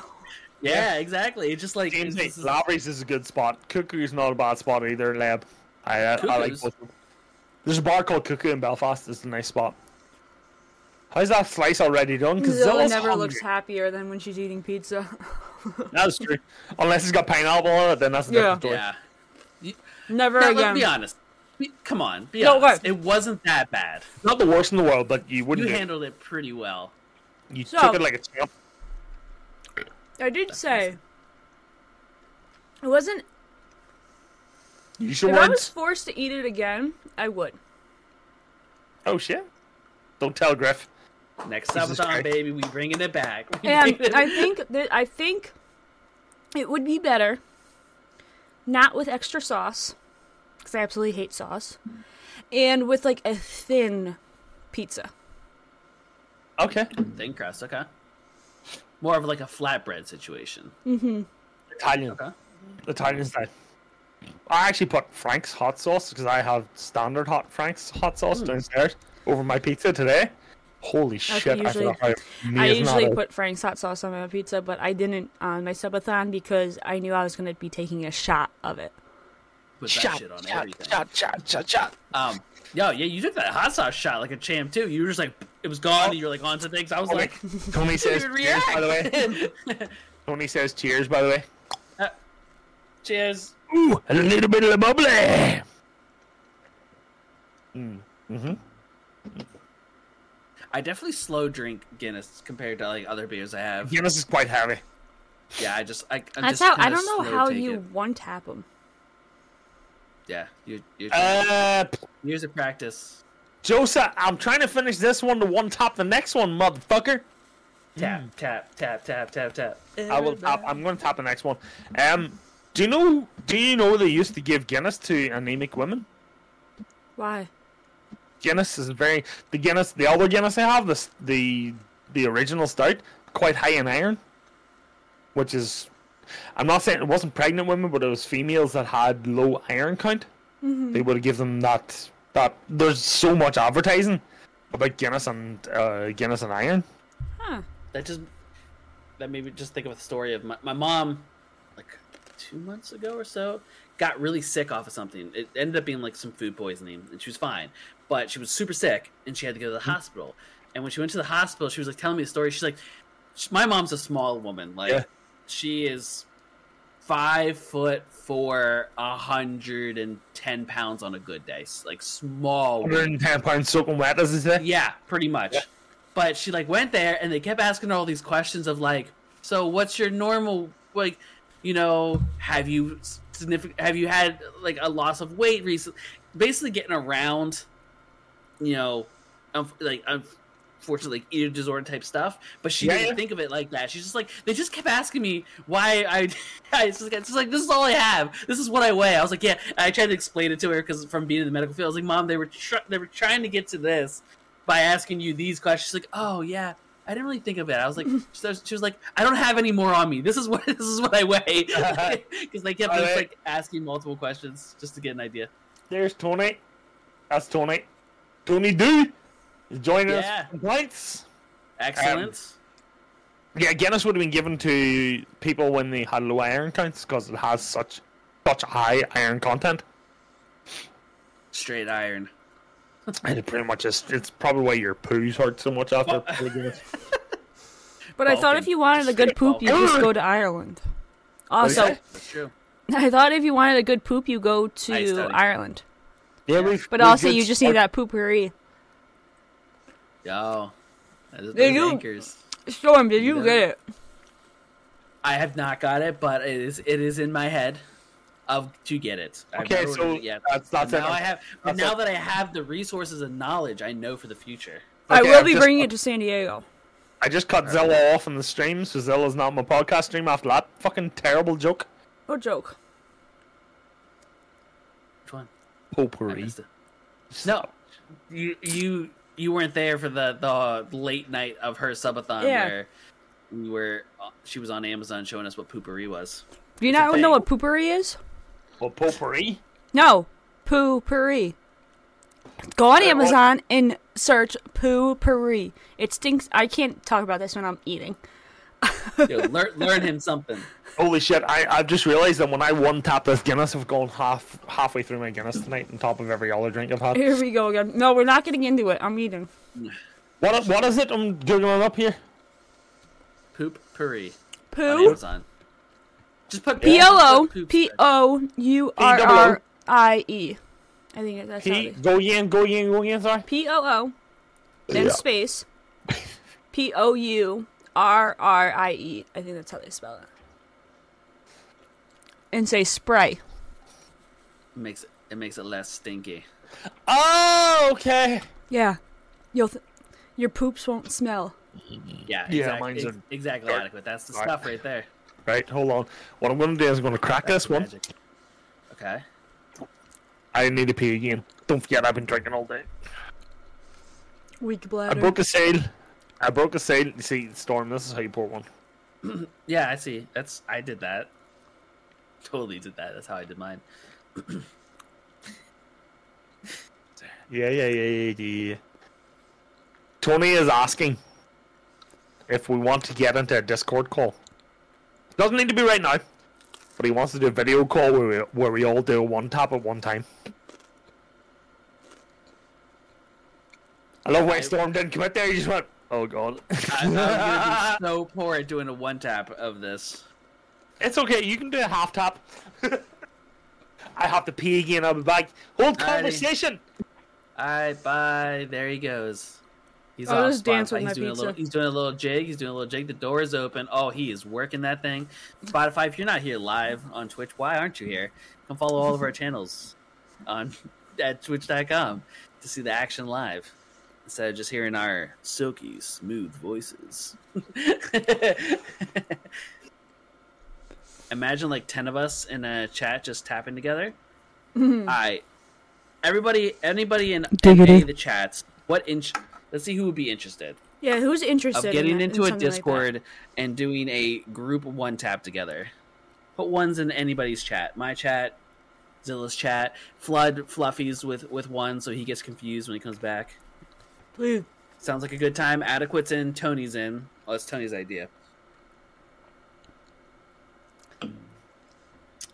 A: yeah, exactly. It's just like
B: James
A: it's just-
B: Lowry's is a good spot. Cuckoo's not a bad spot either, lad. I, I, I like
A: Cuckoo's?
B: both of them. There's a bar called Cuckoo in Belfast. It's a nice spot. How's that slice already done? Because
D: Zilla never looks happier than when she's eating pizza. <laughs>
B: That's true. Unless it's got pineapple on it, then that's a
D: Yeah.
B: different story.
A: yeah.
D: Never
A: Now,
D: again.
A: let's be honest. Be- Come on, be
D: No,
A: honest.
D: what?
A: It wasn't that bad.
B: Not the worst in the world, but you
A: You
B: wouldn't. do it.
A: handled it pretty well.
B: you
D: So-
B: took it like a champ.
D: I did say it wasn't.
B: You should
D: if I
B: want.
D: was forced to eat it again, I would.
B: Oh shit! Don't tell Griff.
A: Next
B: Jesus
A: Sabaton,
B: Christ.
A: baby, we bringing it back. <laughs> We
D: And
A: bringing it-
D: I think that I think it would be better not with extra sauce because I absolutely hate sauce, and with like a thin pizza.
B: Okay.
A: thin crust, okay. More of like a flatbread situation.
B: Italian.
A: Okay.
B: Italian style. I actually put Frank's hot sauce because I have standard hot Frank's hot sauce downstairs over my pizza today. Holy shit!
D: usually-
B: I forgot how amazing
D: I usually
B: that is.
D: put Frank's hot sauce on my pizza, but I didn't on my subathon because I knew I was going to be taking a shot of it.
A: Put that shit on everything.
B: shot, shot, shot, shot.
A: Um, yo, yeah, you took that hot sauce shot like a champ too. You were just like, it was gone, and you're like onto things. I was
B: Okay.
A: like, <laughs>
B: <laughs> Tony says
A: even
B: Oh cheers. By the way,
A: react. <laughs>
B: Tony says cheers. By the way.
A: Uh, cheers.
B: Ooh, a little bit of the bubbly. Mm. Mm-hmm.
A: I definitely slow drink Guinness compared to like other beers I have.
B: Guinness is quite heavy.
A: Yeah, I just, I, I'm
D: That's
A: just
D: how I
A: kinda
D: don't know
A: slow
D: how
A: take
D: you
A: it.
D: one tap them.
A: Yeah, you, you
B: Uh,
A: years of practice.
B: Joseph, I'm trying to finish this one to one top the next one, motherfucker. hmm.
A: Tap, tap, tap, tap, tap, tap.
B: I will. Tap, I'm going to tap the next one. Um, do you know? Do you know they used to give Guinness to anemic women?
D: Why?
B: Guinness is very the Guinness, the other Guinness they have, this the the original stout, quite high in iron, which is. I'm not saying it wasn't pregnant women, but it was females that had low iron count. They would have given them that. That there's so much advertising about Guinness and uh, Guinness and iron.
D: Huh?
A: That just that made me just think of a story of my, my mom, like two months ago or so, got really sick off of something. It ended up being like some food poisoning, and she was fine, but she was super sick, and she had to go to
B: Hmm.
A: the hospital. And when she went to the hospital, she was like telling me a story. She's like, sh "My mom's a small woman. Like,
B: Yeah.
A: she is five foot four, a hundred and ten pounds on a good day. S- Like small, woman.
B: 110 pounds soaking wet, as they say.
A: Yeah, pretty much. But she like went there and they kept asking her all these questions of like, so what's your normal like, you know, have you significant have you had like a loss of weight recently? Basically getting around, you know, um, like unfortunately like, eating disorder type stuff. But she
B: Yeah,
A: didn't
B: yeah.
A: think of it like that. She's just like they just kept asking me why I. <laughs> I it's just, it's just like this is all I have. This is what I weigh. I was like, yeah. And I tried to explain it to her because from being in the medical field, I was like, mom, they were tr- they were trying to get to this by asking you these questions. She's like, oh yeah. I didn't really think of it. I was like, she was- she was like, I don't have any more on me. This is what <laughs> this is what I weigh because they kept
B: All
A: just,
B: right.
A: like asking multiple questions just to get an idea.
B: There's Tony. That's Tony. Tony D is joining
A: Yeah.
B: us. for Complaints.
A: Excellent.
B: Yeah, Guinness would have been given to people when they had low iron counts because it has such such high iron content.
A: Straight iron.
B: And it pretty much is. It's probably why your poos hurt so much after. the Guinness.
D: But I thought if
A: Balkan.
D: you wanted a
A: Just
D: good
A: straight
D: poop, you just <laughs>
B: Balkan.
D: go to Ireland. Also,
B: that?
A: That's true.
D: <laughs> I thought if you wanted a good poop, you go
A: Nice,
D: to
A: Tony.
D: Ireland.
B: yeah, we've,
D: But
B: we've
D: also,
B: good
D: you just need
B: sport-
D: that poopery.
A: go. That is-
D: They
A: those
D: do.
A: anchors.
D: Storm, did
A: You
D: you
A: got
D: get it?
A: I have not got it, but it is it is in my head of to get it. I've
B: Okay,
A: not ordered
B: so
A: it yet.
B: that's- that's
A: But
B: it.
A: now I have. But
B: That's
A: now
B: it.
A: that I have the resources and knowledge, I know for the future.
D: I
B: Okay,
D: will
B: I've
D: be
B: just-
D: bringing it to San Diego.
B: I just cut Zilla off in the stream, so Zilla's not on my podcast stream after that fucking terrible joke.
D: What joke?
A: Which one? I
B: Potpourri.
A: missed it. No, you you you weren't there for the the late night of her subathon
D: Yeah.
A: where we were. uh, She was on Amazon showing us what poopery
D: <laughs>
A: was.
D: Do you
A: It's a
D: not know
A: thing.
D: what poopery is?
B: Well, potpourri.
D: No, poopery.
A: Uh,
D: Go on Amazon and search poopery. It stinks. I can't talk about this when I'm eating.
A: Yo, learn learn him something.
B: Holy shit! I I've just realised that when I one tap this Guinness, I've gone half halfway through my Guinness tonight, on top of every other drink I've had.
D: Here we go again. No, we're not getting into it. I'm eating.
B: What what is it? I'm googling up here.
A: Poopery on
D: Poo.
A: Amazon. Just put
D: P O
A: just
D: O
A: put poop
D: P O U R R I E. I think that's how it
B: P
D: is.
B: go yin go yin go yin. Sorry.
D: P O O, then
B: Yeah.
D: space, P O U R R I E. I think that's how they spell it. And say spray.
A: makes it, it makes it less stinky.
B: Oh, okay.
D: Yeah. You'll th- your poops won't smell.
A: Yeah,
B: Yeah,
A: exact-
B: mine's
A: ex-
B: a-
A: exactly
B: dark-
A: adequate. That's the
B: dark.
A: stuff right there.
B: Right, hold on. What I'm gonna do is I'm gonna crack this one.
A: Magic. Okay.
B: I need to pee again. Don't forget, I've been drinking all day.
D: Weak
B: I
D: bladder.
B: broke a sail. I broke a sail. You see, Storm, this is how you pour one.
A: Yeah, I see. That's I did that. Totally did that. That's how I did mine.
B: Yeah, yeah, yeah, yeah, yeah. yeah. Tony is asking if we want to get into a Discord call. Doesn't need to be right now, but he wants to do a video call where we, where we all do a one tap at one time. I love why Storm didn't commit there. He just went, "Oh God." <laughs>
A: I, I'm gonna be so poor at doing a one tap of this.
B: It's okay. You can do a half tap. <laughs> I have to pee again. I'll be back. Hold
A: Alrighty.
B: conversation.
A: All right, bye. There he goes. He's
D: I'll
A: off Spotify.
D: just dance with
A: he's
D: my
A: doing a little.
D: pizza.
A: He's doing a little jig. He's doing a little jig. The door is open. Oh, he is working that thing. Spotify, if you're not here live on Twitch, why aren't you here? Come follow all
D: <laughs>
A: of our channels on at Twitch.com to see the action live instead of just hearing our silky, smooth voices. <laughs> Imagine like ten of us in a chat just tapping together. I everybody anybody in
D: Diggity.
A: any of the chats, what inch let's see who would be interested
D: yeah, who's
A: of
D: interested
A: getting
D: in
A: into a
D: Discord?
A: Discord and doing a group one tap together. Put ones in anybody's chat. My chat, Zilla's chat, Flood Fluffies with with one so he gets confused when he comes back.
D: Please.
A: Sounds like a good time. Adequate's in, Tony's in. Oh, that's Tony's idea.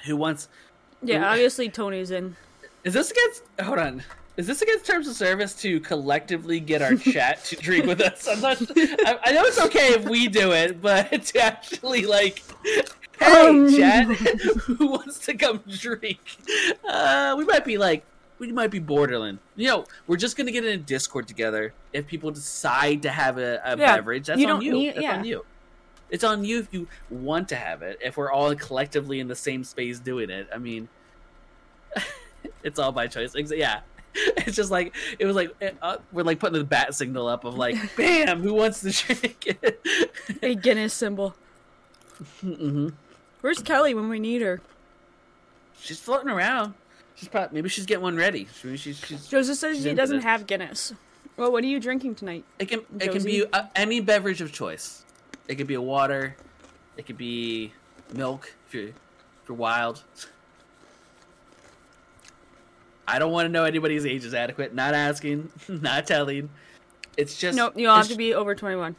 A: Who wants
D: Yeah, obviously Tony's <laughs> in.
A: Is this against? Hold on. Is this against terms of service to collectively get our chat to drink with us? I'm not, I, I know it's okay if we do it, but <laughs> to actually like, hey,
D: Um.
A: chat, who wants to come drink? Uh, we might be like, we might be borderline. You know, we're just gonna get in a Discord together. If people decide to have a, a
D: Yeah,
A: beverage, that's
D: you
A: on
D: don't
A: you.
D: need-
A: that's
D: yeah.
A: on you. It's on you if you want to have it. If we're all collectively in the same space doing it, I mean <laughs> it's all by choice. Ex- yeah. <laughs> It's just like it was like it- uh, we're like putting the bat signal up of like,
D: <laughs>
A: bam, who wants to <laughs> drink?
D: A Guinness symbol.
A: <laughs> mm-hmm.
D: Where's Kelly when we need her?
A: She's floating around. She's probably maybe she's getting one ready. Maybe she's, she's
D: Joseph says
A: She's
D: he
A: into
D: doesn't
A: this.
D: have Guinness. Well, what are you drinking tonight?
A: it can it can be
D: Josie?
A: uh, any beverage of choice. It could be a water. It could be milk if you're if you're wild. I don't want to know anybody's age is adequate. Not asking, <laughs> not telling. It's just
D: Nope, you'll have
A: it's
D: to be over 21.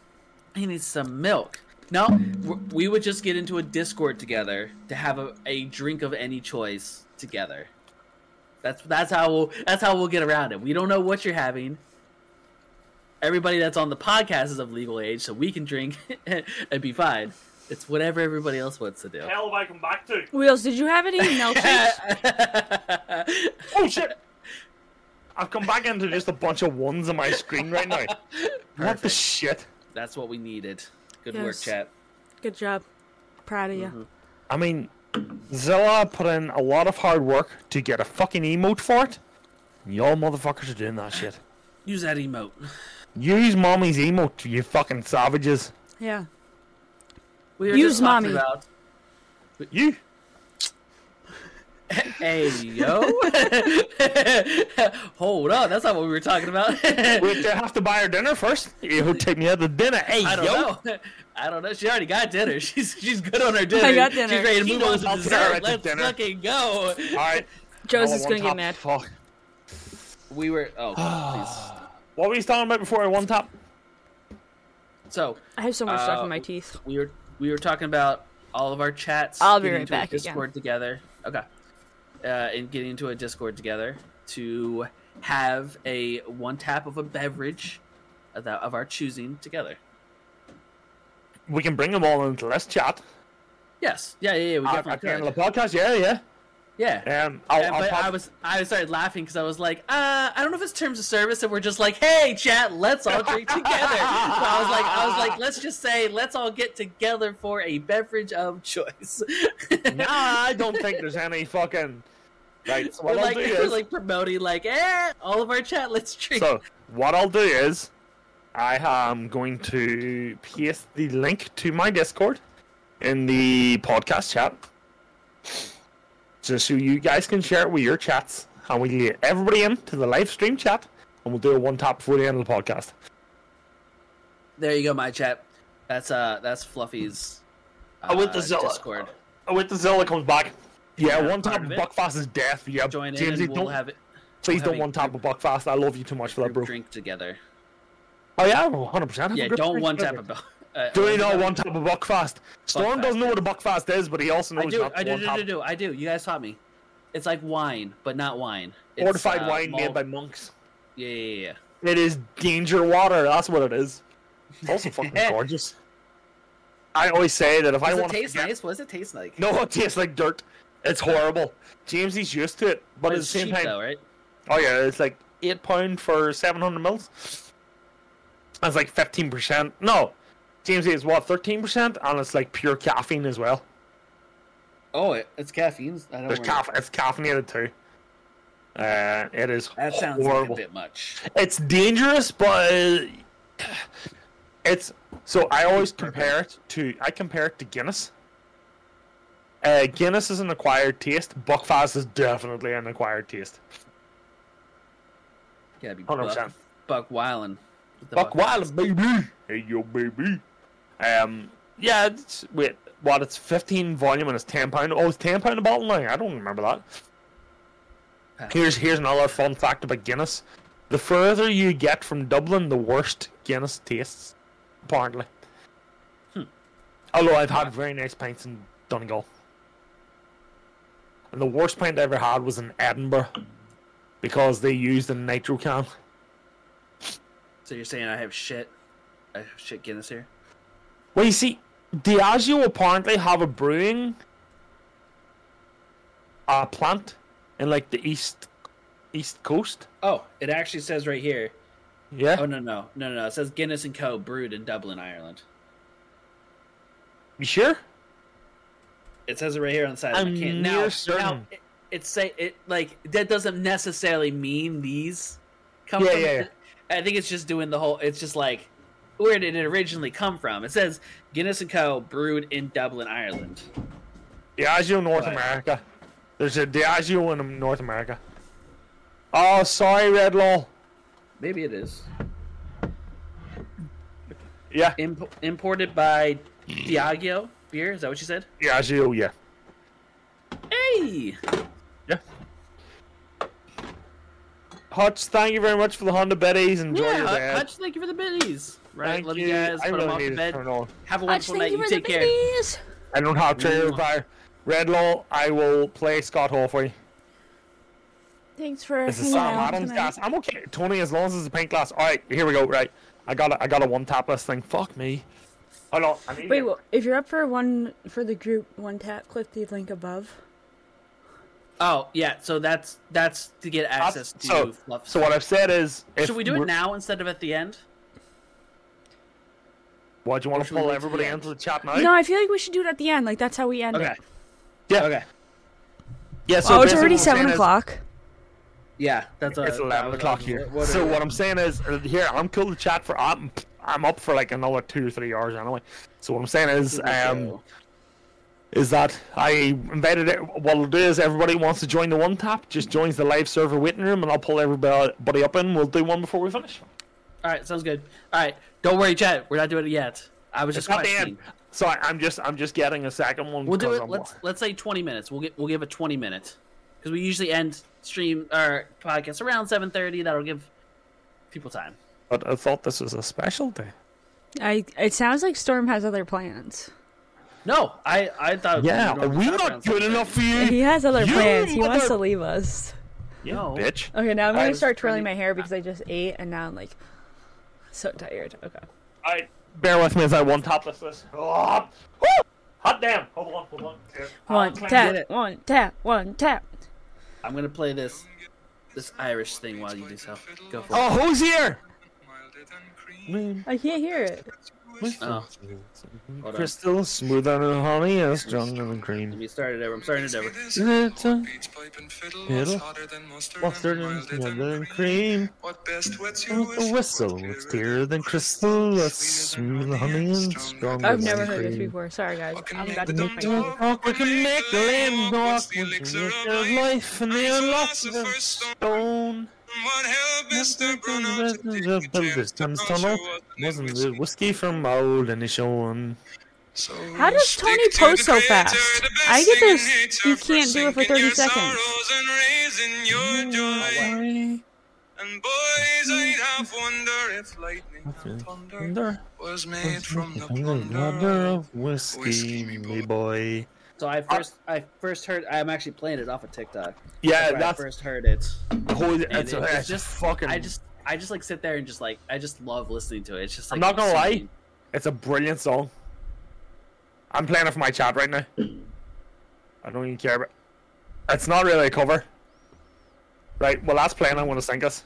A: He needs some milk. No, w- we would just get into a Discord together to have a, a drink of any choice together. That's that's how we'll that's how we'll get around it. We don't know what you're having. Everybody that's on the podcast is of legal age, so we can drink <laughs> and be fine. It's whatever everybody else wants to do.
B: Hell, if I come back to.
A: <laughs>
D: Wheels, did you have any milkshakes?
B: Oh shit! I've come back into just a bunch of ones on my screen right
A: <laughs>
B: now. What the
A: Perfect.
B: shit?
A: That's what we needed. Good work,
C: Yes.
A: chat.
C: Good job. Proud of you.
A: Mm-hmm.
B: I mean, Zilla put in a lot of hard work to get a fucking emote for it. and Y'all motherfuckers are doing that shit.
A: Use that emote.
B: Use mommy's emote, you fucking savages.
C: Yeah.
A: We were
D: Use
A: just talking
D: mommy.
A: About,
B: You.
A: hey yo, <laughs> hold on, that's not what we were talking about. <laughs> I
B: Wait, do I have to buy her dinner first? You who take me out to dinner? Hey,
A: don't
B: yo.
A: know. <laughs> I don't know. She already got dinner. <laughs> She's she's good on her dinner.
C: I got
A: She's
C: dinner.
A: ready to
B: She
A: move on
B: knows
A: to
B: I'll put her at
A: dessert.
B: the
A: Let's
B: dinner.
A: fucking go.
B: All
D: <laughs>
B: right.
D: Joseph's
B: All at
D: gonna get
B: one
D: mad.
B: tap. Fuck.
A: We were.
B: <sighs>
A: Oh, God,
B: What were you talking about before I one tap?
A: please. So
D: I have so much stuff
A: Uh,
D: in my teeth.
A: we were we were talking about all of our chats.
D: I'll be
A: getting
D: right
A: into a
D: back again.
A: Discord together. Okay, uh, and getting into a Discord together to have a one tap of a beverage of, the, of our choosing together.
B: We can bring them all into this chat. Uh,
A: Yes, yeah, yeah, yeah. We
B: At, at the
A: definitely
B: end of
A: could.
B: the podcast, yeah, yeah.
A: Yeah.
B: Um, I'll,
A: And-
B: I'll
A: but
B: pop-
A: I was I started laughing because I was like, uh, I don't know if it's terms of service, and we're just like, hey, chat, let's all
B: <laughs>
A: drink together. so I was like, I was like, let's just say, let's all get together for a beverage of choice. <laughs>
B: Nah, I don't think there's any fucking. Right, so
A: we're
B: what I'll
A: <laughs> like,
B: do
A: we're
B: is.
A: like promoting like, eh, all of our chat, let's drink.
B: So, what I'll do is. I am going to paste the link to my Discord in the podcast chat. Just so you guys can share it with your chats. And we get everybody in to the live stream chat. And we'll do a one tap before the end of the podcast.
A: there you go, my chat. That's uh, that's Fluffy's. Uh,
B: with the Zilla.
A: Discord.
B: Oh, wait till Zilla comes back. Yeah, one
A: part
B: tap
A: of
B: of
A: it.
B: Buckfast is death. Yeah,
A: Join in,
B: Jamesy,
A: and we'll
B: don't,
A: have it we'll
B: please
A: have
B: don't
A: a
B: one tap of Buckfast. I love you too much for that, bro.
A: group drink together.
B: Oh yeah, I'm 100. percent
A: Yeah, don't one tap about. Uh,
B: Do we know one tap of Buckfast? Storm doesn't know what a Buckfast is, but he also knows
A: I do,
B: not to
A: I do,
B: one
A: do,
B: tap.
A: do, do, I do. You guys taught me. It's like wine, but not wine. It's,
B: Fortified
A: uh,
B: wine made
A: malt-
B: by monks.
A: Yeah, yeah,
B: It is danger water. That's what it is.
A: <laughs>
B: It's also fucking
A: yeah.
B: gorgeous. I always say that if I
A: Does it
B: want
A: taste
B: to,
A: nice? What does it taste like?
B: no, it tastes like dirt. It's horrible. Jamesy's used to it, but, at the
A: it's
B: same
A: cheap
B: time,
A: though, right?
B: Oh yeah, it's like eight pound for seven hundred mils. That's like fifteen percent. No, James is what thirteen percent, and it's like pure caffeine as well.
A: Oh, it, it's caffeine. I don't
B: There's
A: remember.
B: caff- it's caffeinated too. Uh, it is
A: That sounds like a
B: horrible.
A: bit much.
B: It's dangerous, but uh, it's so I always compare it to I compare it to Guinness. Uh, Guinness is an acquired taste. Buckfast is definitely an acquired taste.
A: Gotta be buck,
B: 100%.
A: buck wildin'. with the
B: Buck
A: buck-
B: Wild, baby. Hey, yo, baby. Um, yeah, it's, wait, what? It's 15 volume and it's 10 pound. Oh, it's 10 pound a bottle now. I don't remember that.
A: Pound.
B: Here's here's another fun fact about Guinness. The further you get from Dublin, the worst Guinness tastes, apparently. Although I've had very nice pints in Donegal. And the worst pint I ever had was in Edinburgh because they used a nitro can.
A: So you're saying I have shit? I have shit Guinness here.
B: Well, you see, Diageo apparently have a brewing uh, plant in like the east east coast.
A: Oh, it actually says right here.
B: Yeah,
A: Oh no, no, no, no, no. It says Guinness and Co. brewed in Dublin, Ireland.
B: you sure?
A: It says it right here on the side. of
B: I'm
A: the can.
B: near
A: now,
B: certain.
A: now it, it's say it like that doesn't necessarily mean these come
B: Yeah,
A: from.
B: yeah, yeah.
A: I think it's just doing the whole. It's just like where did it originally come from? It says Guinness and Co. brewed in Dublin, Ireland.
B: Diageo North
A: Right.
B: America. There's a Diageo in um, North America. Oh, sorry, Red Law.
A: Maybe it is
B: Yeah,
A: Imp- imported by Diageo beer. Is that what you said?
B: Diageo. Yeah,
A: Hey,
B: yeah. Hutch, thank you very much for the Honda Betties. Enjoy
A: yeah,
B: your
A: Hutch,
B: bed.
A: Hutch, thank you for the biddies. Right,
B: thank
A: love
B: you.
A: you guys.
B: I
A: Put them
B: really
A: off
B: need
A: to
B: to
A: bed.
B: turn on.
A: Have a
D: Hutch,
A: wonderful night.
D: thank you
A: You,
D: for the
A: take care.
D: babies.
B: I don't have trailer
A: Mwah.
B: fire. Red Law, I will play Scott Hall for you.
C: Thanks for
B: This
C: hanging
B: is Sam
C: out
B: Adams
C: tonight.
B: glass. I'm okay, Tony, as long as it's a pink glass. Alright, here we go, right. I got a, I got a one tap list thing. Fuck me. Hold on, I need
D: Wait,
B: it.
D: well, if you're up for one for the group one tap, click the link above.
A: Oh yeah, so that's that's to get access to
B: so,
A: fluff.
B: so what I've said is, if
A: should we do
B: we're-
A: it now instead of at the end?
B: Why do you want
A: Or
B: to
A: should we
B: pull
A: wait till
B: everybody
A: the end?
B: into the chat now?
D: No, I feel like we should do it at the end. Like that's how we end
A: Okay.
D: it.
B: Yeah.
A: Okay.
B: Yeah. So
D: oh, it's
B: basically
D: already
B: what I'm saying
D: seven
B: is-
D: o'clock.
A: Yeah, that's what I-
B: It's
A: I
B: eleven
A: was-
B: o'clock here.
A: Uh, what-
B: so what I'm saying is, uh, here I'm cool to chat for. I'm I'm up for like another two or three hours anyway. So what I'm saying is, um, is that I invited it. What I'll do is, everybody who wants to join the one tap, just joins the live server waiting room, and I'll pull everybody up in. We'll do one before we finish.
A: All right, sounds good. All right, don't worry, chat. We're not doing it yet. I was
B: It's
A: just
B: not the end.
A: questioning.
B: So I, I'm just I'm just getting a second one.
A: We'll do
B: 'cause
A: it.
B: I'm-
A: Let's let's say twenty minutes. We'll get we'll give it twenty minutes because we usually end stream or podcast around seven thirty. That'll give people time.
B: But I thought this was a special day.
D: I. It sounds like Storm has other plans.
A: No, I I thought
B: Yeah,
A: we were
B: are
A: doing
B: we
A: around
B: not good
A: 7:30.
B: enough for you?
D: He has other
B: You
D: plans. He wants
B: mother-
D: to leave us.
B: You
A: No.
B: bitch.
D: Okay, now I'm
B: I
D: gonna
B: was
D: start twirling
A: trying to-
D: my hair because I just ate and now I'm like so tired. Okay.
B: I bear with me as I one topless this. Oh, <laughs> woo! hot damn! Hold on, hold on. Here.
D: One
B: I'll
A: Oh, get
D: tap,
A: it.
D: one tap, one tap.
A: I'm gonna play this this Irish thing while you do so. Go for it.
B: Oh, who's here?
D: I can't hear it.
A: Oh, hold on.
B: Crystal smoother than honey and stronger than
A: Let
B: cream.
A: me start it over. I'm starting it over.
E: Beats pipe and fiddle,
B: Fiddle?
E: what's hotter than mustard,
B: Mustard
E: and
B: and
E: milder than
B: smoother than
E: cream?
B: cream.
E: What best wets you
B: With a whistle, it's clearer than crystal, less smooth than honey and stronger
D: I've
B: than
D: never heard this
B: cream.
D: before. Sorry guys.
E: What can
D: I'm
E: make
D: about to
E: the
D: make my
E: dumb
D: hair.
E: dog
B: Talk, we can make the land walk,
E: What's the
B: we can
E: elixir
B: make
E: of
B: the life, and the unlock the stone.
E: What help Mr. Bruno to take
B: The
E: the chance to
B: distance
E: cause
B: tunnel
E: you wasn't in
B: wasn't
E: whiskey?
B: the whiskey from old and the showing.
E: So
D: How does
E: stick
D: Tony
E: to
D: post
E: the
D: so
E: creator,
D: fast?
E: the best
D: I get
E: thing in
D: this,
E: nature
D: you can't do it for
E: sinking
D: 30
E: your
D: seconds.
E: sorrows and raising your joy. And boys, I'd half wonder if lightning and thunder was made from the
B: Mother
E: plunder of
B: of whiskey,
E: whiskey,
B: me boy.
A: So I first I first heard I'm actually playing it off of TikTok.
B: Yeah,
A: That's where I first heard it. And
B: holy.
A: it- it's just
B: just fucking.
A: I just I just like sit there and just like I just love listening to it. It's just like
B: I'm not gonna lie,
A: insane.
B: it's a brilliant song. I'm playing it for my chat right now. I don't even care about. It's not really a cover. Right. Well, that's playing. I want to sink us.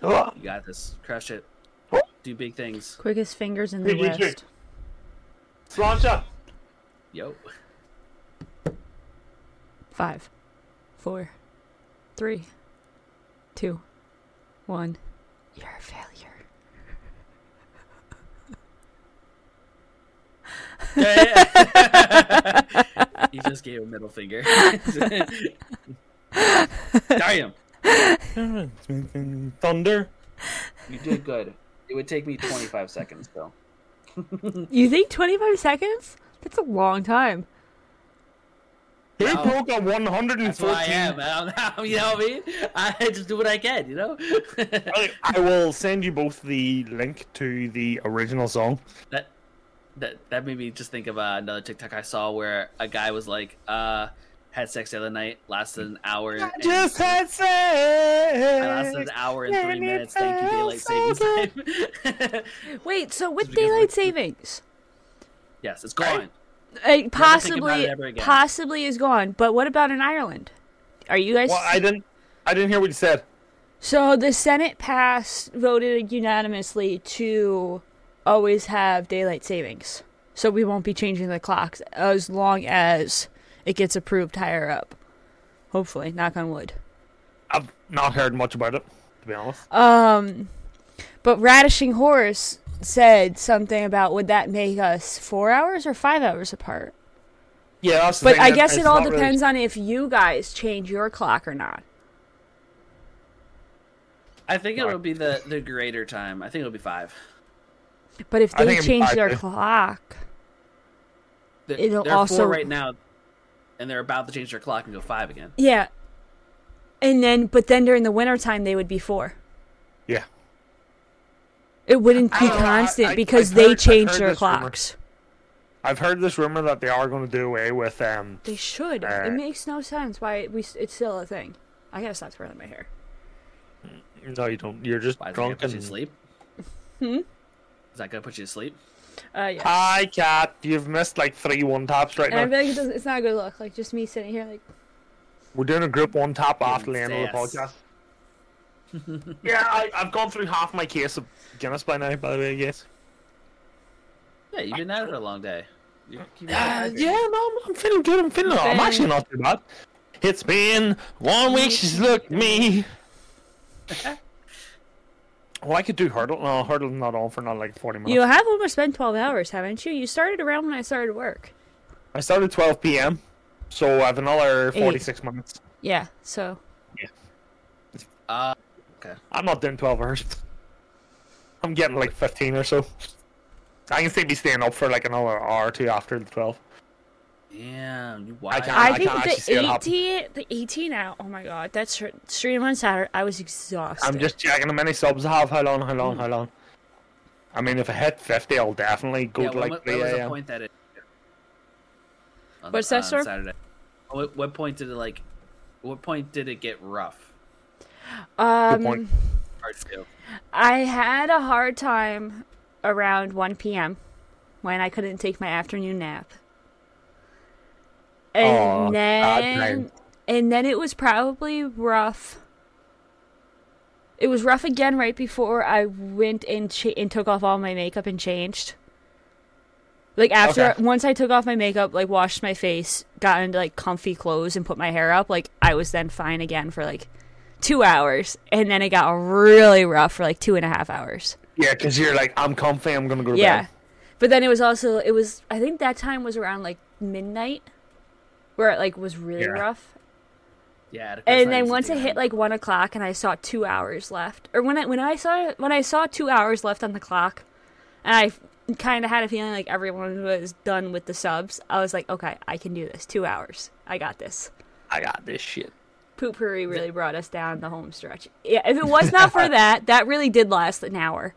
B: Ugh.
A: You got this. Crush it. Do big things.
D: Quickest fingers in the
B: Hey, Richard.
D: West.
B: Sláinte.
A: <laughs> Yo.
D: Five, four, three, two, one. You're a failure.
A: Yeah, yeah. <laughs> you just gave a middle finger. <laughs> Damn.
B: Thunder.
A: You did good. It would take me 25 seconds though.
D: You think 25 seconds? That's a long time.
B: He
A: Wow.
B: broke a
A: That's what I am.
B: 114.
A: I don't know, <laughs> you know what I mean? I just do what I can, you <laughs> know?
B: I, I will send you both the link to the original song.
A: that that that made me just think of uh, another TikTok I saw where a guy was like, uh, had sex the other night, lasted an hour. And,
B: Just had
A: I <laughs> lasted an
B: sex.
A: hour and three
B: Twenty
A: minutes. Thank you, daylight savings time. <laughs>
D: Wait, so with
A: Just because we're-
D: daylight savings,
A: yes, it's gone.
D: it
A: about
D: possibly,
A: it ever again.
D: possibly is gone. But what about in Ireland? Are you guys?
B: Well, I didn't. I didn't hear what you said.
D: So the Senate passed, voted unanimously to always have daylight savings. So we won't be changing the clocks as long as it gets approved higher up. Hopefully, knock on wood.
B: I've not heard much about it, to be honest.
D: Um, but Radishing Horse said something about would that make us four hours or five hours apart?
B: yeah, that's the
D: But
B: thing,
D: I
B: that
D: guess
B: it's
D: it all
B: not really-
D: depends on if you guys change your clock or not.
A: I think
B: Right.
A: it'll be the the greater time. I think it'll be five.
D: But if
B: I
D: they
B: think
D: change
B: I-
D: their clock,
A: There,
D: It'll
A: there are
D: also-
A: four right now, and they're about to change their clock and go five again.
D: yeah. And then, but then during the wintertime, they would be four.
B: Yeah.
D: It wouldn't
B: Oh, I
D: be
B: don't know, I-
D: constant
B: I-
D: because
B: I've
D: they
B: heard- I've
D: changed
B: heard
D: their
B: this rumor.
D: clocks.
B: I've heard this rumor that they are going to do away with um.
D: They should.
B: Uh,
D: it makes no sense why we. s- It's still a thing. I gotta stop twirling my hair.
B: No, you don't. You're just
A: Why is that gonna
B: drunk
A: put you to
B: and.
A: sleep? Hmm? Is that gonna put you to sleep?
D: Uh, yeah.
B: Hi, cat. You've missed like three one taps right
D: and I
B: now.
D: feel like it doesn't, it's not a good look. Like just me sitting here, like
B: We're doing a group one tap after the end of the
A: Yes.
B: podcast.
A: <laughs>
B: yeah, I, I've gone through half my case of Guinness by now. By the way, I guess.
A: Yeah, you've been out for a long day. You- keep-
B: Uh, yeah, no, I'm, I'm feeling good. I'm feeling. I'm actually not too bad. It's been one week since you looked at me. Well, I could do hurdle. No, hurdle's not on for not like forty minutes.
D: You have almost spent 12 hours, haven't you? You started around when I started work.
B: I started 12 p.m., so I have another 46 minutes.
D: Yeah, so.
A: Uh,
B: I'm not doing 12 hours. <laughs> I'm getting like 15 or so. I can still be staying up for like another hour or two after the 12.
A: damn, you
B: I
A: wild.
B: can't.
D: I,
B: I, can't actually
D: think
B: see it
D: the
B: happen.
D: 18, the 18 hour, oh my god, that's sh- stream on Saturday. I was exhausted.
B: I'm just checking how many subs I have. How long? How long? How long? I mean, if I hit 50, I'll definitely go
A: Yeah,
B: to
A: when,
B: like
A: what,
B: 3
A: when was the
B: a.m.
A: point that it? On,
D: What's that,
A: on
D: sir?
A: Saturday. What, what point did it like? What point did it get rough?
B: uh, Good
D: um,
B: point.
A: Hard to.
D: I had a hard time around 1 p.m. when I couldn't take my afternoon nap. And
B: Aw, God,
D: then
B: man.
D: and then it was probably rough. It was rough again right before I went and cha- and took off all my makeup and changed. Like after
B: Okay.
D: once I took off my makeup, like washed my face, got into like comfy clothes and put my hair up, like I was then fine again for like two hours, and then it got really rough for like two and a half hours.
B: Yeah, because you're like, I'm comfy. I'm gonna go to
D: Yeah,
B: bed.
D: but then it was also it was I think that time was around like midnight, where it like was really
B: Yeah.
D: rough.
A: Yeah. it-
D: And
A: it's
D: then
A: not
D: once
A: easy
D: it
A: to
D: hit like one o'clock, and I saw two hours left, or when I when I saw when I saw two hours left on the clock, and I kind of had a feeling like everyone was done with the subs. I was like, okay, I can do this. Two hours, I got this.
B: I got this shit.
D: Poopery really brought us down the home stretch. Yeah, if it was
A: <laughs>
D: not for that, that really did last an hour.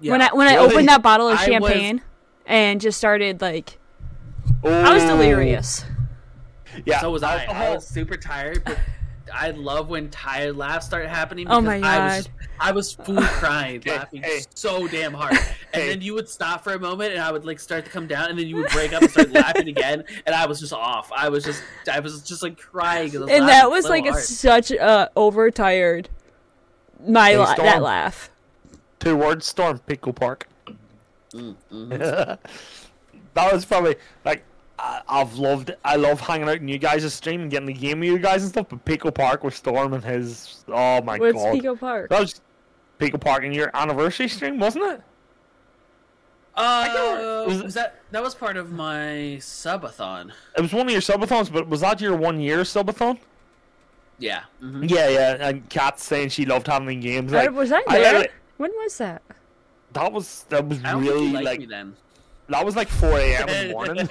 A: Yeah.
D: When I when I
B: Really?
D: opened that bottle of
A: I was-
D: champagne and just started like I was
B: Oh,
D: delirious.
B: Yeah,
A: So was I. I
B: alcohol-
A: was super tired, but I love when tired laughs start happening.
D: Oh
A: because
D: my
A: I was,
D: God.
A: just- I was full
B: <laughs>
A: crying,
B: Hey,
A: laughing
B: hey.
A: so damn
B: <laughs>
A: hard. And
B: Hey.
A: then you would stop for a moment, and I would like start to come down, and then you would break up and start laughing again. And I was just off. I was just, I was just like crying. 'cause I
D: And that
A: laughing
D: was
A: so
D: like a,
A: hard.
D: such a overtired my
B: Hey,
D: la- that
B: Storm.
D: laugh.
B: Two words, Storm Pickle Park. Mm-hmm. <laughs> that was probably like I, I've loved. I love hanging out in you guys' stream and getting the game with you guys and stuff. But Pickle Park with Storm and his oh my
D: With
B: god,
D: Pico Park.
B: that was Pickle Park in your anniversary stream, wasn't it?
A: Uh,
B: was-
A: was that that was part of my subathon?
B: It was one of your subathons, but was that your one year subathon?
A: Yeah. hmm
B: Yeah, yeah. And Kat's saying she loved having the games.
D: I-
B: Like,
D: was I
B: I
D: there?
B: literally-
D: when was that?
B: that was that was
A: I don't
B: really
A: think you liked
B: like
A: me then.
B: that was like 4
A: <laughs>
B: a.m. in the <laughs> morning.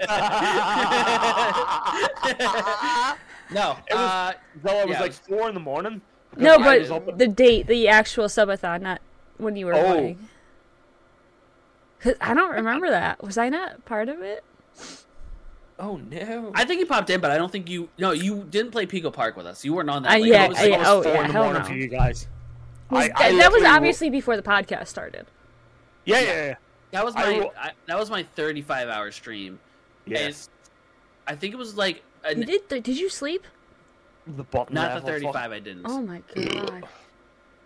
A: No. uh,
B: It was- No, it was
A: Yeah, it
B: like
A: was-
B: four in the morning. because
D: No,
B: I was up
D: but
B: at-
D: the date, the actual subathon, not when you were
B: Oh.
D: playing. 'Cause I don't remember that. Was I not part of it?
B: oh no!
A: I think you popped in, but I don't think you. No, you didn't play Pico Park with us. You weren't on that.
D: Uh,
A: like,
D: yeah,
A: it was,
D: I-
A: like,
D: oh,
B: four
D: yeah,
B: in the
D: hell
B: morning
D: no.
B: for you guys.
D: Was-
B: I-
D: that,
B: I
D: that was
B: literally wo-
D: obviously before the podcast started.
B: Yeah, yeah, yeah.
A: that was
B: I
A: my
B: will-
A: I, that was my 35 hour stream.
B: Yes,
A: I think it was like an,
D: You did? Did you sleep?
B: the bottom.
A: not the
B: level,
A: 35.
B: fuck.
A: I didn't.
D: Oh my god.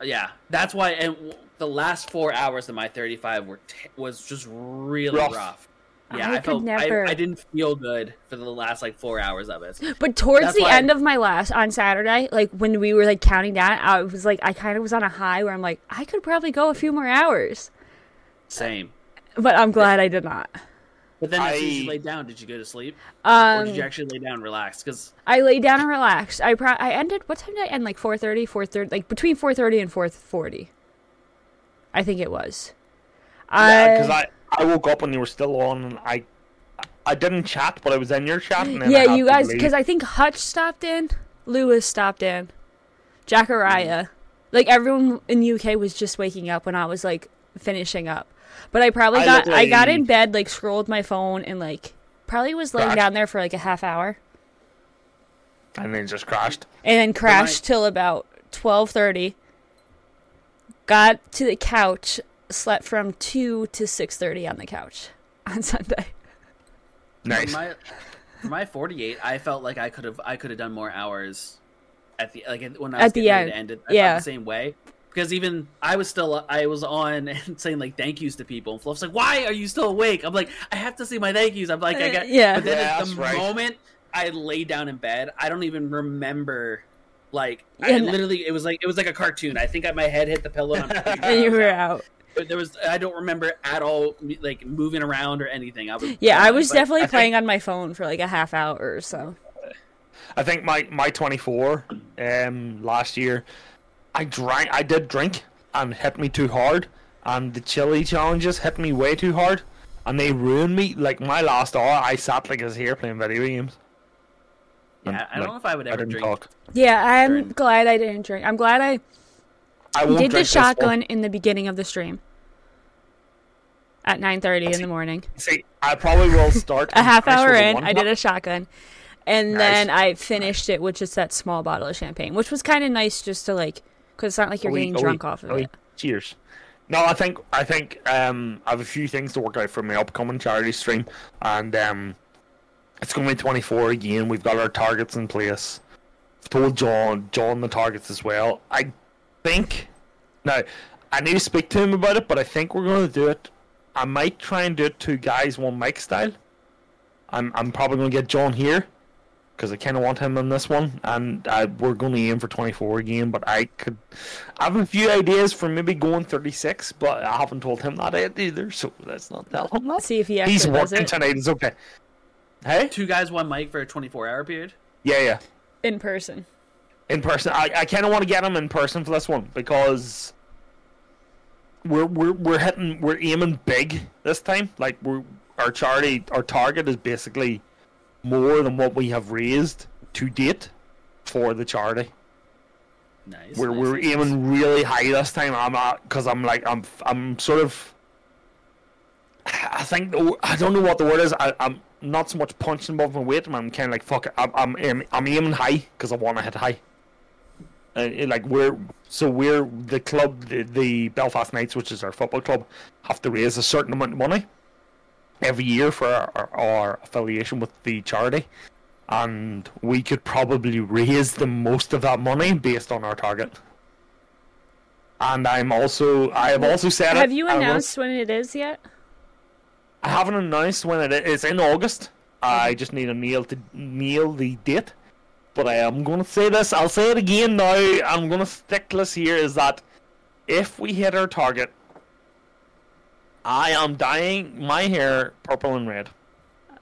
A: Yeah, that's why. And w- the last four hours of my 35 were t- was just really
B: Rough.
A: rough. Yeah,
D: I
A: I,
D: could
A: felt
D: never.
A: I, I didn't feel good for the last like four hours of
D: <gasps>
A: it.
D: But towards
A: That's
D: the
A: why-
D: end of my last on Saturday, like when we were like counting down, I was like, I kind of was on a high where I'm like, I could probably go a few more hours.
A: Same.
D: But I'm glad I did not.
A: But then as soon as
B: I-
A: you laid down, did you go to sleep, or
D: Um,
A: did you actually lay down and relax? Because
D: I lay down and relaxed. I pro- I ended. What time did I end? Like 4:30, 4:30, like between 4:30 and 4:40. I think it was.
B: Yeah,
D: I,
B: because I I woke up and you were still on, and I I didn't chat, but I was in your chat. And then I
D: yeah,
B: had
D: you
B: to
D: guys,
B: leave.
D: because I think Hutch stopped in, Lewis stopped in, Jacariah, like everyone in the UK was just waking up when I was like finishing up. But I probably
B: I
D: got I
B: literally-
D: got in bed, like scrolled my phone, and like probably was laying
B: Crashed.
D: down there for like a half hour,
B: and then just crashed.
D: and then crashed till about twelve thirty. Got to the couch, slept from <laughs> two to six thirty on the couch on Sunday.
B: Nice.
A: my for my 48 i felt like i could have i could have done more hours at the like when i
D: At
A: was
D: the
A: getting ready
D: end,
A: to end it I felt
D: yeah.
A: the same way because even i was still i was on <laughs> and saying like thank yous to people and fluff's like why are you still awake i'm like i have to say my thank yous i'm like i
D: Uh,
A: got
D: yeah.
A: but then
B: Yeah,
A: at the
B: that's right.
A: moment i lay down in bed i don't even remember like I
D: And-
A: literally it was like it was like a cartoon i think I, my head hit the pillow
B: <laughs>
A: and, I'm "Ah."
D: and you were out.
A: but there was i don't remember at all me- like moving around or anything i was
D: Yeah, I was
A: but
D: definitely
B: I
D: playing on my phone for like a half hour or so.
B: I think my my 24 um last year, I drank. I did drink and hit me too hard, and the chili challenges hit me way too hard, and they ruined me. Like my last hour, I sat like I was here playing video games.
A: yeah, i don't know if i would
B: I
A: ever
B: didn't
A: drink
B: talk.
D: Yeah, I'm
A: Drink.
D: glad I didn't drink. I'm glad I
B: I won't
D: did the
B: drink this one.
D: shotgun in the beginning of the stream at 9:30 in the morning.
B: See, I probably will start
D: <laughs> A half hour in,
B: I
D: I did a shotgun, and
B: Nice.
D: then I finished it with just that small bottle of champagne, which was kind of nice just to like, because it's not like you're
B: Are we-
D: getting
B: are we-
D: drunk off of
B: are we-
D: it.
B: Cheers. No, I think I think um, I have a few things to work out for my upcoming charity stream, and um, it's going to be 24 again. We've got our targets in place. I've told John, John the targets as well. I think now I need to speak to him about it, but I think we're going to do it. I might try and do it two guys, one mic style. I'm I'm probably going to get John here because I kind of want him in this one, and uh, we're going to aim for 24 again. But I could, I have a few ideas for maybe going 36, but I haven't told him that yet either. So let's not tell him that.
D: See if he actually
B: He's
D: does
B: working
D: it
B: tonight. It's okay. Hey,
A: two guys one mic for a 24 hour period
B: yeah, yeah,
D: in person.
B: in person. I, I kind of want to get him in person for this one because we're we're we're hitting we're aiming big this time. Like we're our charity our target is basically more than what we have raised to date for the charity.
A: nice
B: we're
A: nice,
B: we're
A: nice.
B: aiming really high this time. I'm because I'm like I'm I'm sort of. I think the w- I don't know what the word is. I, I'm not so much punching above my weight. I'm kind of like fuck. It. I'm I'm aim- I'm aiming high because I want to hit high. And it- like we're so we're the club the, the Belfast Knights, which is our football club, have to raise a certain amount of money every year for our, our, our affiliation with the charity, and we could probably raise the most of that money based on our target. And I'm also I have also said it,
D: Have you
B: I will-
D: announced when it is yet?
B: I haven't announced when it is. It's in August. I just need a nail to nail the date. But I am going to say this. I'll say it again now. I'm going to stick to this here is that if we hit our target, I am dyeing my hair purple and red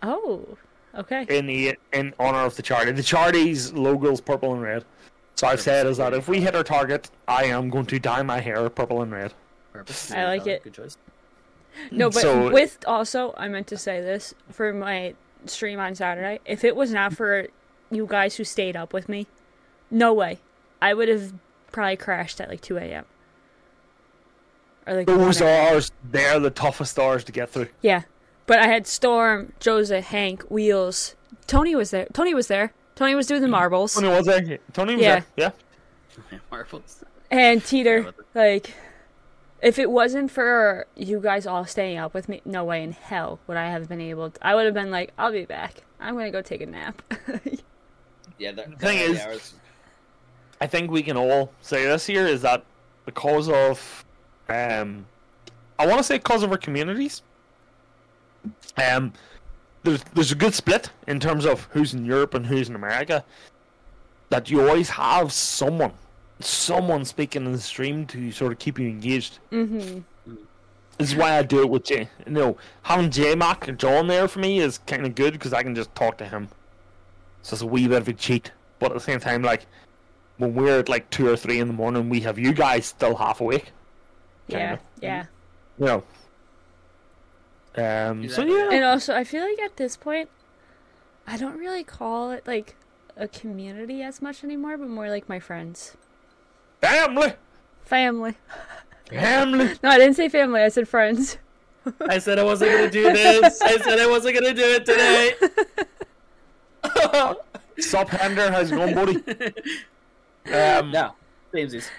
D: Oh, okay.
B: in the in honor of the charity. The charity's logo is purple and red. So I've said is that if we hit our target, I am going to dye my hair purple and red.
A: Purpose.
D: I like it.
A: Good choice.
D: No, but
B: So-
D: with also, I meant to say this for my stream on Saturday. If it was not for you guys who stayed up with me, no way. I would have probably crashed at like 2 a.m. Or like one
B: Those
D: a.m.
B: stars, they're the toughest stars to get through.
D: Yeah. But I had Storm, Jose, Hank, Wheels. Tony was there. Tony was there. Tony was doing the marbles.
B: Tony was there. Tony was
D: Yeah.
B: there. Yeah.
A: Marbles.
D: And Teeter, like, if it wasn't for you guys all staying up with me, no way in hell would I have been able to. I would have been like, I'll be back. I'm going to go take a nap. <laughs>
A: Yeah, that,
B: Thing
A: that
B: is-
A: hours-
B: I think we can all say this here is that because of, um, I want to say because of our communities, um, there's there's a good split in terms of who's in Europe and who's in America. That you always have someone, someone speaking in the stream to sort of keep you engaged.
D: hmm
B: This is why I do it with Jay. No, having J Mac and John there for me is kind of good because I can just talk to him. So it's a wee bit of a cheat, but at the same time, like when we're at like two or three in the morning, we have you guys still half awake.
D: Yeah.
B: Kinda.
D: Yeah.
B: You know. Um. So
A: Exactly.
B: yeah.
D: And also, I feel like at this point, I don't really call it like a community as much anymore, but more like my friends.
B: Family,
D: Family.
A: <laughs>
B: family.
D: No, I didn't say family. I said friends.
A: I said I wasn't gonna do this. I said I wasn't gonna do it today. <laughs>
B: Subhander has gone, buddy. Um.
A: No, Jamesies.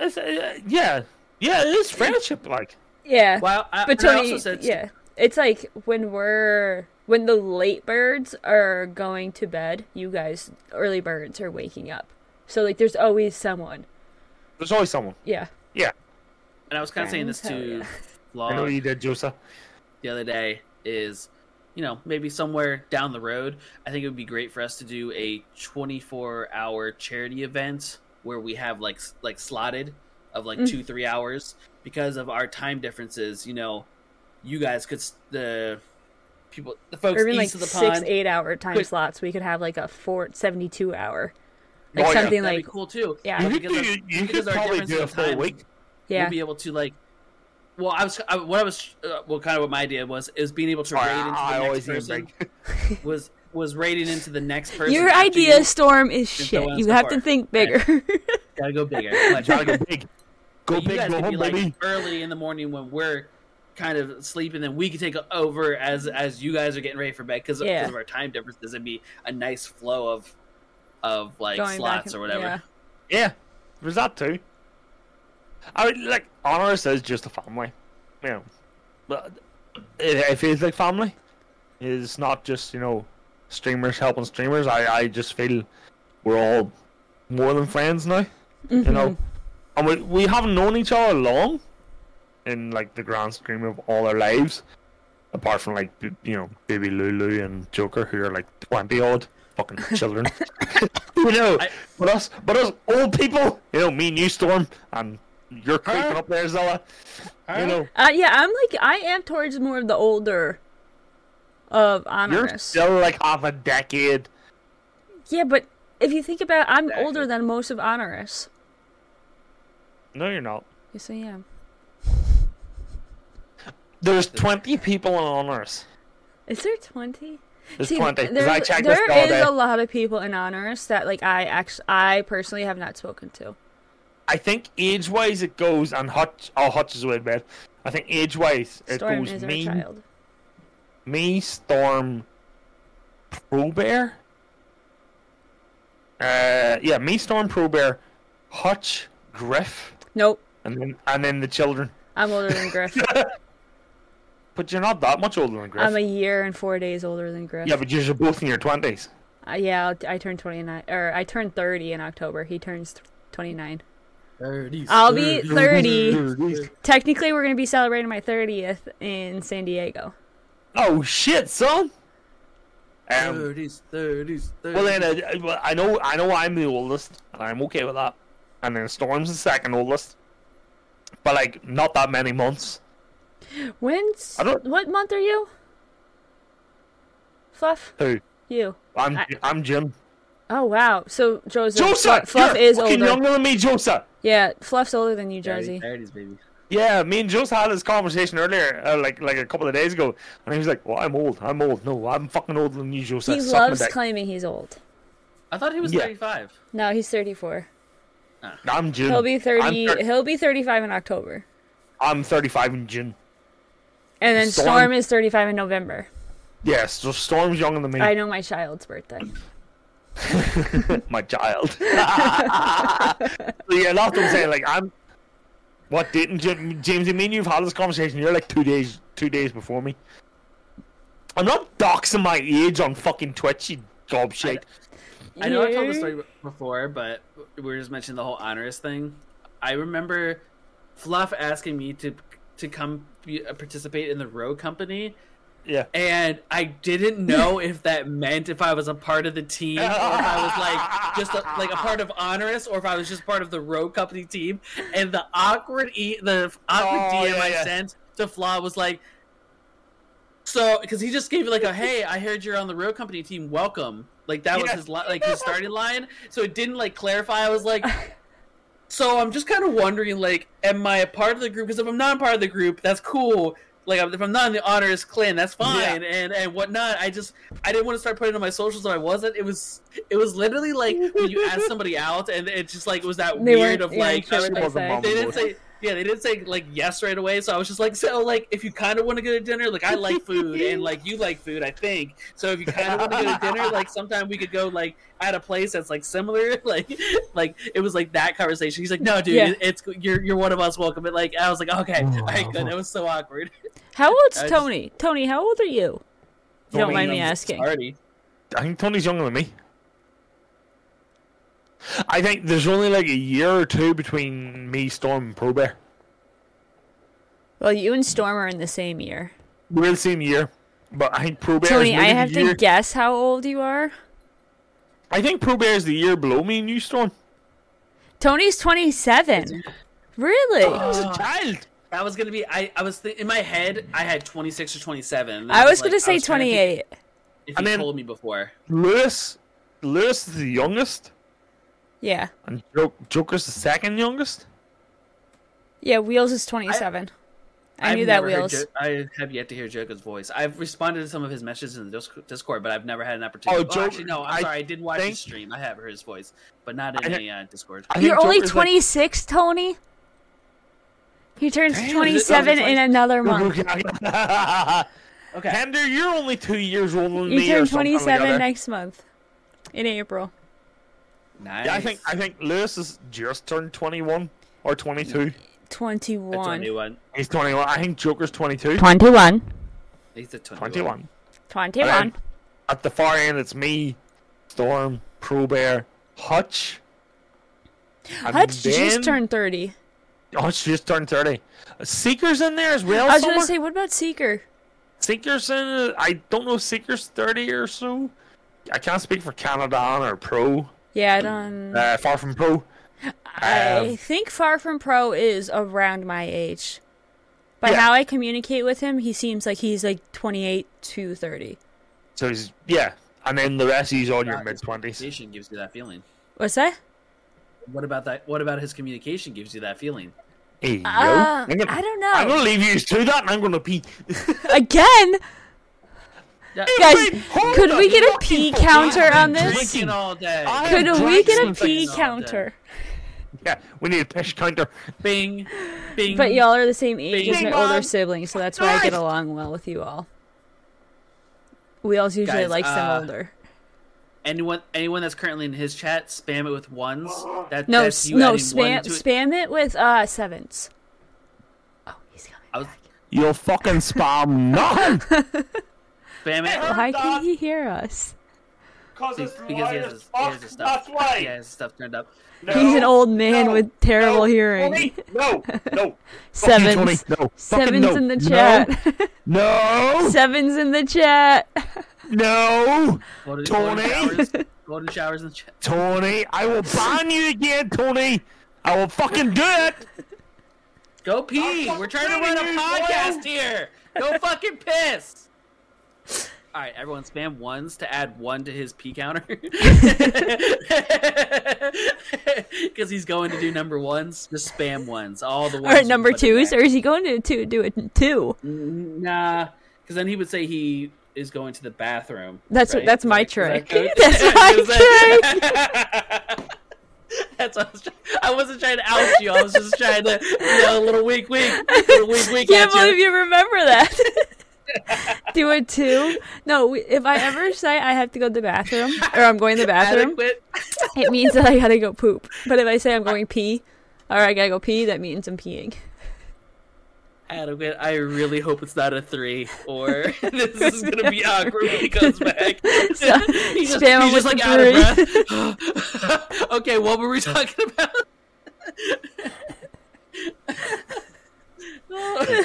B: it's, uh, yeah. Yeah. It is friendship, like.
D: <laughs> Yeah.
A: Well, I,
D: but
A: and I
D: Tony,
A: also said
D: yeah, it's like when we're when the late birds are going to bed, you guys early birds are waking up. So like there's always someone.
B: There's always someone.
D: Yeah.
B: Yeah,
A: And I was kind of saying this
D: Friends,
A: to
D: hell yeah.
A: Vlog
B: I know you did, Josa.
A: the other day is, you know, maybe somewhere down the road, I think it would be great for us to do a 24 hour charity event where we have like s- like slotted of
D: Mm.
A: like two three hours because of our time differences. You know, you guys could s- the people the folks
D: Or even
A: east
D: like
A: of the
D: six,
A: pond.
D: eight hour time
A: Quick.
D: slots. We could have like a four seventy two hour.
B: Oh,
D: Like
B: yeah.
D: something
A: That'd
D: like
A: be cool too.
D: Yeah.
A: But
B: You could,
A: because
B: do,
A: of-
B: you
A: because
B: could
A: our
B: probably
A: difference
B: do a
A: in
B: full
A: time-
B: week.
D: yeah.
A: we'll be able to like. Well, I was I, what I was uh, well, kind of what my idea was is being able to raid into the
B: I
A: next
B: always need a
A: person
B: break.
A: was was raiding into the next person.
D: Your
A: after
D: idea,
A: you.
D: Storm, is
A: so
D: shit.
A: on
D: You
A: so
D: have to
A: forth.
D: think bigger. <laughs>
A: gotta go bigger.
B: <laughs>
A: Much
B: Gotta go big. Go
A: But you
B: big,
A: guys
B: go
A: could
B: home,
A: be like
B: baby.
A: early in the morning when we're kind of sleeping, then we could take over as as you guys are getting ready for bed because
D: Yeah.
A: of our time differences. It'd be a nice flow of of like
D: Going back
A: slots
D: and-
A: or whatever.
D: yeah.
B: Yeah, there's that too. I mean, like, honor says just a family. You know, but it, it feels like family. It's not just you know streamers helping streamers. I I just feel we're all more than friends now. You know, and we we haven't known each other long in like the grand scheme of all our lives, apart from like b- you know baby Lulu and Joker who are like twenty odd fucking children. <laughs> you know,
A: I-
B: but us, but us old people. You know, me, and you, Storm, and you're creeping up there, Zella. You know,
D: Uh, yeah, I'm like I am towards more of the older of
B: you're
D: Honorus.
B: still like half a decade.
D: yeah, but if you think about, I'm
A: Exactly.
D: older than most of Honorus.
B: No, you're not.
D: Yes, I am.
B: There's twenty people on honors.
D: Is there twenty?
B: There's
D: See,
B: twenty. 'cause
D: there's-
B: I checked this
D: there
B: the
D: is
B: other day.
D: a lot of people in Honorus that like I actually I personally have not spoken to.
B: I think age wise it goes and Hutch oh Hutch is away to bed. I think age wise it
D: Storm
B: goes
D: is our
B: me,
D: child.
B: me, Storm, Pro Bear. Uh, yeah, me, Storm, Pro Bear, Hutch, Griff,
D: Nope,
B: and then and then the children. <laughs>
D: I'm older than Griff.
B: But you're not that much older than Griff.
D: I'm a year and four days older than Griff.
B: yeah, but you're both in your twenties.
D: Uh, yeah, I'll- I turned 29, or I turned 30 in October. He turns th- 29. I'll be
B: <laughs>
D: 30. Technically, we're going to be celebrating my 30th in San Diego.
B: Oh shit, son. Um,
A: Thirties, thirties,
B: well then, uh, well, I know I know I'm the oldest, and I'm okay with that. And then Storm's the second oldest, but like not that many months.
D: When's.
B: I don't-
D: What month are you? Fluff?
B: Who?
D: You.
B: I'm
D: I-
B: I'm Jim.
D: Oh, wow. So, Joseph.
B: Joseph,
D: Fluff, Fluff
B: you're
D: is
B: fucking
D: older.
B: younger than me, Joseph.
D: Yeah, Fluff's older than you, Josie.
A: Thirties, baby.
B: Yeah, me and Joseph had this conversation earlier, uh, like like a couple of days ago, and he was like, "Well, I'm old. I'm old. No, I'm fucking older than you, Joseph."
D: He
B: Suck my
D: loves
B: dick."
D: claiming he's old.
A: I thought he was
B: Yeah.
A: thirty-five.
D: No, he's 34.
B: I'm June.
D: He'll be 30.
B: I'm, thir-
D: he'll be 35 in October.
B: I'm 35 in June.
D: And then
B: Storm-
D: Storm is 35 in November.
B: Yes, so Storm's younger than me.
D: I know my child's birthday.
B: <laughs> my child. so yeah, that's what I'm saying. Like I'm. What didn't Jim, James? I mean, you've had this conversation. You're like two days, two days before me. I'm not doxing my age on fucking Twitch, you gobshite.
A: I know I've told this
D: Yeah.
A: story before, but we were just mentioning the whole honors thing. I remember Fluff asking me to to come be, uh, participate in the row company,
B: Yeah.
A: and I didn't know if that meant if I was a part of the team or if I was like just a, like a part of Honorous or if I was just part of the road company team. And the awkward e- the awkward
B: Oh,
A: DM
B: yeah,
A: I
B: yeah.
A: sent to Flaw was like, so because he just gave me like a hey, I heard you're on the road company team, welcome. Like that was
B: Yeah.
A: his li- like
B: <laughs>
A: his starting line. So it didn't like clarify. I was like. So I'm just kind of wondering, like, am I a part of the group? Because if I'm not a part of the group, that's cool. Like, if I'm not in the honors clan, that's fine, and and whatnot. I just I didn't want to start putting it on my socials that I wasn't. It was it was literally like when you ask somebody out, and it's just like it was that
D: <laughs> They
A: weird of
D: weren't- yeah,
A: like
D: sure what
B: She
D: they
B: wasn't
D: say.
B: mom.
A: they didn't say yeah they didn't say like yes right away. So I was just like so like if you kind of want to go to dinner, like I like food and like you like food, I think. So if you kind of want to go to dinner, like sometime we could go like at a place that's like similar, <laughs> like like it was like that conversation. He's like, no, dude,
D: Yeah.
A: it- it's you're you're one of us. Welcome. And like I
D: <laughs>
A: was like, okay, all right, good. That was so awkward.
D: How old's
A: I just-
D: Tony? Tony, how old are you? You don't
B: Tony-
D: mind me asking.
A: Already.
B: I think Tony's younger than me. I think there's only like a year or two between me, Storm, and Pro Bear.
D: Well, you and Storm are in the same year.
B: We're the same year, but I think Pro Bear. is
D: Tony, I
B: maybe the
D: have to
B: year-
D: guess how old you are.
B: I think Pro Bear is the year below me and you, Storm.
D: Tony's 27. Really?
B: I was a child.
A: That was gonna be. I, I was th- in my head. I had 26 or 27. and
D: I was
A: like-
D: going to
A: I
D: say
A: was trying to think
D: 28.
A: If you
B: And then-
A: told me before,
B: Lewis, Lewis is the youngest,
D: Yeah.
B: and jo- Joker's the second youngest.
D: Yeah, Wheels is 27. I,
A: I've
D: knew that
A: never heard
D: Wheels.
A: Jo- I have yet to hear Joker's voice. I've responded to some of his messages in the Dis- Discord, but I've never had an opportunity.
B: Oh,
A: Oh,
B: Jo-
A: actually, no. I'm
B: I
A: sorry. I did watch
B: think-
A: his stream. I have heard his voice, but not in
B: I-
A: the uh, Discord.
B: I think
D: You're only
B: Joker's like-
D: 26, Tony? He turns
B: Damn, is it-
D: 27 in
A: 26?
D: another month.
B: <laughs>
A: Okay.
B: Hender, you're only two years older than
D: You
B: me.
D: turn
B: or something or
D: 27
B: other.
D: next month. In April.
A: Nice.
B: Yeah, I think I think Lewis has just turned 21 or 22.
D: 21.
A: That's a new one.
B: He's 21. I think Joker's 22.
D: 21.
A: He's a 21.
B: 21.
D: 21.
B: At the far end, it's me, Storm, Pro Bear, Hutch. and
D: Hutch
B: then-
D: just turned 30.
B: Hutch just turned 30. Seeker's in there as well.
D: I was going
B: somewhere.
D: to say, what about Seeker?
B: Seeker's in. I don't know if Seeker's 30 or so. I can't speak for Canada or Pro.
D: Yeah, I don't.
B: Uh, far from Pro.
D: I
B: Um,
D: think Far From Pro is around my age. By
B: Yeah.
D: how I communicate with him, he seems like he's like 28 to 30.
B: So he's yeah, and then the rest he's on your
A: Uh,
B: mid twenties.
A: Communication gives you that feeling.
D: What's that?
A: What about that? What about his communication gives you that feeling?
B: Hey, yo,
D: Uh,
B: I'm gonna,
D: I don't know.
B: I'm gonna leave you to that, and I'm gonna pee. <laughs>
D: Again?
A: Yeah.
D: Guys,
B: Wait, hold
D: could
B: the
D: we get a
B: fucking
D: pee
B: phone.
D: counter on this?
A: Drinking all day.
B: I-
D: Could
B: am
D: we
B: drunk
D: get a
B: since
D: pee
A: I saw
D: counter?
B: Yeah, we need a pish counter.
A: Bing, bing.
D: But y'all are the same age
A: Bing
D: as my
B: bong.
D: older siblings, so that's why I get
B: Nice.
D: along well with you all. Wheels usually
A: Guys,
D: likes
A: uh,
D: them older.
A: anyone anyone that's currently in his chat, spam it with ones. That
D: No,
A: that's
D: s-
A: you
D: no,
A: adding one
D: spam
A: to it.
D: spam it with uh sevens. Oh, he's coming.
A: I was
B: You'll fucking spam <laughs> nothing.
A: spam it.
D: Why
B: Dog.
D: Oh, can he hear us?
B: Cause
A: Be- because he has, his, he has his stuff. He has his stuff turned up.
D: He's an old man
B: no,
D: with terrible hearing.
B: No,
D: <laughs>
B: no.
D: Sevens.
B: Tony, no. Fucking
D: Sevens
B: no.
D: in the
B: No.
D: chat. <laughs>
B: No,
D: Sevens in the chat.
B: no,
A: Golden, golden
B: Tony.
D: <laughs>
A: showers. Golden showers in the chat.
B: Tony. I will ban you again, Tony. I will fucking do it.
A: Go pee. We're trying to run a podcast here. Go fucking piss. All right, everyone, spam ones to add one to his pee counter <laughs> because he's going to do number ones. Just spam ones all the way.
D: Or number twos, or is he going to two, do it in two?
A: Mm, Nah, because then he would say he is going to the bathroom.
D: That's
A: right?
D: that's my
A: Is that-
D: trick.
A: <laughs> is
D: <laughs> That's my
A: that-
D: trick.
A: <laughs> That's what I was trying. I wasn't trying to out you. I was just trying to, you know, a little weak, weak, little weak, weak.
D: Can't
A: at you.
D: believe you remember that. <laughs> do it two. No, we- if I ever say I have to go to the bathroom or I'm going
A: <laughs>
D: to the bathroom,
A: Adequate.
D: it means that I gotta go poop. But if I say I'm going pee or I gotta go pee, that means I'm peeing. <laughs>
A: Adequate. I really hope it's not a three, or <laughs> this is gonna
D: <laughs>
A: be awkward when he comes back.
D: So,
A: <laughs> he's just,
D: spam him
A: he's just
D: with
A: like
D: the
A: out of breath. <laughs> okay, what were we talking about?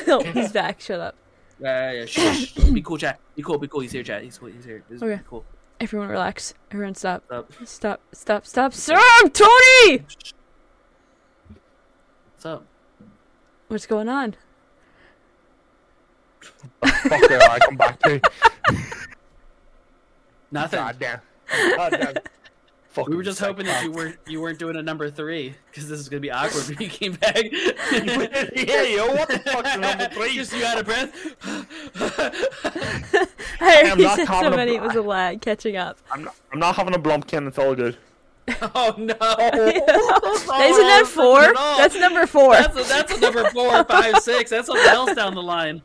D: no, he's back. Shut up.
A: Yeah, yeah, shh, shh. Be cool, chat. Be cool. Be cool. He's here, chat. He's cool. He's here. This is
D: Okay.
A: cool.
D: Everyone relax. Everyone stop.
A: Up.
D: Stop, stop, stop. Stop, Tony!
A: What's up?
D: What's going on? <laughs>
B: Fucker, I come back to.
A: Nothing.
B: God damn. God damn.
A: We were just hoping that you weren't you weren't doing a number three because this is gonna be awkward when you came
B: <laughs>
A: back.
B: <laughs> yeah, yo, what the fuck's <laughs> number three?
A: Just you out of breath. <laughs>
D: I
B: am
D: already
B: not
D: said so
B: coming up-
D: many. It was a lag catching up.
B: I'm, not, I'm not having a blumpkin. It's all good.
A: Oh
D: <laughs>
A: no!
D: Isn't that four?
A: at all.
D: That's number four. <laughs>
A: That's a, that's a number four, five, six. That's something else down the line.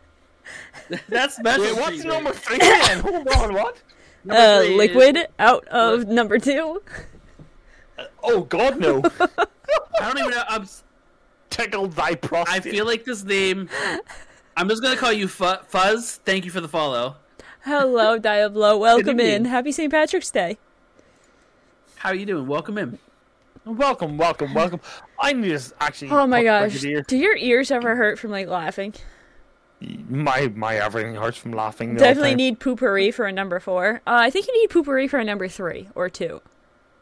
A: That's special.
B: Wait, what's
A: treatment.
B: number three? <laughs> Then? Hold on, what?
A: Number
D: uh,
A: three is-
D: liquid out of number two.
B: Oh God, <laughs> no!
A: I don't even know. I'm, s-
B: Tickle thy prostate.
A: I feel like this name. I'm just gonna call you Fu- Fuzz. Thank you for the follow.
D: Hello, Diablo. Welcome in.
B: evening.
D: Happy St. Patrick's Day.
A: How are you doing? Welcome in.
B: Welcome, welcome, welcome. I need to s- actually.
D: Oh my
B: put
D: gosh.
B: Brigadier-
D: Do your ears ever hurt from like laughing?
B: My my everything hurts from laughing. the whole
D: Definitely
B: time.
D: need poopery for a number four. Uh, I think you need poopery for a number three or two.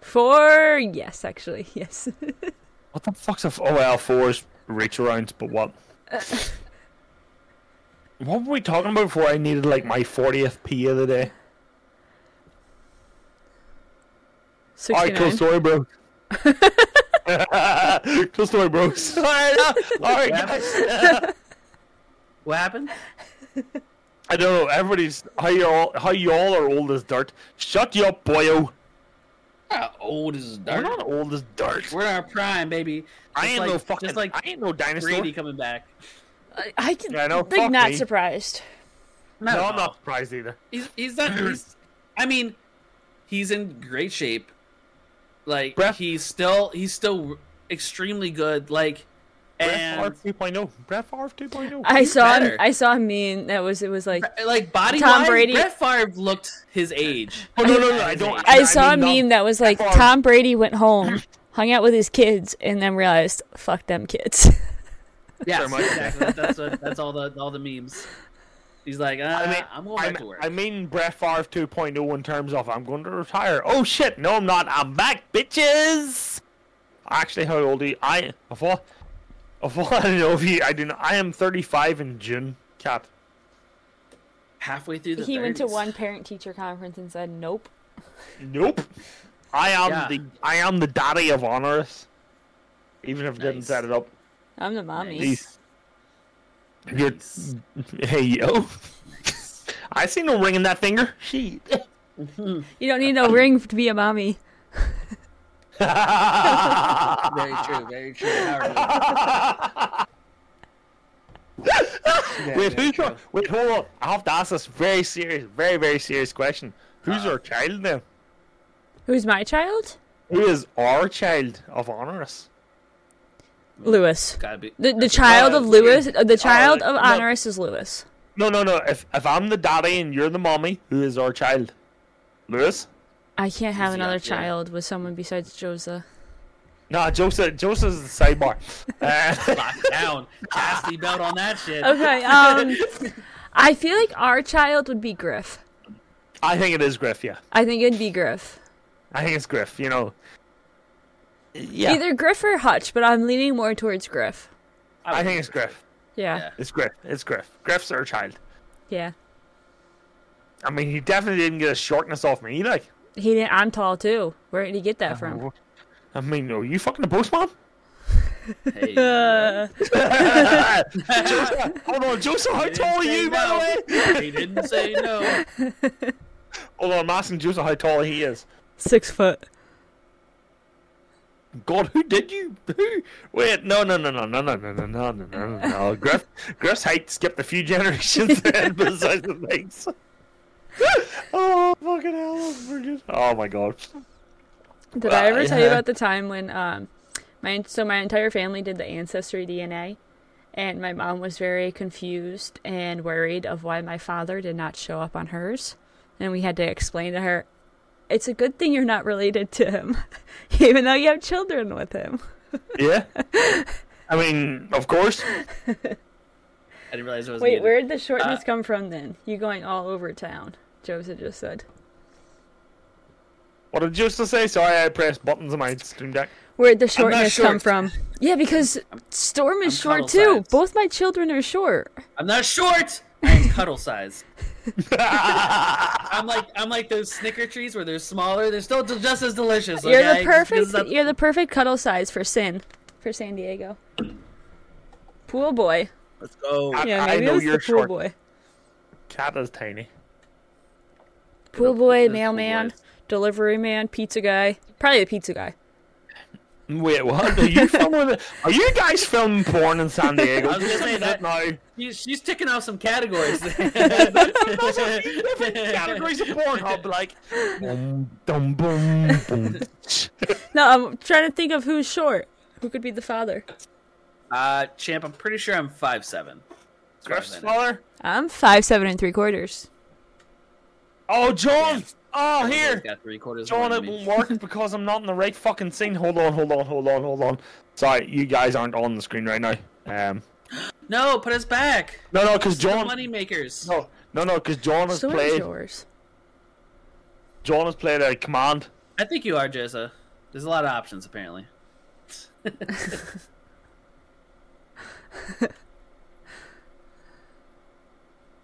D: Four, yes, actually, <laughs> yes.
B: What the fuck's a f- oh well fours reach arounds, but what?
D: <laughs>
B: what were we talking about before? I needed like my fortieth p of the day. All right, cool
D: <laughs> 69.
B: story, bro. <laughs> cool story, bro. All right, uh, all right, guys.
A: What happened?
B: I don't know. Everybody's how you all how you all are old as dirt. Shut you up, boyo.
A: How old is
B: We're
A: dirt?
B: not old as dirt.
A: We're in our prime, baby. Just
B: I ain't
A: like,
B: no fucking.
A: Just like
B: I ain't no dinosaur.
A: Brady coming back.
D: I, I can,
B: Yeah, I know,
D: like,
B: fuck
D: not
B: me.
D: surprised.
A: Not
B: no,
A: at
B: I'm
A: all.
B: not surprised either.
A: He's he's not. He's, I mean, he's in great shape. Like
B: Breath-
A: he's still he's still extremely good. Like
B: Brett Favre
A: and
B: 2.0. Brett Favre 2.0.
D: I saw,
A: better.
D: I saw a meme that was, it was like,
A: like body
D: Tom
A: wise,
D: Brady-
A: Brett Favre looked his age.
B: Oh, no, no, no, I don't.
D: I saw a
B: mean not-
D: meme that was like,
B: Favre.
D: Tom Brady
B: <clears throat>
D: went home, hung out with his kids, and then realized, fuck them kids.
A: Yeah,
B: Fair much.
A: exactly. That's what, that's all the all the memes. He's like, uh, I
B: I mean,
A: am going back
B: I'm-
A: to work.
B: I mean Brett Favre 2.0 in terms of I'm going to retire. Oh shit! No, I'm not. I'm back, bitches. Actually, how old are you? I of all, of all <laughs> I don't know if you, I do not. I am 35 in June. Cat.
A: Halfway through the
D: he went to
A: 30s.
D: one parent teacher conference and said, nope.
B: Nope. I am
A: Yeah.
B: the I am the daddy of honors. Even if I didn't
A: Nice.
B: set it up.
D: I'm the mommy.
B: Jeez. You're,
A: Nice.
B: <laughs> hey yo. <laughs> I see no ring in that finger. She. <laughs>
A: <laughs>
D: You don't need no ring to be a mommy.
A: Very true. Very true. Howard.
B: <laughs> Wait, who's your, wait, hold on. I have to ask this very serious, very, very serious question. Who's our child now?
D: Who's my child?
B: Who is our child of honors?
D: Lewis.
A: Gotta be.
D: The, the child of Lewis, uh, the child
B: like,
D: of
B: Oh, no.
D: Honoris is Lewis.
B: No, no, no. If if I'm the daddy and you're the mommy, who is our child? Lewis?
D: I can't have
A: Easy
D: another
A: up, yeah.
D: child with someone besides Joseph.
B: Nah, Joseph. Joseph's the sidebar. Uh, <laughs>
A: Locked down. Chastity belt on that shit.
D: <laughs> Okay,
B: <laughs>
D: um, I feel like our child would be Griff.
B: I think it is Griff. Yeah,
D: I think it'd be Griff.
B: I think it's Griff. You know. Yeah,
D: Either Griff or Hutch, but I'm leaning more towards Griff.
B: I think it's Griff.
D: Yeah,
B: It's Griff. It's Griff. Griff's our child.
D: yeah.
B: I mean, he definitely didn't get a shortness off me. Like,
D: He didn't, I'm tall too. Where did he get that from?
B: I mean, are you fucking the postman?
A: Hey,
B: Joseph, hold on, Joseph, how
A: he
B: tall are
A: didn't
B: you,
A: say
B: by the way?
A: no. He didn't say no.
B: Hold on, I'm asking Joseph how tall he is.
D: Six foot.
B: God, who did you? Who? Wait, no, no, no, no, no, no, no, no, no, no, no, no, no. Griff, Griff's height skipped a few generations <laughs> ahead besides the legs. oh, fucking hell, that's brilliant. Oh, my God.
D: Did I ever
B: Well,
D: tell you
B: yeah.
D: about the time when um my so my entire family did the ancestry DNA and my mom was very confused and worried of why my father did not show up on hers and we had to explain to her it's a good thing you're not related to him <laughs> even though you have children with him.
B: Yeah? I mean, of course.
A: I didn't realize it was.
D: Wait,
A: muted.
D: where did the shortness
A: Uh,
D: come from then? You going all over town, Joseph just said.
B: What did Joseph say? Sorry, I pressed buttons on my stream deck. <laughs>
D: Where'd the shortness come
A: short.
D: from? Yeah, because Storm is
A: I'm
D: short
A: cuddle
D: too.
A: sized.
D: Both my children are short.
A: I'm not short. I'm cuddle size. I'm like I'm like those Snicker trees where they're smaller. They're still ju- just as delicious.
D: You're
A: okay?
D: the
A: Just because
D: perfect.
A: that-
D: You're the perfect cuddle size for Sin, for San Diego. Pool boy.
A: Let's go.
D: Yeah,
B: I
D: maybe
B: know
D: it was the
B: you're
D: pool
B: short.
D: boy.
B: Cat is tiny.
D: Pool boy,
A: Pool
D: mailman,
A: boys.
D: delivery man, pizza guy. Probably the pizza guy.
B: Wait, what? Are you filming? Are you guys filming porn in <laughs> San Diego?
A: I was gonna say that-
B: now.
A: She's, she's ticking off some categories.
B: <laughs> Different <laughs> categories of porn hub, like. Boom, dum, boom, <laughs> boom.
D: No, I'm trying to think of who's short. Who could be the father?
A: <laughs> uh, champ, I'm pretty sure I'm five seven.
B: Griff's father.
D: I'm five seven and three quarters.
B: Oh, John!
A: Yeah.
B: Oh, here!
A: Got three quarters.
B: John,
A: more
B: it
A: than me. <laughs>
B: won't work because I'm not in the right fucking scene. Hold on, hold on, hold on, hold on. Sorry, you guys aren't on the screen right now. Um,
A: No, put us back.
B: no, no, because
A: John...
B: John,
A: Money makers.
B: no, no, no, because John has
D: So what is
B: played.
D: yours?
B: John has played a command.
A: I think you are, Jessa. There's a lot of options apparently.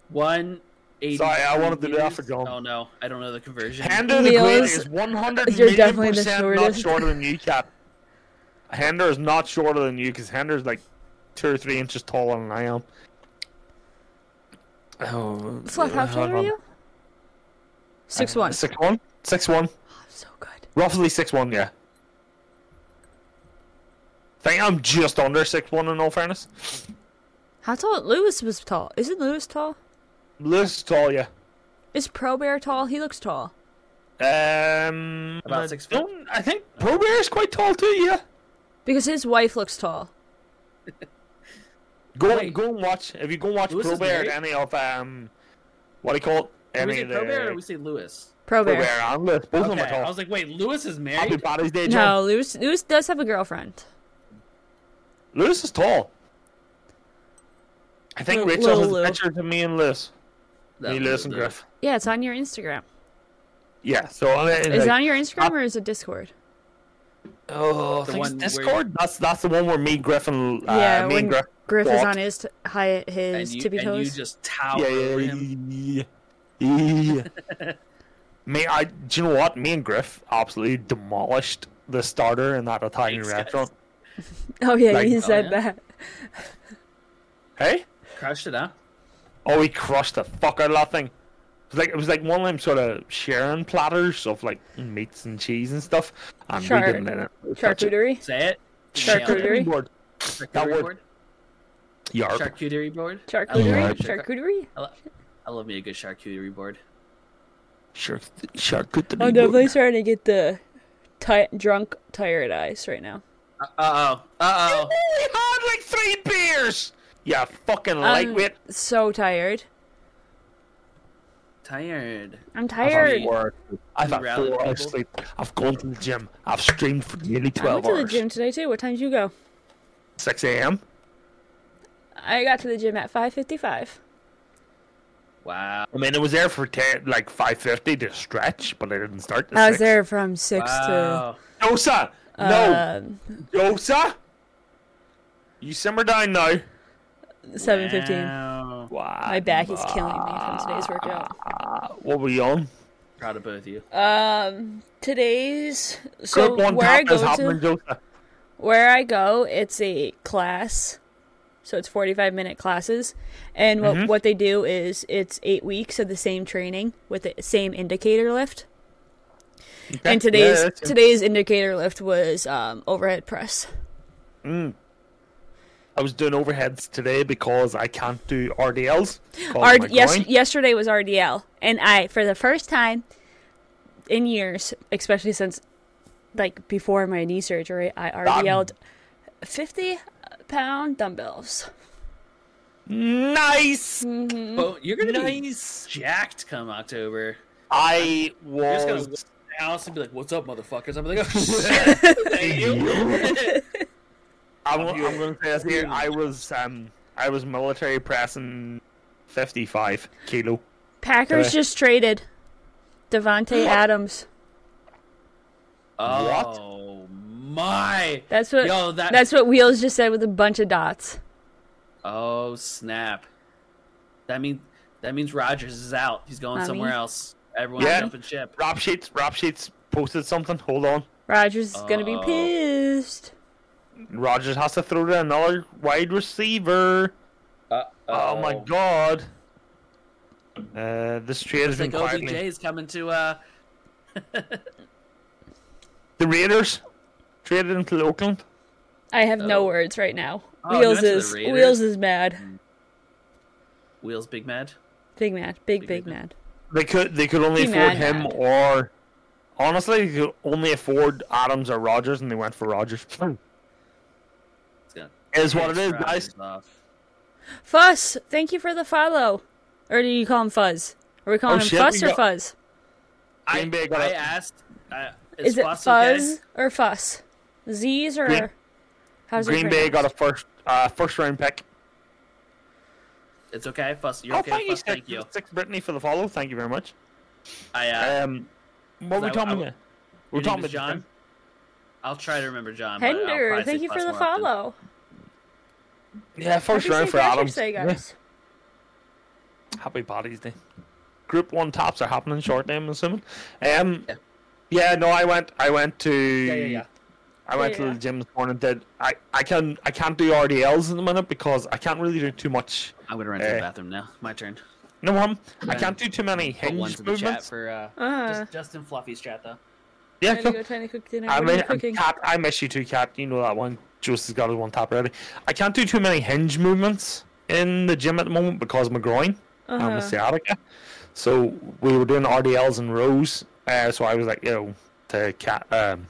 A: One eighty.
B: Sorry, I wanted to do that for John.
A: Oh no, I don't know the conversion.
B: Hender the Great
D: Leo's-
B: is 100
D: you're definitely the
B: percent not
D: shortest.
B: shorter than you, Cap. Hender is not shorter than you because Hender's like two or three inches taller than I am. Oh,
D: Fluff, how tall are you? Six one.
B: Six one, six one,
D: So good.
B: roughly six one. Yeah. think I'm just under six one. In all fairness,
D: How tall? Lewis was tall. Isn't Lewis tall?
B: Lewis is tall. Yeah.
D: Is Pro Bear tall? He looks tall.
B: Um,
A: About
B: I
A: six foot?
B: don't- I think Pro Bear is quite tall too. Yeah.
D: Because his wife looks tall.
B: Go
A: Wait.
B: go and watch. If you go and watch
A: Lewis
B: Pro
A: is
B: Bear, and
A: married?
B: any of um, what do you call it?
A: Do we
B: Any
A: say
B: of the
A: Pro Bear or we say Lewis?
D: Pro
B: Pro
D: Bear.
B: Bear and Lewis, both of them
A: Okay,
B: are tall.
A: I was like, wait, Lewis is
B: Happy
A: married.
B: Father's Day, John.
D: No, Lewis. Lewis does have a girlfriend.
B: Lewis is tall. I think
D: Lil-
B: Rachel has
D: Lil Lou.
B: a picture of me and Lewis.
A: No,
B: me, Lewis, and Griff.
D: Yeah, it's on your Instagram.
B: Yeah. So I mean,
D: Is it
B: like-
D: on your Instagram or is it Discord?
B: Oh, I
A: The
B: think it's
A: one where-
B: Discord. That's that's the one where me, Griff, and uh,
D: yeah,
B: me
D: when
B: and Griff.
D: Griff is
B: walked.
D: on his t- hi-
A: And
D: his
A: you,
D: tippy
A: and you
D: toes.
A: just tower
B: Yeah,
A: over
B: yeah,
A: him.
B: yeah, yeah.
A: <laughs>
B: yeah. Me, I. Do you know what? Me and Griff absolutely demolished the starter in that Italian
A: Thanks, guys.
B: restaurant.
D: oh yeah,
B: like-
D: he
B: oh,
D: said
A: yeah.
D: that.
B: Hey.
A: Crushed it, huh?
B: Oh, he crushed the fuck out of that thing. It was like it was like one of them sort of sharing platters of like meats and cheese and stuff, and
D: Char-
B: we didn't let it. touch it.
D: Charcuterie.
A: Say it.
D: Charcuterie?
B: Charcuterie board. That
A: Charcuterie
B: word.
A: board.
B: Yarp.
A: Charcuterie board. I love
D: Charcuterie.
A: me a good charcu-
D: Charcuterie.
A: I lo- I love me a good charcuterie board.
B: Shark. Charcuterie
D: I'm
B: board.
D: definitely starting to get the ti- drunk, tired eyes right now.
A: Uh oh. Uh oh.
B: We had like three beers. Yeah, fucking
D: Um,
B: lightweight.
D: So tired.
A: Tired.
D: I'm
B: I've
D: tired.
B: had four. I've
A: You
B: had
A: rallied
B: four hours
A: people.
B: sleep. I've gone to the gym. I've streamed for nearly
D: I went
B: twelve
D: to the
B: hours.
D: gym today too. What time did you go?
B: Six a.m.
D: I got to the gym at 5:55.
A: Wow.
B: I mean, I was there for ten, like five fifty to stretch, but I didn't start. till
D: I was
B: six.
D: there from six
A: Wow.
B: Dosa.
D: to.
B: no.
D: um,
B: Dosa. You simmer down now.
D: Seven fifteen.
A: Wow.
B: Wow.
D: My back is killing me from today's workout.
B: What were you on?
A: Proud of both of you.
D: Um, today's so
B: Group one
D: where I
B: tap is
D: go
B: happening,
D: to
B: Dosa.
D: where I go, it's a class, so it's forty five minute classes, and
B: Mm-hmm.
D: what what they do is it's eight weeks of the same training with the same indicator lift.
B: Okay.
D: And today's
B: Yeah, that's-
D: today's indicator lift was um, overhead press.
B: I was doing overheads today because I can't do RDLs. 'cause of Oh my
D: Ard- yes,
B: groin.
D: yesterday was RDL, and I, for the first time in years, especially since like before my knee surgery, I RDL'd fifty pound dumbbells.
B: Nice.
D: Um,
A: Well, you're gonna be
B: Nice.
A: jacked come October.
B: I
A: You're just gonna
B: was.
A: walk in the house and be like, "What's up, motherfuckers?" <laughs> I'm like, "Oh shit, thank you."
B: I'm, I'm going to say this here. I was. Um. I was military pressing, fifty-five kilo.
D: Packers
B: Okay.
D: just traded Devonte Adams.
A: oh my!
D: That's what
A: Yo, that-
D: that's what Wheels just said with a bunch of dots.
A: Oh snap! That means that means Rogers is out. He's going
D: Mommy?
A: somewhere else. Everyone's
B: Yeah.
A: jumping ship.
B: Rap sheets. Rap sheets posted something. Hold on.
D: Rogers is gonna be
A: Oh.
D: pissed.
B: Rogers has to throw to another wide receiver.
A: Uh,
B: Oh, my god. Uh, this trade has
A: It's
B: been
A: like OBJ
B: quietly.
A: is coming to uh
B: The Raiders traded into Oakland.
D: I have no
A: Oh.
D: words right now.
A: Oh,
D: Wheels
A: no, it's
D: is
A: the Raiders. Hmm.
D: Wheels is mad.
A: Wheels Big Mad.
D: Big mad. Big big,
A: Big man.
D: mad.
B: They could they could only
D: Be
B: afford
D: mad,
B: him
D: mad.
B: or honestly they could only afford Adams or Rogers and they went for Rogers.
A: It's gonna
B: is what it is,
A: piss
B: guys.
A: Rogers off.
D: Fuss, thank you for the follow. Or do you call him Fuzz? Are we calling
B: Oh,
D: him
B: shit,
D: Fuss
B: we
D: or
B: got-
D: Fuzz?
A: I,
B: Green Bay got
A: I
B: it.
A: asked. Uh,
D: Is it
A: Foss
D: Fuzz
A: okay?
D: or Fuss? Z's or
B: Green-
D: how's it
B: Green Bay
D: pronounced?
B: got a first uh, first round pick.
A: It's okay, Fuss. You're
B: Oh,
A: okay,
B: thank you,
A: Fuss.
B: thank
A: Thank you.
B: Six Brittany for the follow. Thank you very much.
A: I, uh,
B: Um, what were we
A: I-
B: talking
A: I-
B: about? We're
A: your name
B: talking
A: is
B: about
A: John. I'll try to remember John. but I'll
D: Hender,
A: probably
D: thank
A: say
D: you for
A: Fuss
D: the
A: more often.
D: follow.
B: Yeah, first
D: Happy
B: round
D: St.
B: Oh, for Adams.
D: Patrick's Day, guys.
B: <laughs> Happy Paddy's Day. Group one tops are happening short name, I'm assuming. Um, yeah. no, I went. I went to.
A: Yeah, yeah, yeah.
B: I went
D: Yeah,
B: to
D: yeah.
B: the gym this morning. Did I? I can. I can't do RDLs in the minute because I can't really do too much.
A: I'm gonna run to the
B: Eh.
A: bathroom now. My turn.
B: No, mom. I
A: Yeah.
B: can't do too many
A: Put ones
B: hinge
A: in the chat
B: movements.
A: for uh,
D: Uh.
A: just, Justin Fluffy's chat though.
B: yeah,
D: Trying to
B: cool.
D: go trying to cook dinner.
B: I
D: What are
B: miss,
D: you cooking?
B: Cat, I miss you too, Cat. You know that one. Juice has got his one top already. I can't do too many hinge movements in the gym at the moment because of my groin. and my
D: Uh-huh.
B: sciatica. So we were doing RDLs in rows. Uh, so I was like, yo, to Cat, um,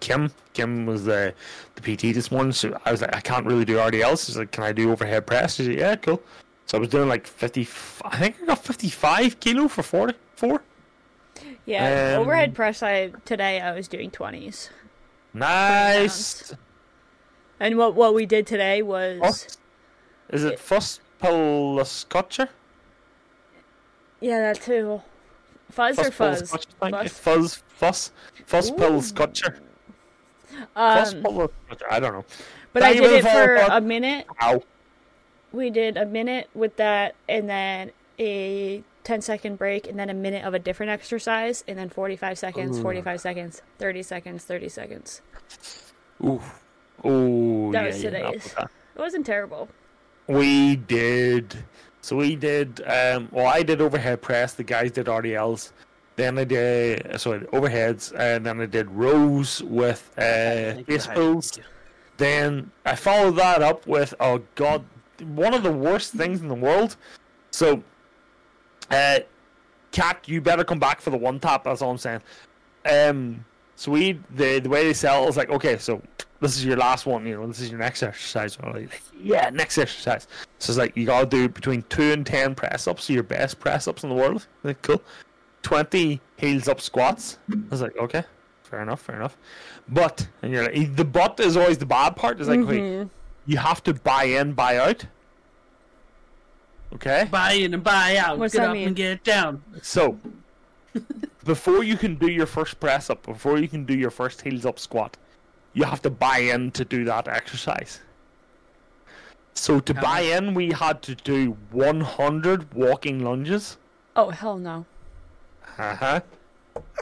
B: Kim. Kim was the, the PT this morning. So I was like, I can't really do RDLs. She's like, can I do overhead press? She's like, yeah, cool. So I was doing like 50, I think I got 55 kilo for 44.
D: Yeah,
B: Um,
D: overhead press. I today I was doing twenties,
B: Nice.
D: and what what we did today was
B: Fuss? Is it Fuss Piloscotcher?
D: yeah that too. Fuzz or fuzz?
B: Fuzz,
D: Fuzz.
B: fuzz, fuzz, fuzz Piloscotcher. Fuzz
D: Um,
B: Piloscotcher. I don't know.
D: but I
B: Thank you
D: did it
B: for the
D: for
B: follow,
D: a
B: Fuzz.
D: minute.
B: Ow.
D: We did a minute with that, and then a 10 second break, and then a minute of a different exercise, and then 45 seconds, 45 seconds, 30 seconds, 30 seconds.
B: Ooh. Ooh. yeah,
D: That was
B: yeah, I'll
D: today's.
B: put that.
D: It wasn't terrible.
B: We did. So we did. Um, well, I did overhead press. The guys did RDLs. Then I did so I did overheads, and then I did rows with uh,
A: Thank you,
B: face
A: hi.
B: pulls.
A: Thank you.
B: Then I followed that up with oh god, one of the worst things in the world. So, uh, Cat, you better come back for the one tap. That's all I'm saying. Um, so we the the way they sell it is like okay, so this is your last one. You know, this is your next exercise. And I'm like, yeah, next exercise. So it's like you gotta do between two and ten press ups. So your best press ups in the world. I'm like cool. Twenty heels up squats. I was like okay. Fair enough, fair enough. But and you're like the but is always the bad part. It's like wait, you have to buy in, buy out. Okay.
A: Buy in and buy out.
D: What's
A: get
D: that
A: up
D: mean?
A: and get down.
B: So, before you can do your first press up, before you can do your first heels up squat, you have to buy in to do that exercise. So, to buy in, we had to do 100 walking lunges.
D: Oh, hell no.
B: Uh
A: Uh-huh.
B: huh.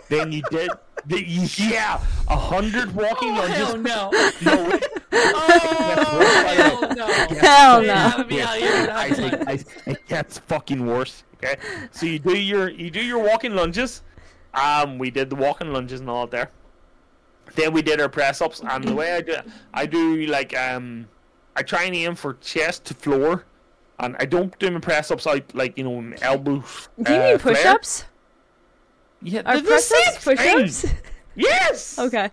B: Then you did. The, yeah, a hundred walking
A: <laughs> Oh, Hell <laughs>
B: lunges.
A: no.
B: No, wait,
A: Oh hell no.
D: Hell
A: Get
D: no.
A: out of me
B: Yeah.
A: out here with
B: I
A: that
B: think
A: one.
B: I <laughs> think that's fucking worse. Okay, so you do your you do your walking lunges. Um, we did the walking lunges and all there. Then we did our press ups, and the way I do, it, I do like um, I try and aim for chest to floor, and I don't do my press ups out like you know my elbows.
D: Do you
B: uh,
D: mean
B: flare.
D: push ups?
B: Yeah,
D: Are
B: they're the
D: press
B: same
D: ups push ups?
B: thing. Yes.
D: <laughs> okay.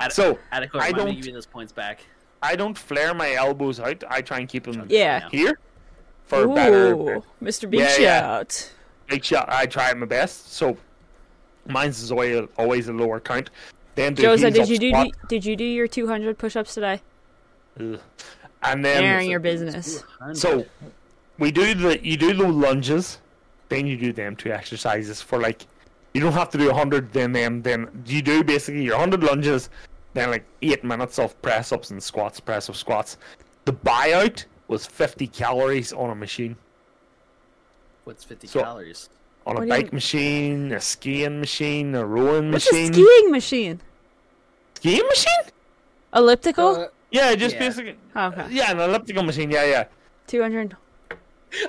A: Ad-
B: So,
A: adequate.
B: I
A: I don't
B: don't-
A: give you those points back.
B: I don't flare my elbows out. I try and keep them
D: Yeah.
B: here for better
D: Ooh, Mr. Big
B: Yeah, yeah.
D: Shout.
B: big shot. I try my best. So mine's is always always a lower count. Then do
D: Josa,
B: heels
D: did
B: up
D: you do
B: squat.
D: did you do your 200 push ups today?
B: Ugh. And then
D: Airing your business.
B: so we do the you do the lunges, then you do them two exercises for like you don't have to do hundred then them then you do basically your hundred lunges, then like eight minutes of press ups and squats, press up squats. The buyout was fifty calories on a machine.
A: What's 50
B: so-
A: calories?
B: On
D: What
B: a
D: do you-
B: bike machine, a skiing machine, a rowing
D: What's a
B: machine.
D: skiing machine?
B: skiing machine?
D: Elliptical?
B: Yeah, just
A: Yeah.
B: basically.
D: Oh, okay.
B: Uh, Yeah, an elliptical machine. Yeah, yeah.
D: 200.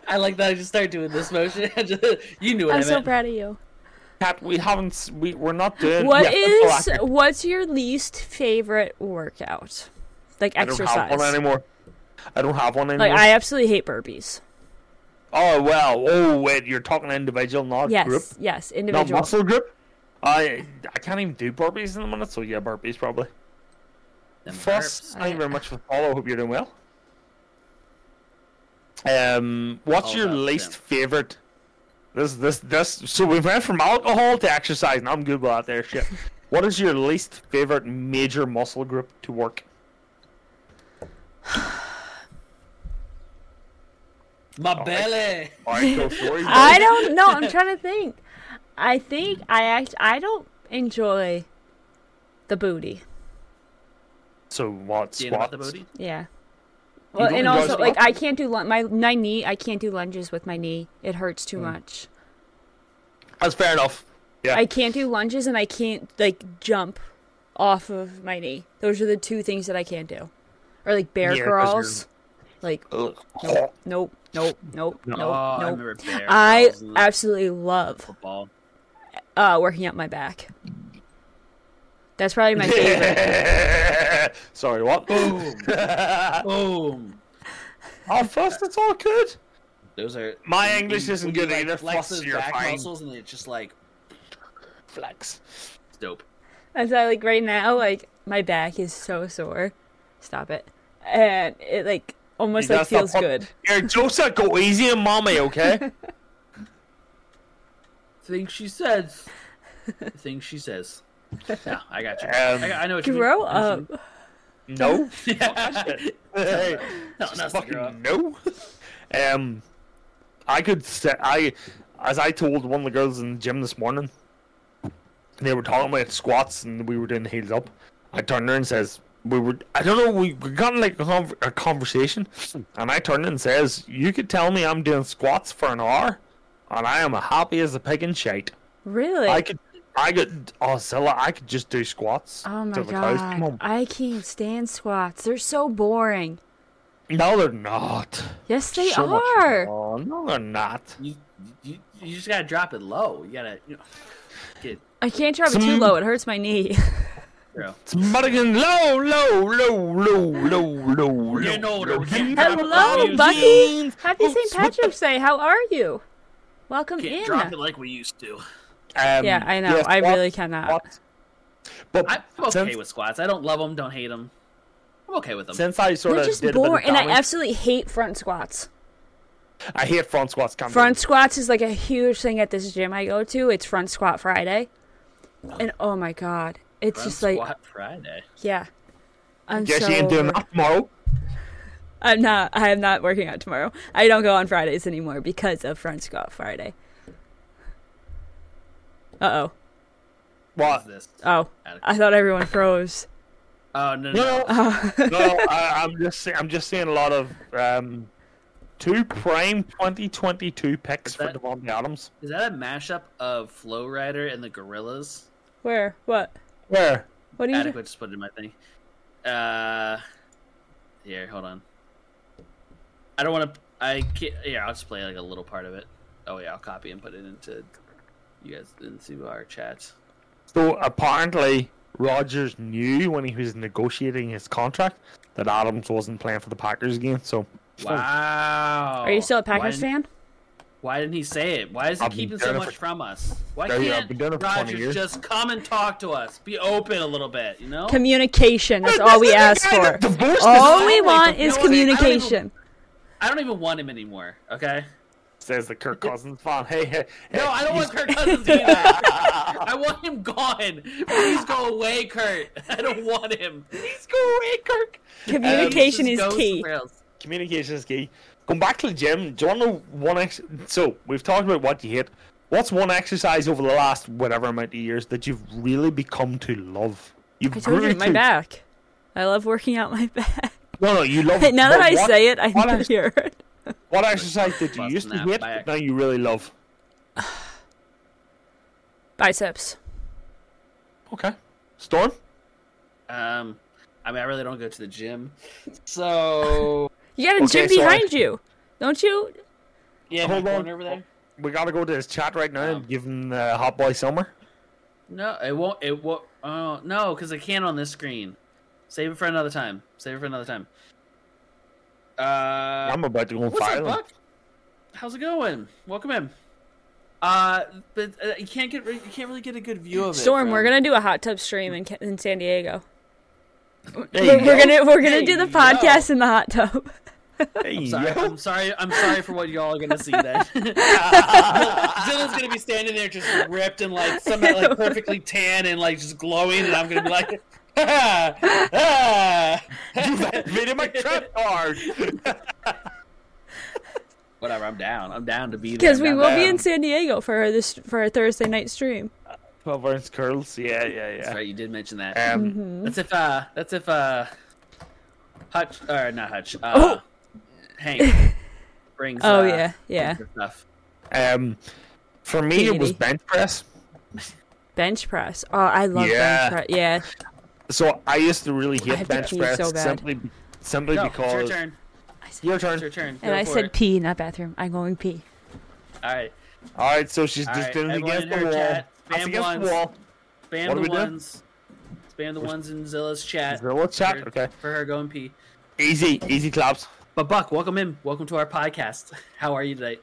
A: I like that. I just started doing this motion. <laughs> I just- you knew what
D: I'm
A: I
D: so
A: meant.
D: proud of you.
B: Cat, we haven't. s- We we're not doing. Oh,
D: What
B: yeah,
D: is
B: proactive.
D: what's your least favorite workout? Like
B: I don't have
D: exercise.
B: one anymore. I don't have one anymore.
D: Like I absolutely hate burpees.
B: Oh well. Oh wait, you're talking individual, not
D: Yes,
B: group,
D: yes,
B: not
D: individual.
B: muscle group. I I can't even do burpees in the minute, so yeah, burpees probably.
A: Them
B: Fuss,
A: burps.
B: thank you very much for the follow. Hope you're doing well. Um, what's
A: All
B: your
A: about
B: Um, least
A: them.
B: favorite This, this, this. So we went from alcohol to exercise, and I'm good with that there <laughs> shit. what is your least favorite major muscle group to work?
A: My
B: Oh,
A: belly.
B: All right, go for <laughs> it.
D: I don't know. I'm trying to think. I think I act. I don't enjoy the booty.
B: So what?
A: Do you know about the
B: Squats.
A: booty?
D: Yeah. Well,
B: don't
D: and
B: enjoy
D: also like
B: squats?
D: I can't do lun- my my knee. I can't do lunges with my knee. It hurts too
B: Mm.
D: much.
B: That's fair enough. Yeah.
D: I can't do lunges and I can't like jump off of my knee. Those are the two things that I can't do. Or like bear
B: Yeah, 'cause you're-
D: crawls. Like
B: Ugh.
D: nope, nope, nope, nope,
A: Oh, I
D: nope.
A: remember bear
D: I
A: balls and
D: absolutely love
A: football.
D: uh, working out my back. That's probably my
B: <laughs>
D: favorite.
B: Sorry, <gasps> what?
A: Boom. Boom.
B: oh, first, it's all good.
A: Those are
B: My
A: when-
B: English
A: when-
B: isn't
A: when you,
B: good
A: like,
B: either,
A: Flex
B: fuss,
A: those
B: you're
A: back
B: fine.
A: muscles and it's just like
B: Flex.
A: it's dope.
D: As I like right now, like my back is so sore. Stop it. And it like almost
B: You
D: like
B: gotta
D: feels
B: stop-
D: good.
B: Your jokes are go easy on mommy, okay? <laughs>
A: Thing she
B: <laughs>
A: says. Thing she says. No, I got you.
B: Um,
A: I, got- I know what you
D: Grow
A: mean. <laughs>
D: up.
B: no. Hey,
A: No,
B: just
A: not to grow up.
B: fucking no. <laughs> um, I could say I, as I told one of the girls in the gym this morning, they were talking about squats and we were doing heels up. I turned her and says we were. I don't know. We we got in like a, conver- a conversation, and I turned and says, "You could tell me I'm doing squats for an hour, and I am happy as a pig in shite.
D: Really?
B: I could." I could, oh Zilla, I could just do squats.
D: Oh my
B: till the cows come
D: god.
B: home.
D: I can't stand squats. They're so boring.
B: No, they're not.
D: Yes, they
B: so much
D: are.
B: fun. no, they're not.
A: You, you, you just gotta drop it low. You gotta you know, get
D: I can't drop it
B: Some-
D: too low. It hurts my knee. <laughs>
A: through.
B: It's Mulligan low, low, low, low, low, low, low.
A: You know what
B: low.
A: we can
B: The
A: do.
D: Hello,
B: Mulligans.
D: Bucky. Happy
B: Oops,
D: St.
B: what
D: Patrick's Day. How are you? Welcome
A: Can't
D: in.
A: drop it like we used to.
B: the- Um,
D: Yeah, I know.
B: yes,
D: I
B: what-
D: really cannot.
B: what- But
A: I'm okay
B: since,
A: with squats. I don't love them. Don't hate them. I'm okay with them.
B: since I sort
D: They're
B: of
D: just
B: did
D: boring.
B: a bit
D: And
B: of
D: I
B: damage,
D: absolutely hate front squats.
B: I hate front squats. Can't do
D: Front
B: it.
D: squats is like a huge thing at this gym I go to. It's Front Squat Friday. And oh my god. It's
A: Run
D: just like,
A: squat Friday.
D: yeah. I'm
B: Guess
D: so
B: you ain't doing
D: over-
B: that tomorrow.
D: I'm not. I am not working out tomorrow. I don't go on Fridays anymore because of Front Squat Friday. Uh oh.
A: What
B: What?
A: is this?
D: Oh, I thought everyone froze. <laughs>
A: Oh no, no,
B: No,
A: no.
B: no, no. I, I'm just, say- I'm just seeing a lot of um, two prime 2022 picks for
A: that-
B: Devon Adams.
A: Is that a mashup of Flow Rider and the Gorillas?
D: Where? What?
B: Where?
D: What do you? do?
A: Adequate just put it in my thing. Uh, here, hold on. I don't want to. I can't. Yeah, I'll just play like a little part of it. Oh yeah, I'll copy and put it into. You guys into our chat.
B: So apparently, Rogers knew when he was negotiating his contract that Adams wasn't playing for the Packers again. So
A: Wow.
D: Oh. Are you still a Packers
A: why,
D: fan?
A: Why didn't he say it? Why is he
B: I've been
A: keeping
B: doing
A: so
B: it for-
A: much from us? Why
B: There you go, I've
A: can't
B: been doing it for 20
A: Rogers
B: years.
A: just come and talk to us? Be open a little bit, you know?
D: Communication. That's all we ask for.
B: Divorce
D: All we
A: family
D: want
A: to
D: is
A: know it. I don't even- Um,
D: communication.
A: I don't even want him anymore. Okay.
B: says the Kirk Cousins fan. Hey, hey,
A: No, I don't want
B: <laughs>
A: Kirk Cousins either. I want him gone. Please go away, Kurt. <laughs> I don't want him.
B: Please go away, Kirk.
D: Communication
A: Just
D: is
A: go
D: key.
A: somewhere else.
B: Communication is key. Going back to the gym, do you want to know one? Ex- so we've talked about what you hate. What's one exercise over the last whatever amount of years that you've really become to love? You've
D: I told
B: grew
D: you my
B: to-
D: back. I love working out my <laughs> back.
B: No, no, you love. it,
D: <laughs> now that
B: but
D: I
B: what-
D: say it, I
B: what
D: think I
B: ex-
D: hear it.
B: What exercise did you
A: Busting
B: used to
A: that
B: hate,
A: back.
B: but now you really love?
D: Biceps.
B: Okay. Storm?
A: Um, I mean, I really don't go to the gym,
B: <laughs>
A: so
D: You got a
B: Okay,
D: gym
B: so I-
D: behind you, don't you?
A: yeah.
B: Hold
A: Hold
B: on.
A: on over there.
B: We gotta go to his chat right now
A: Um,
B: and give him uh, Hot Boy Summer.
A: No, it won't. It won't. Oh no, because I can't on this screen. Save it for another time. Save it for another time. Uh,
B: I'm about to go and
A: What's up,
B: fire him.
A: Buck? How's it going? Welcome in. Uh, but uh, you can't get re- you can't really get a good view of it.
D: Storm, we're
A: from-
D: gonna do a hot tub stream in Ca- in San Diego.
B: There
D: We're,
B: you
D: we're
B: go.
D: gonna we're gonna
A: Hey,
D: do the
A: yo.
D: podcast in the hot tub. <laughs>
B: Hey,
A: Sorry,
B: yo.
A: I'm sorry. I'm sorry for what y'all are gonna see.
B: <laughs>
A: Then <laughs> Zilla's gonna be standing there, just ripped and like somehow like perfectly tan and like just glowing, and I'm gonna be like, <laughs> ah, ah.
B: <laughs> Made him a trap card.
A: <laughs> whatever. I'm down. I'm down to be there.
D: Because
A: I'm
D: we
A: down
D: will
A: to-
D: be in San Diego for our, this for our Thursday night stream.
B: Twelve ounce curls. Yeah, yeah,
A: That's
B: yeah.
A: right. You did mention that.
B: Um,
A: That's if uh that's if uh Hutch or not Hutch. Uh
D: <laughs>
A: Hank brings
D: Oh,
A: uh,
D: yeah, yeah.
A: brings the stuff.
D: Mm-hmm.
B: um, for me, it was
D: Giggity.
B: bench press.
D: Bench press. Oh, I love
B: Yeah.
D: bench press.
B: <laughs>
D: Yeah.
B: So I used to really
D: have
B: hate
D: to
B: bench
D: pee
B: press
D: so bad.
B: simply, simply
A: No, it's
B: because
A: your turn.
B: Your turn.
A: It's your turn.
D: And
A: Go
D: I
A: for
D: said
A: it.
D: pee, not bathroom. I'm going pee.
A: All right.
B: All right, so she's
A: All
B: just
A: right,
B: doing it
A: everyone
B: against
A: in
B: the
A: her
B: wall.
A: chat,
B: That's
A: spam
B: against
A: ones.
B: the wall.
A: Spam
B: What do
A: the
B: we do?
A: ones. Spam the ones in Zilla's chat.
B: Zilla chat,
A: for-
B: okay.
A: For her going pee.
B: Easy, easy claps.
A: But Buck, welcome in. Welcome to our podcast. <laughs> How are you today?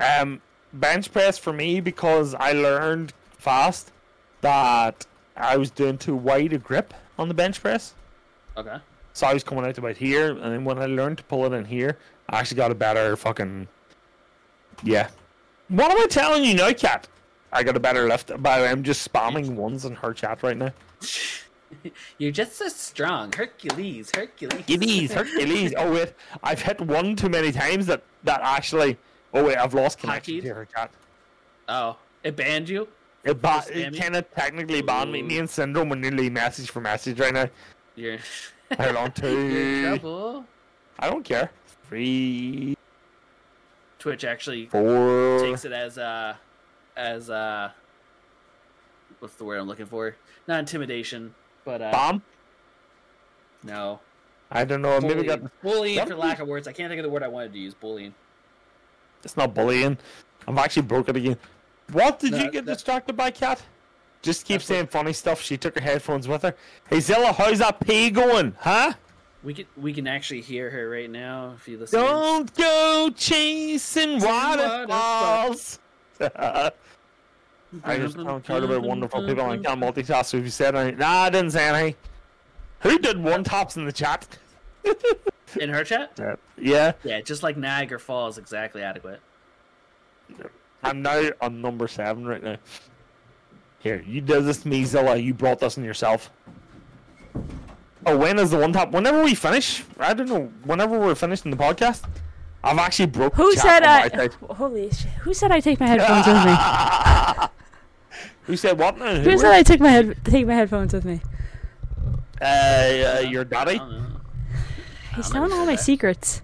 B: Um, bench press for me because I learned fast that I was doing too wide a grip on the bench press.
A: Okay.
B: So I was coming out to about here, and then when I learned to pull it in here, I actually got a better fucking. Yeah. What am I telling you now, Cat? I got a better lift, but I'm just spamming ones in her chat right now.
A: You're just so strong. Hercules, Hercules.
B: Giddies, Hercules. oh wait, I've hit one too many times that that actually. Oh wait, I've lost connection
A: Hockeyed?
B: to her cat.
A: <laughs> Oh, it banned you?
B: It, ba- it
A: Spammy?
B: kind of technically banned me.
A: Ooh.
B: Me and Syndrome are nearly message for message right now.
A: <laughs> You're
B: Hold on <laughs>
A: in
B: two.
A: trouble.
B: I don't care. Three,
A: Twitch actually
B: four.
A: takes it as uh as uh what's the word I'm looking for? Not intimidation, but uh
B: Bomb.
A: no.
B: I don't know. Maybe
A: Bullying.
B: got.
A: bullying
B: Yep.
A: for lack of words. I can't think of the word I wanted to use, bullying.
B: It's not bullying. I've actually broke it again. What did
A: No,
B: you get
A: that-
B: distracted by, Cat? Just keep
A: That's what-
B: saying funny stuff. She took her headphones with her. Hey Zilla, how's that pee going? Huh?
A: We can we can actually hear her right now if you listen.
B: Don't go chasing waterfalls. <laughs> I just don't care about wonderful people and can't multitask. So if you said anything, nah, I didn't say anything. Who did one tops in the chat?
A: in her chat?
B: Yeah,
A: Yeah, just like Niagara Falls, exactly adequate.
B: I'm now on number seven right now. Here, you did this to me, Zilla. You brought this on yourself. Oh, when is the one top? Whenever we finish, I don't know. Whenever we're finishing the podcast, I've actually broke.
D: Who
B: the
D: said
B: chat on
D: I?
B: my side.
D: <laughs> Holy shit! Who said I take my headphones with
B: <laughs>
D: me?
B: Who said what? now?
D: Who
B: Who-
D: said I took my head take my headphones with me?
B: Uh, uh, your
A: I
B: daddy?
A: don't know.
D: He's
A: know who
D: telling all
A: said
D: my
A: that.
D: secrets.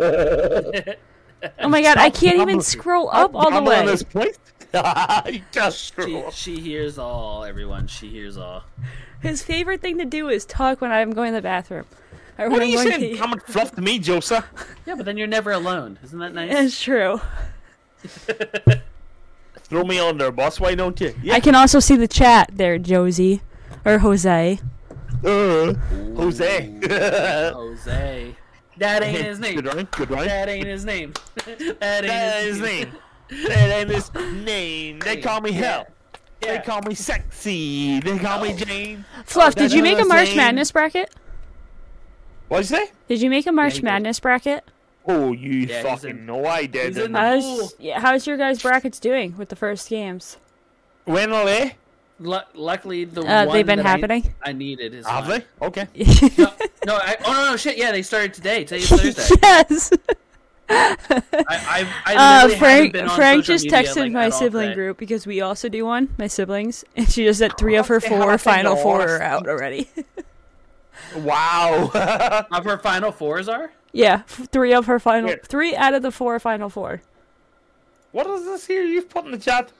D: oh my god! I can't even
B: mumbling.
D: scroll up all the
B: Mama on
D: way.
B: this <laughs> plate? I just
A: She,
B: screw
D: Oh.
B: up.
A: she hears all, everyone. She hears all.
D: His favorite thing to do is talk when I'm going to the bathroom. Or when
B: What are
D: I'm
B: you
D: going
B: saying?
D: pee.
B: Come and fluff to me, Joseph.
A: Yeah, but then you're never alone. Isn't that nice?
D: It's true.
B: Throw me under a bus, why don't you? Yeah.
D: <laughs> I can also see the chat there, Josie or Jose.
B: Uh, <laughs> Jose.
A: <laughs> Jose. That ain't his name.
B: Good run, good run.
A: That ain't his name. <laughs> that ain't
B: That is
A: his
B: his name. That ain't his name. They call me Hell. They
A: Yeah. Oh.
B: call me Sexy. They call me Jane.
D: Fluff, did
B: that's
D: you make
B: what
D: a
B: I'm
D: March
B: saying.
D: Madness bracket?
B: What'd you say?
D: Did you make a
A: he
D: March
A: did.
D: Madness bracket?
B: Oh, you
A: Yeah, he's
B: fucking
A: in-
B: know
A: he's
B: I
A: in
B: didn't.
A: the-
D: How's yeah, how's your guys brackets doing with the first <laughs> games?
B: When are they?
A: Lu- luckily, the
D: Uh,
A: one
D: they've been
A: that I-
D: happening?
A: I, needed is
B: Have
A: mine.
B: they? Okay.
A: No, no, I, oh no, no, shit. Yeah, they started today. Today's
D: <laughs>
A: Thursday.
D: yes.
A: I, I, I
D: Uh,
A: literally haven't
D: Frank
A: been on
D: Frank
A: social
D: just
A: media,
D: texted
A: like,
D: my
A: at all
D: sibling
A: today.
D: group because we also do one, my siblings, <laughs> and she just said
A: Oh,
D: three of her
B: Cross the
D: four
B: house
D: final
B: and
D: four
B: doors.
D: are out already. <laughs>
A: <laughs>
B: Wow. <laughs>
A: Of her final fours are.
D: yeah, f- three of her final
B: Weird.
D: three out of the four final four.
B: what is this here you've put in the chat?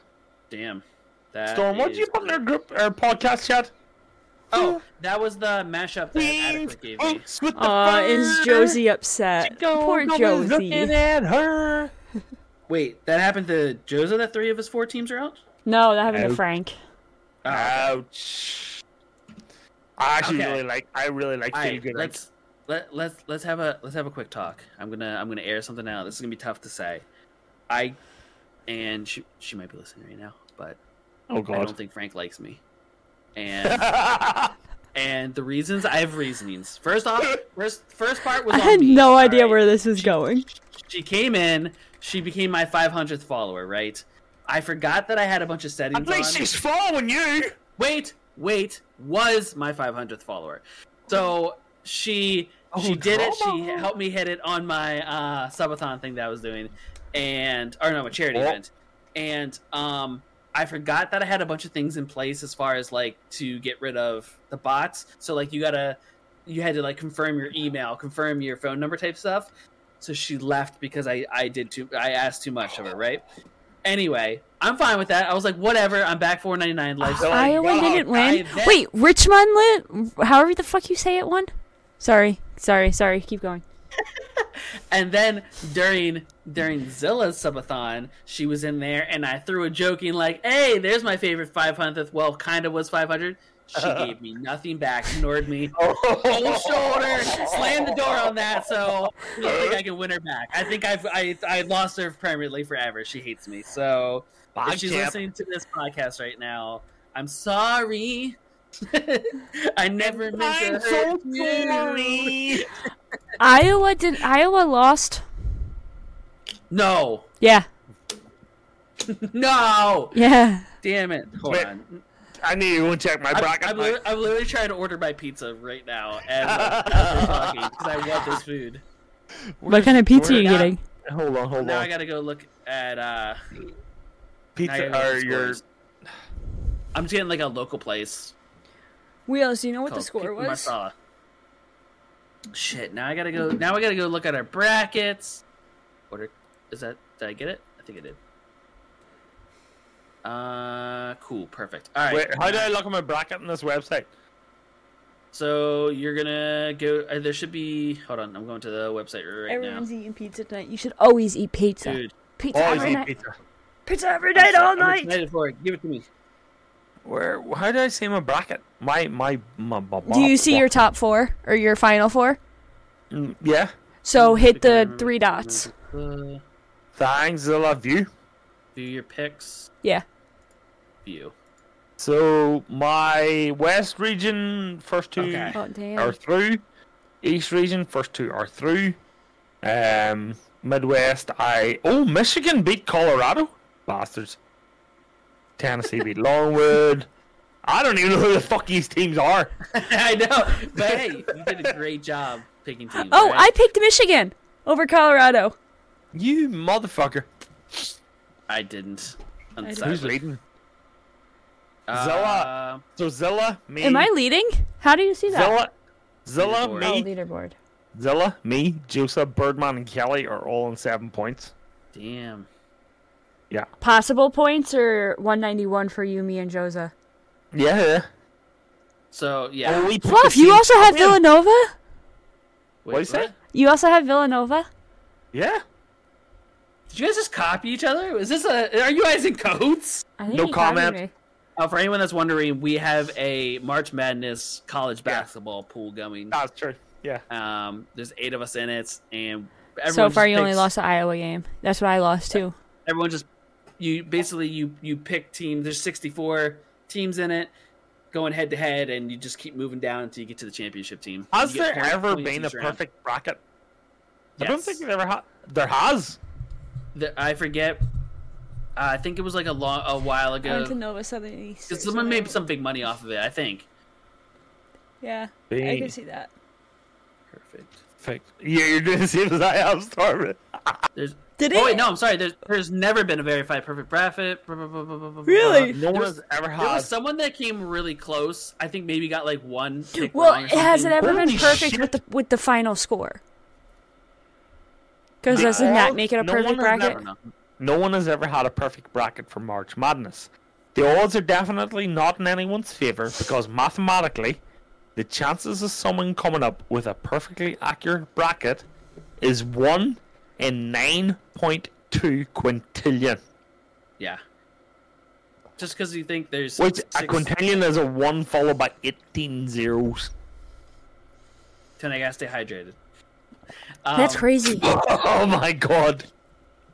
A: Damn. That
B: Storm, what
A: is-
B: did you put in our group or podcast chat?
A: Oh, that was the mashup that Adequate gave me.
B: Oats with the
D: Aw, Uh, is
B: fur.
D: Josie upset?
B: Go,
D: Poor
B: go, Looking
D: Josie.
B: at her.
A: Wait, that happened to Joza. That three of his four teams are out.
D: No, that happened to
B: Ouch.
D: Frank.
A: Oh,
B: Ouch. I actually
A: Okay.
B: really like. I really like
A: All
B: feel
A: right,
B: good. Like,
A: let's let let's let's have a let's have a quick talk. I'm gonna I'm gonna air something out. This is gonna be tough to say. I and she she might be listening right now, but
B: oh
A: I don't
B: god. <laughs>
A: think Frank likes me. And and the reasons I have reasonings. First off, first first part was
D: I
A: on
D: had
A: me,
D: no
A: all
D: idea
A: right?
D: where this was going.
A: she came in. She became my 500th follower, right? I forgot that I had a bunch of
B: At
A: settings on.
B: least she's following you.
A: Wait, wait, was my 500th follower. So she
B: Oh,
A: she did it. She
B: drama.
A: helped me hit it on my uh, subathon thing that I was doing, and or no, a charity
B: Oh.
A: event. And um, I forgot that I had a bunch of things in place as far as like to get rid of the bots. So like you gotta you had to like confirm your email, confirm your phone number type stuff. So she left because I I did too I asked too much of her, right? Anyway, I'm fine with that. I was like, whatever. I'm back 499 life.
B: Oh,
D: Iowa
B: God.
D: didn't win.
A: I- that-
D: Wait, Richmond lit. However the fuck you say it won. Sorry, sorry, sorry. Keep going.
A: And then during during Zilla's subathon, she was in there, and I threw a joking like, "Hey, there's my favorite 500th. Well, kind of was 500."
B: <laughs>
A: She gave me nothing back, ignored me,
B: Oh.
A: cold shoulder, slammed the door on that. So I don't think I can win her back. I think I've I, I lost her permanently forever. She hates me. So if she's listening to this podcast right now, I'm sorry. <laughs> I never meant to
B: I'm
A: hurt
B: so
A: you.
B: sorry.
D: Iowa did. Iowa lost.
A: No,
D: Yeah,
A: no,
D: yeah.
A: damn it! Hold
B: Wait,
A: on.
B: I need to go and check my
A: I'm,
B: bracket.
A: I'm, literally, I'm literally trying to order my pizza right now as,
B: <laughs>
A: as we're talking because I want this food.
D: What kind of pizza are you
A: We're not-
D: getting?
B: Hold on, hold
A: Now I
B: on.
A: gotta go look at. uh now I gotta
B: Pizza
A: go
B: or
A: look at
B: your
A: scores. I'm just getting like a local place.
D: Wheels, you know what
A: called Pizza Marsala. Shit! Now I gotta go. Now I gotta go look at our brackets. Order. Is that? Did I get it? I think I did. Uh, cool. Perfect. All right.
B: Wait, how do I look at my bracket on this website?
A: So you're gonna go. Uh, there should be. Hold on, I'm going to the website right
D: Everyone's eating pizza tonight. You should always eat pizza.
A: now. Dude,
D: Pizza
B: Always
D: every
B: eat
D: night.
B: Oh, pizza.
D: Pizza every night, all
A: I'm
D: night.
A: excited for it. Give it to me.
B: Where? How do I see my bracket? My my my. my
D: Do you see your top four or your final four?
B: Mm, Yeah.
D: So hit
A: Can I
D: the
A: remember-
D: three dots.
A: Uh,
B: Thanks, I love you.
A: view your picks.
D: Yeah.
A: View.
B: So my West region first two
A: Okay.
D: Oh
B: are
D: damn.
B: through. East region first two are through. Um, Midwest I oh Michigan beat Colorado bastards. Tennessee
D: <laughs>
B: beat Longwood. I don't even know who the fuck these teams are.
A: <laughs> I know, but <laughs> hey, you did a great job picking teams.
D: Oh, I
A: right?
D: picked Michigan over Colorado.
B: You motherfucker.
A: I didn't. I'm sorry.
B: Who's leading?
A: Uh,
B: Zilla. So Zilla, me.
D: Am I leading? How do you see that?
B: Zilla, Zilla,
A: Leaderboard.
D: Oh,
B: me,
D: leaderboard.
B: Zilla, me, Joseph, Birdman, and Kelly are all on seven points.
A: Damn.
B: Yeah.
D: Possible points or 191 for you, me, and Joza.
B: Yeah. yeah.
A: So yeah.
B: Oh, we put
D: Fluff,
B: the
D: you
B: same
D: also
B: time
D: have
B: in.
D: Villanova.
A: Wait,
B: What'd you say?
D: You also have Villanova.
B: Yeah.
A: Did you guys just copy each other? Is this a? Are you guys in cahoots?
D: I think
B: No
D: you copied
B: comment.
D: me.
A: Uh, for anyone that's wondering, we have a March Madness college basketball pool going.
B: That's true. Yeah.
A: Um, there's eight of us in it, and everyone
D: So far,
A: just
D: you only
A: picks-
D: lost the Iowa game. That's what I lost too.
A: Everyone just you basically you you pick teams. There's 64 teams in it, going head to head, and you just keep moving down until you get to the championship team.
B: Has
A: You get
B: there
A: points-
B: ever
A: points
B: been a
A: each round.
B: perfect bracket? I don't
A: Yes.
B: think there ever ha- there has.
A: The- I forget. Uh, I think it was like a long a while ago.
D: Nova Southern East.
A: 'Cause someone made some big money off of it. I think.
D: Yeah,
B: I can
D: see that.
A: Perfect.
B: Yeah, you're doing the same as I am, Stormy.
A: There's.
D: Did
A: Oh
D: it?
A: wait, no, I'm sorry. There's, there's never been a verified perfect bracket.
D: Really?
B: No one has ever
A: There was
B: had.
A: someone that came really close. I think maybe got like one. pick
D: Well,
A: wrong or
D: it hasn't
A: something.
D: ever been
B: Holy
D: perfect
B: shit.
D: with the with the final score. Because
B: They
D: doesn't that
B: all-
D: make it a
B: no
D: perfect
B: one has
A: I
D: bracket?
A: don't know.
B: No one has ever had a perfect bracket for March Madness. The odds are definitely not in anyone's favor because mathematically, the chances of someone coming up with a perfectly accurate bracket is one in nine point two quintillion.
A: Yeah. Just because you think there's
B: Which a
A: six-
B: quintillion is a one followed by eighteen zeros. <laughs>
A: Then I gotta stay hydrated. Um,
D: That's crazy.
B: Oh my god.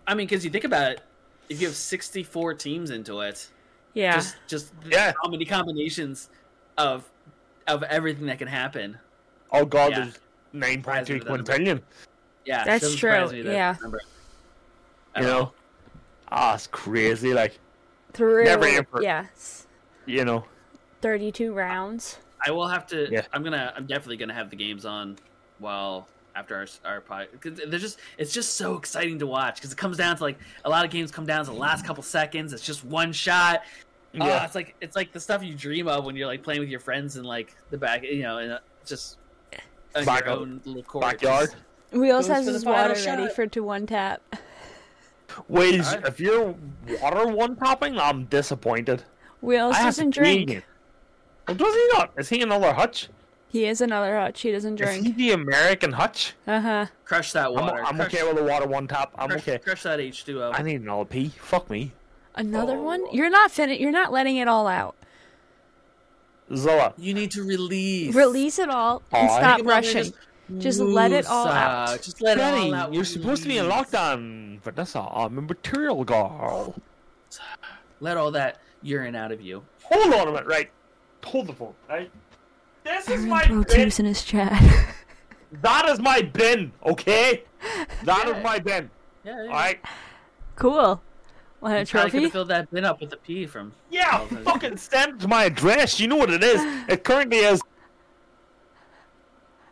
A: I mean, because you think about it, if you have 64 teams into it,
D: Yeah.
A: just just
B: Yeah.
A: how many combinations of of everything that can happen.
B: Oh god,
A: Yeah.
B: there's nine point two
A: Surprised me with that
B: quintillion.
A: Yeah,
D: That's
A: doesn't
D: true,
A: surprise me that
D: yeah.
A: number-
B: You know, ah, it's crazy. Like
D: Through
B: Never emperor.
D: yes,
B: you know,
D: thirty-two rounds.
A: I will have to.
B: Yeah.
A: I'm gonna. I'm definitely gonna have the games on while after our our pod. 'cause They're just. It's just so exciting to watch because it comes down to like a lot of games come down to the last couple seconds. It's just one shot. Yeah.
B: Yeah.
A: Ah, it's like it's like the stuff you dream of when you're like playing with your friends in like the back. You know, and just on
B: Back-
A: your own little court.
B: backyard.
D: We
A: Goes
D: also have
A: for the
D: this
A: final
D: water ready
A: shot.
D: for to one tap.
B: Wiz,
A: Alright.
B: if you're water one topping, I'm disappointed.
D: Wheels
B: I have
D: doesn't
B: to pee
D: drink.
B: again. Well, does he not? Is he another Hutch?
D: He is another hutch. He doesn't
B: Is he
D: drink.
B: the American Hutch?
D: Uh huh.
A: Crush that
B: I'm,
A: water.
B: I'm
A: crush,
B: okay with a water one top. I'm
A: crush,
B: okay.
A: Crush that H2O.
B: I need an LP. Fuck me.
D: Another
A: Oh.
D: one. You're not finished. You're not letting it all out.
B: Zilla.
A: you need to release.
D: Release it all and
B: Oh, I
D: stop
A: Think about it,
D: rushing. Just let it all
A: Musa,
D: out.
A: uh, Just let it
B: Betty,
A: all out.
B: you're supposed to be in
A: please.
B: lockdown. Vanessa, I'm a material girl.
A: Let all that urine out of you.
B: Hold on a minute, right? Hold the phone, right? This is my bin.
D: Proteus in his chat. <laughs>
B: That is my bin, okay? That is
A: Yeah.
B: my bin.
A: Yeah. yeah.
B: Alright.
D: cool. Want a
A: You probably could
D: trophy?
A: have filled that bin up with the pee from.
B: Yeah,
A: Oh, thank
B: fucking send it to my address. You know what it is. It currently is. <laughs>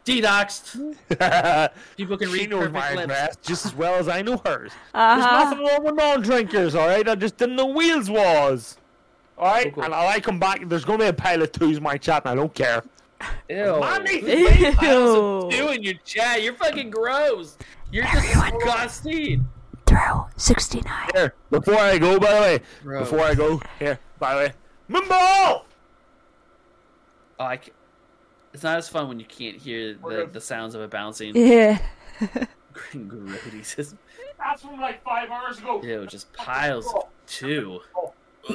A: Dedoxed.
B: she
A: People can read
B: knows
A: perfect
B: my
A: lips.
B: address just as well as I know hers. There's
D: Uh
B: nothing wrong with non-drinkers, all right? I just didn't know wheels was. All right,
A: Cool, cool.
B: and when I come back, there's gonna be a pile of twos in my chat, and I don't care.
A: Ew.
B: I need to be-
A: Ew.
D: huh.
A: You and your chat. You're fucking gross. You're disgusting.
D: Throw sixty-nine.
B: here before I go. By the way,
A: Bro.
B: before I go, here. By the way, Mimbo.
A: Oh, I. Can... It's not as fun when you can't hear the, the sounds of it <laughs> bouncing.
D: Yeah.
A: Gritties. Just,
B: That's from like five hours ago.
A: ew, just piles of two.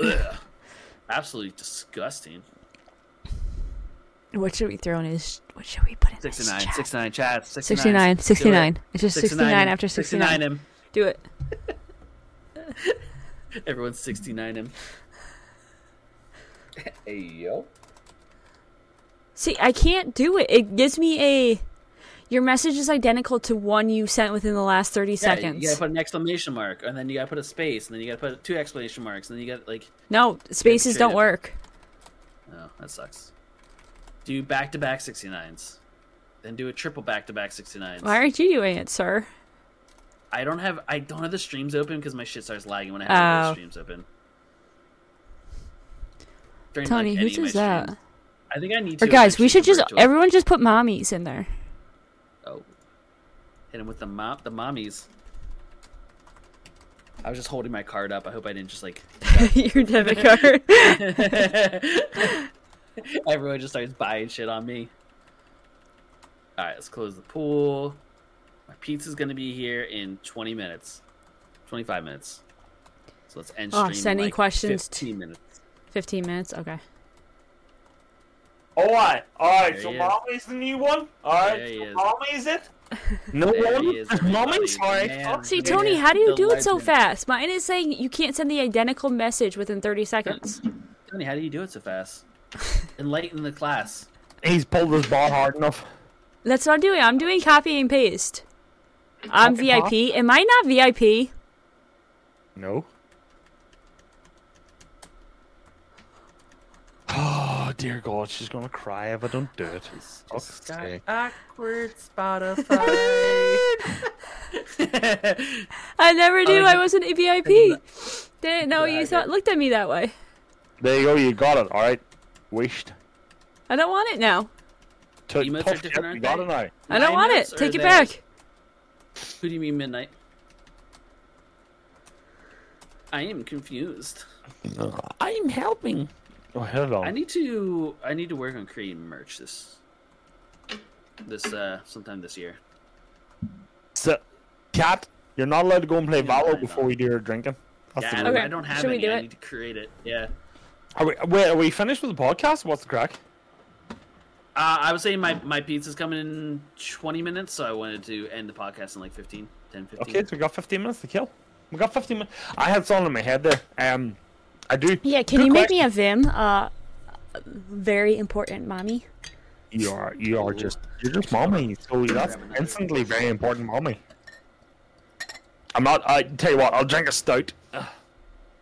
A: Ugh. Absolutely disgusting.
D: What should we throw in his? What should we put in this
A: 69,
D: chat?
A: 69 chats. 69.
D: 69,
A: Do it.
D: 69. It's just 69, after 69.
A: 69 him.
D: Do it.
A: Everyone's 69 him. hey, yo.
D: See, I can't do it. It gives me a. Your message is identical to one you sent within the last 30 seconds.
A: You gotta put an exclamation mark, and then you gotta put a space, and then you gotta put two exclamation marks, and then you got like,
D: no, spaces don't
A: Straight up.
D: work.
A: oh, that sucks. Do back to back 69s. Then do a triple back to back 69s.
D: Why aren't you doing it, sir?
A: I don't have I don't have the streams open because my shit starts lagging when I have the
D: Oh.
A: streams open. During, like,
D: Tony,
A: any
D: whose
A: of my
D: is that?
A: streams. I think I need to.
D: Or guys, we
A: eventually
D: should just.
A: convert to a-
D: Everyone just put mommies
A: <laughs>
D: in there.
A: Oh. Hit him with the mop, the mommies. I was just holding my card up. I hope I didn't just like.
D: Your debit <laughs> card.
A: <laughs> Everyone just starts buying shit on me. All right, let's close the pool. My pizza's gonna be here in 20 minutes, 25 minutes. So let's end
D: Oh,
A: stream. in,
D: sending
A: like,
D: questions to-
A: 15 minutes.
D: 15 minutes? Okay.
B: All right, Oh, all right.
A: There
B: so
A: he is.
B: mommy's the new one. All right,
A: There he is.
B: so mommy's it. No
A: There
B: one.
A: he is,
B: There's
A: everybody.
B: mommy. Sorry.
A: Man.
B: Fuck.
D: See,
A: Yeah,
D: Tony, how do you
A: the
D: do it so
A: legend.
D: fast? Mine is saying you can't send the identical message within 30 seconds.
A: Tony, how do you do it so
D: <laughs>
A: fast? Enlighten the class. <laughs>
B: He's pulled his ball hard enough.
D: That's what I'm doing. I'm doing copy and paste. I'm
B: Copy and
D: VIP. Am I not VIP?
A: <laughs>
B: No. Oh dear God, she's gonna cry if I don't do it. Fuck's sake.
A: awkward Spotify.
D: I never knew
A: like-
D: I wasn't a VIP.
A: that.
D: Didn't know
A: Yeah, I
D: you thought
A: did.
D: looked at me that way.
B: There you go. You got it. All right. Wished.
D: I don't want it now.
B: Took
A: Emotes are
B: tough
A: different,
B: shit,
A: aren't
B: You got
A: they?
B: it now.
D: I don't
A: My
D: want it.
A: notes are
D: Take it
A: there.
D: back.
A: Who do you mean midnight? I am confused.
B: I'm helping. Oh, hello.
A: I need to I need to work on creating merch this this uh sometime this year.
B: So, cat, you're not allowed to go and play
A: Yeah,
B: Valo
A: I
B: before we do your drinking. That's
A: Yeah, I
B: the
A: don't,
B: rule.
A: I don't have
D: Should we
A: any.
D: do
A: I
D: it?
A: need to create it. Yeah.
B: Are we, wait, are we finished with the podcast? What's the crack?
A: Uh, I was saying my, my pizza's coming in 20 minutes, so I wanted to end the podcast in like 15, 10, 15.
B: Okay, so we got 15 minutes to kill. We got 15 minutes. I had something in my head there. Um, I do.
D: Yeah, can
B: Good
D: you make
B: question.
D: me a Vim? Uh, very important, mommy.
B: You are you are just you're just mommy. So that's instantly very important, mommy. I'm not. I tell you what. I'll drink a stout.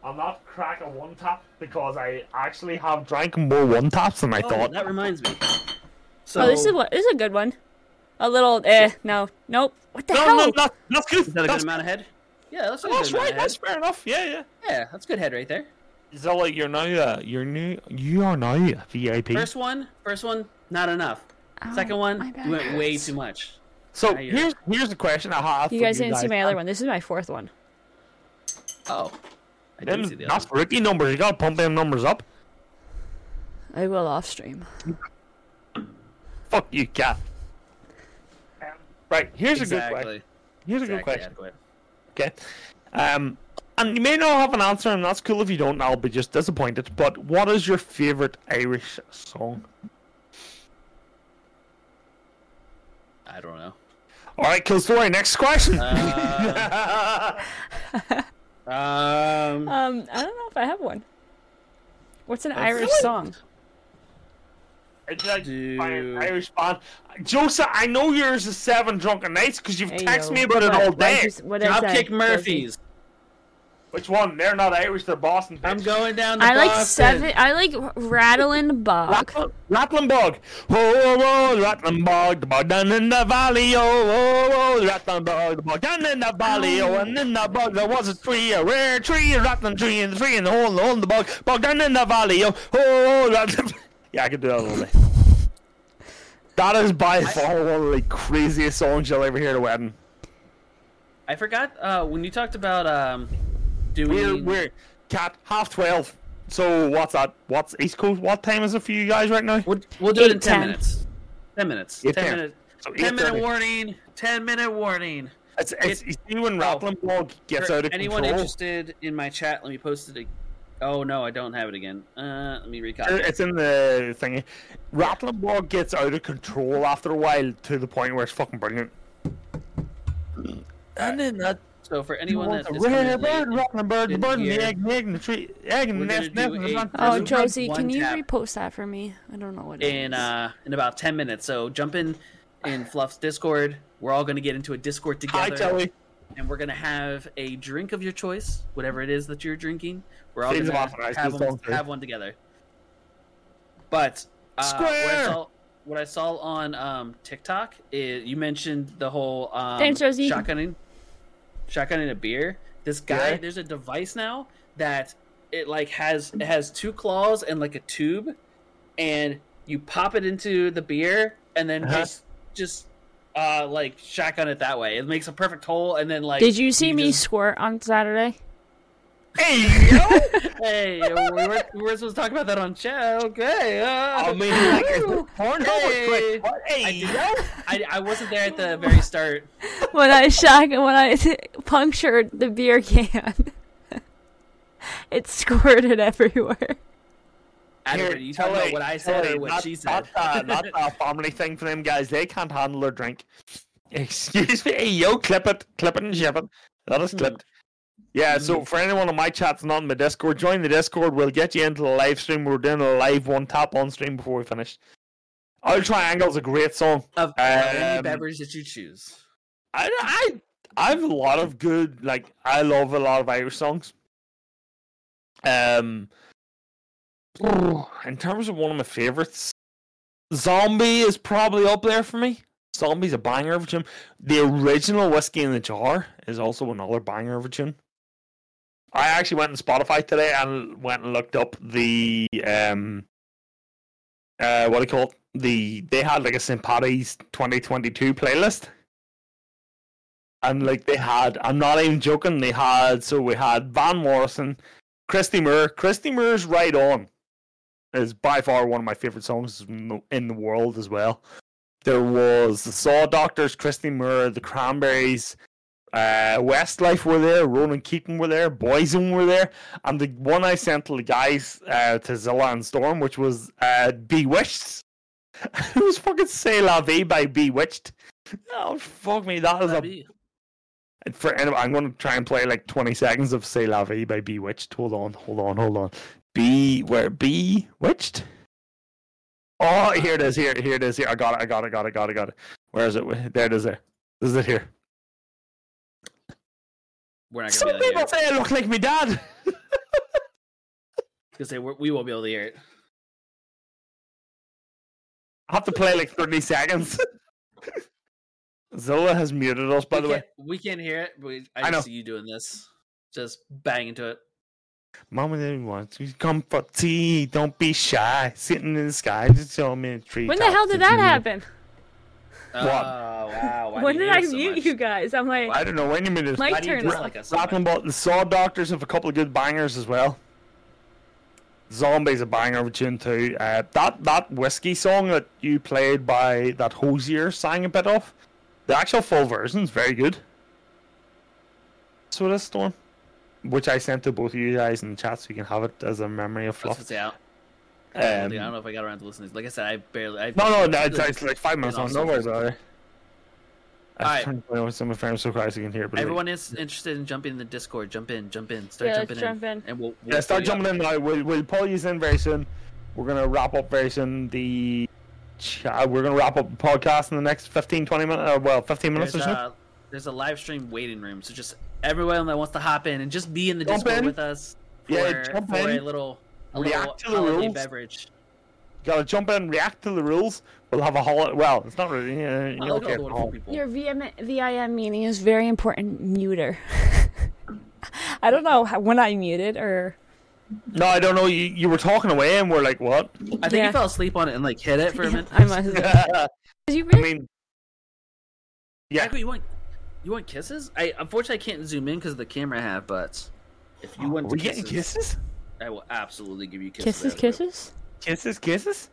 B: I'll not crack a one tap because I actually have drank more one taps than I
A: Oh,
B: thought.
A: that reminds me. So,
D: Oh, this is what this is a good one. A little eh no nope. What the hell?
B: that, that's good.
A: Is that a good
B: that's
A: amount of head? Yeah, that's a good
B: that's
A: amount
B: right.
A: of head.
B: That's fair enough. Yeah, yeah.
A: Yeah, that's good head right there.
B: So like you're now uh, you're new you are now a VIP.
A: First one, first one, not enough. Second
D: Oh, my
A: one,
D: back
A: you went way
D: hurts.
A: too much.
B: so
A: now you're-
B: here's here's the question I have.
D: You
B: for
D: guys didn't see my
B: guys.
D: other one. This is my fourth one.
A: Oh, I
B: Them,
A: didn't see the other.
B: that's
A: one.
B: rookie numbers. You gotta pump them numbers up.
D: I will off stream.
B: Fuck you, cat. Um, Right, here's a good
A: Exactly.
B: question. Here's a good
A: Exactly
B: question.
A: adequate.
B: Okay. Um, and you may not have an answer, and that's cool if you don't. and I'll be just disappointed. But what is your favorite Irish song?
A: I don't know.
B: All right, cool story. Next question.
A: Uh,
B: <laughs>
A: Um,
D: Um, I don't know if I have one. What's an Irish
A: Really?
D: song?
B: It's like
A: Dude.
B: by an Irish band. Joseph, I know yours is Seven Drunken Nights because you've
D: Hey,
B: texted
D: yo.
B: me about it
D: What-
B: all
D: why'd
B: day.
D: you s- what is that?
A: Dropkick
D: Josie?
A: Murphys.
B: Which one? They're not Irish. They're Boston.
A: I'm
B: bitch.
A: going down to
D: I like
A: Boston.
D: seven. I like Rattlin' Bog.
B: Rattlin- Rattlinburg. Oh, oh, oh, Rattlinburg, the bog down in the valley. Oh, oh, oh, Rattlinburg, the bog down in the valley. Oh, and in the bog there was a tree, a rare tree, a rattling tree, and the tree in the hole, and the hole in the bog, bog down in the valley. Oh, oh, oh, Rattlin- <laughs> Yeah, I could do that all day. That is by far one of the craziest songs you'll ever hear at a wedding.
A: I forgot uh, when you talked about um, doing.
B: We're, we're, cat, half 12. So, what's that? What's East Coast? What time is it for you guys right now?
A: We'll, we'll do it in
D: Eight,
A: 10,
D: ten.
A: minutes. 10 minutes.
B: Eight,
A: 10
B: ten.
A: minutes.
B: So
A: 10 minute
B: 8:30.
A: warning. 10 minute warning.
B: It's, it's,
A: It- oh.
B: it's you when Rattling Blog gets
A: For
B: out of
A: anyone
B: control.
A: interested in my chat, let me post it. ag- Oh no, I don't have it again. Uh, let me recopy.
B: It's in the thingy. Rattling Blog gets out of control after a while to the point where it's fucking brilliant. And then that
A: So for anyone that is coming
B: rare
A: in late,
B: bird, rattling bird, the
A: in
B: bird, in the
A: here.
B: egg, the egg, in the tree, egg, in
A: We're
B: the nest,
A: gonna
B: nest,
A: do
B: in
A: a-
B: the front.
D: Oh,
A: There's
D: Josie,
A: one
D: can you
A: tap.
D: repost that for me? I don't know what it is.
A: in uh in about ten minutes. So jump in in Fluff's Discord. We're all gonna get into a Discord
B: Hi,
A: together, <laughs>
B: Joey.
A: and we're gonna have a drink of your choice, whatever it is that you're drinking. We're all
B: Seems
A: gonna
B: about right,
A: have
B: good
A: one,
B: song, too.
A: have one together. But uh, What I
B: Square!
A: saw, what I saw on um, TikTok is you mentioned the whole um,
D: Thanks, Rosie.
A: shotgunning, shotgunning a beer. This guy,
B: Yeah.
A: there's a device now that it like has it has two claws and like a tube, and you pop it into the beer and then
B: Uh-huh.
A: just just uh like shotgun it that way. It makes a perfect hole, and then like
D: Did you see me
A: just-
D: squirt on Saturday? <laughs>
B: Hey, yo!
A: hey, we were, we were supposed to talk about that on chat. Okay. uh,
B: I mean, like, is it porn?
A: Hey.
B: What?
A: I
B: Hey,
A: did-
B: yo!
A: I, I wasn't there at the very start.
D: When I shock when I <laughs> punctured the beer can, <laughs> it squirted everywhere.
A: Adam, you talking about what I said or what
B: not,
A: she said?
B: That's a, that's a family thing for them guys. They can't handle a drink. Excuse me. Hey, yo, clip it. Clip it and ship it. That is clipped. Yeah, so
A: Mm.
B: for anyone on my chat's not in the Discord, join the Discord. We'll get you into the live stream. We're doing a live one tap on stream before we finish. I'll Triangle's a great song.
A: <laughs> Of any
B: Um,
A: beverage that you choose.
B: I, I, I have a lot of good, like, I love a lot of Irish songs. Um, in terms of one of my favorites, Zombie is probably up there for me. Zombie's a banger of a tune. The original Whiskey in the Jar is also another banger of a tune. I actually went on Spotify today and went and looked up the um uh what do you call it? The they had like a St. Patty's 2022 playlist. And like they had I'm not even joking, they had so we had Van Morrison, Christy Moore. Christy Moore's right on is by far one of my favorite songs in the- in the world as well. There was the Saw Doctors, Christy Moore, the Cranberries, uh, Westlife were there, Ronan Keaton were there, Boyzone were there, and the one I sent to the guys uh, to Zilla and Storm, which was uh, Bewitched. <laughs> it was fucking "Say La Vie" by Bewitched. Oh fuck me, that is a
A: That'd be-
B: and For anyway, I'm going to try and play like 20 seconds of "Say La Vie" by Bewitched. Hold on, hold on, hold on. Be where Bewitched. Oh, here it is. Here, here it is. Here, I got it. I got it. Got it. Got it. Got it. Where is it? Wh- There it is. There. This is it. Here.
A: We're not
B: Some
A: gonna be able
B: people
A: to hear it
B: say I look like me dad.
A: because they we won't be able to hear it.
B: I have to play like thirty seconds. <laughs> Zola has muted us, by
A: we
B: the way.
A: can't- we can't hear it. But we,
B: I
A: I,
B: know.
A: see you doing this, just bang into it.
B: Mama didn't want to come for tea. Don't be shy. Sitting in the sky, just show me a tree.
D: When the hell did that happen?
A: Oh wow! Why
D: when
A: do
D: did
A: you
D: I
A: hate us so
D: mute
A: much?
D: you guys? I'm like,
B: I don't know. Wait a minute.
D: Mike
A: Why do you
D: turned
A: dislike
D: off.
A: us so
B: Talking
A: much?
B: about the Saw Doctors have a couple of good bangers as well. Zombies a banger with tune too. Uh, that that whiskey song that you played by that Hosier sang a bit of. The actual full version is very good. So this storm, which I sent to both of you guys in the chat, so you can have it as a memory of
A: I was
B: fluff.
A: gonna say, I,
B: Um,
A: dude, I don't know if I got around to listening. Like I said, I barely. I,
B: no, no, no, it's, it's like five minutes on. No worries about it.
A: Alright.
B: I'm trying to play with some of my friends so guys you can hear. it, But
A: Everyone is interested in jumping in the Discord. Jump in, jump in, start
D: Yeah, let's
A: jumping
D: jump in.
A: and we'll, we'll
B: Yeah, start
A: pull you up.
B: jumping in now. We'll, we'll pull you in very soon. We're gonna wrap up very soon. The chat. We're gonna wrap up the podcast in the next 15, 20 minutes. Uh, well, fifteen minutes
A: There's
B: or so.
A: a, there's a live stream waiting room, so just everyone that wants to hop in and just be in the
B: Jump
A: Discord
B: in.
A: with us for,
B: Yeah, jump
A: for
B: in.
A: a little, a little
B: React to the
A: holiday
B: rules.
A: beverage.
B: Gotta jump in, react to the rules. We'll have a holiday. Well, it's not really. Uh, you
A: I
B: know,
A: like all
B: okay.
A: the wonderful people.
D: Your VM, VIM meaning is very important. Muter. <laughs> I don't know how, when I muted or.
B: No, I don't know. You, you were talking away, and we're like, what? <laughs>
A: I think
D: Yeah.
A: you fell asleep on it and like hit it
D: <laughs>
A: for a minute.
D: I must. Did
B: I
D: you really?
B: mean, yeah.
A: Echo, you want you want kisses? I unfortunately I can't zoom in because of the camera I have, but if you want
B: we
A: kisses,
B: getting kisses?
A: I will absolutely give you kisses.
D: kisses,
A: adequate.
D: kisses.
B: Kisses, kisses.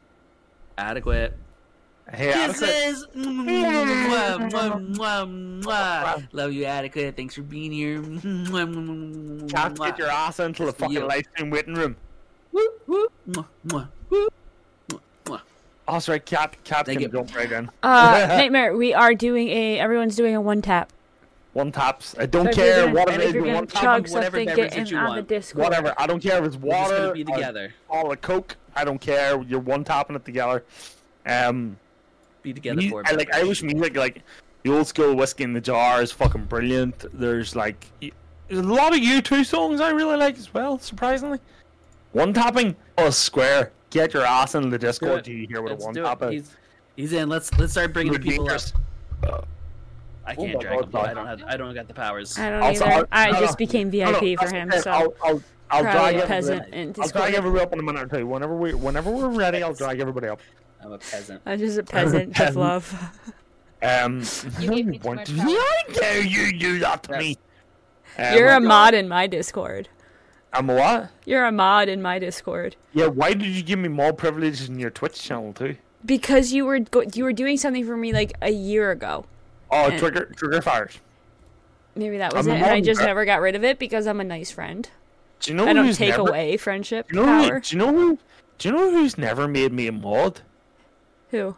A: Adequate.
B: Hey, adequate.
A: Kisses. Mwah, mwah, mwah, mwah. Love you, adequate. Thanks for being here. Mwah, mwah, mwah,
B: Can't get your
A: mwah.
B: ass into the
A: Just for
B: fucking
A: you.
B: live stream waiting room.
A: Woo, woo, mwah, mwah, woo, mwah, mwah.
B: Oh, sorry, cat. Cat
A: Thank
B: can
A: you.
B: jump right in.
A: <laughs>
D: Uh, Nightmare. We are doing a. Everyone's doing a one tap.
B: One taps. I don't
D: So if you're
B: care
D: gonna-
B: what it
A: and if
B: is.
D: If you're
A: you
B: but One
D: gonna
A: want to
B: tap,
D: chug
A: do whatever
D: something,
A: beverage
D: get
A: that
D: in
A: you
D: on the
A: want.
D: Discord.
B: whatever. I don't care if it's
A: We're just
B: water, Uh,
A: gonna be
B: or
A: together.
B: all the coke. I don't care. You're one tapping it together. Um,
A: Be together
B: mu-
A: for a
B: I like
A: beverage.
B: Irish music. Like the old school whiskey in the jar is fucking brilliant. There's like y- there's a lot of U2 songs I really like as well. Surprisingly, one tapping. Oh, square. Get your ass into the
A: Do
B: Discord.
A: it.
B: Do you hear what a
A: Let's
B: one
A: do it.
B: tap is?
A: He's, he's in. Let's let's start bringing the people up.
B: Ridiculous.
A: I
B: Oh
A: can't
B: my
A: drag
B: God,
A: him. I
B: Bob.
A: don't have. I don't got the powers.
D: I don't
B: Also,
D: either.
B: I'll-
D: I
B: no, no.
D: just became
B: No, no,
D: VIP for
B: that's
D: him,
B: okay.
D: so
B: I'll, I'll, I'll drag
D: probably a
B: everybody-
D: peasant in
B: I'll drag
D: Discord.
B: everybody up in a minute or two. Whenever we, whenever we're ready, I'll drag everybody up.
A: I'm a peasant.
D: I'm just a peasant of
B: Peasant.
D: love.
B: Um,
F: You
B: no, you
F: gave me too
B: won't.
F: much
B: How dare you do that to me? Um,
D: You're a mod in my Discord.
B: I'm a what?
D: You're a mod in my Discord
B: Yeah. Why did you give me more privileges in your Twitch channel too?
D: because you were go- you were doing something for me like a year ago.
B: Oh,
D: Eh.
B: trigger trigger fires.
D: Maybe that was
B: I'm
D: it,
B: a
D: and I
B: mod-
D: just
B: uh,
D: never got rid of it because I'm a nice friend.
B: Do you know
D: I don't
B: who's
D: take
B: never,
D: away friendship
B: Do you know? Who,
D: power.
B: do you know who? Do you know who's never made me a mod?
D: Who?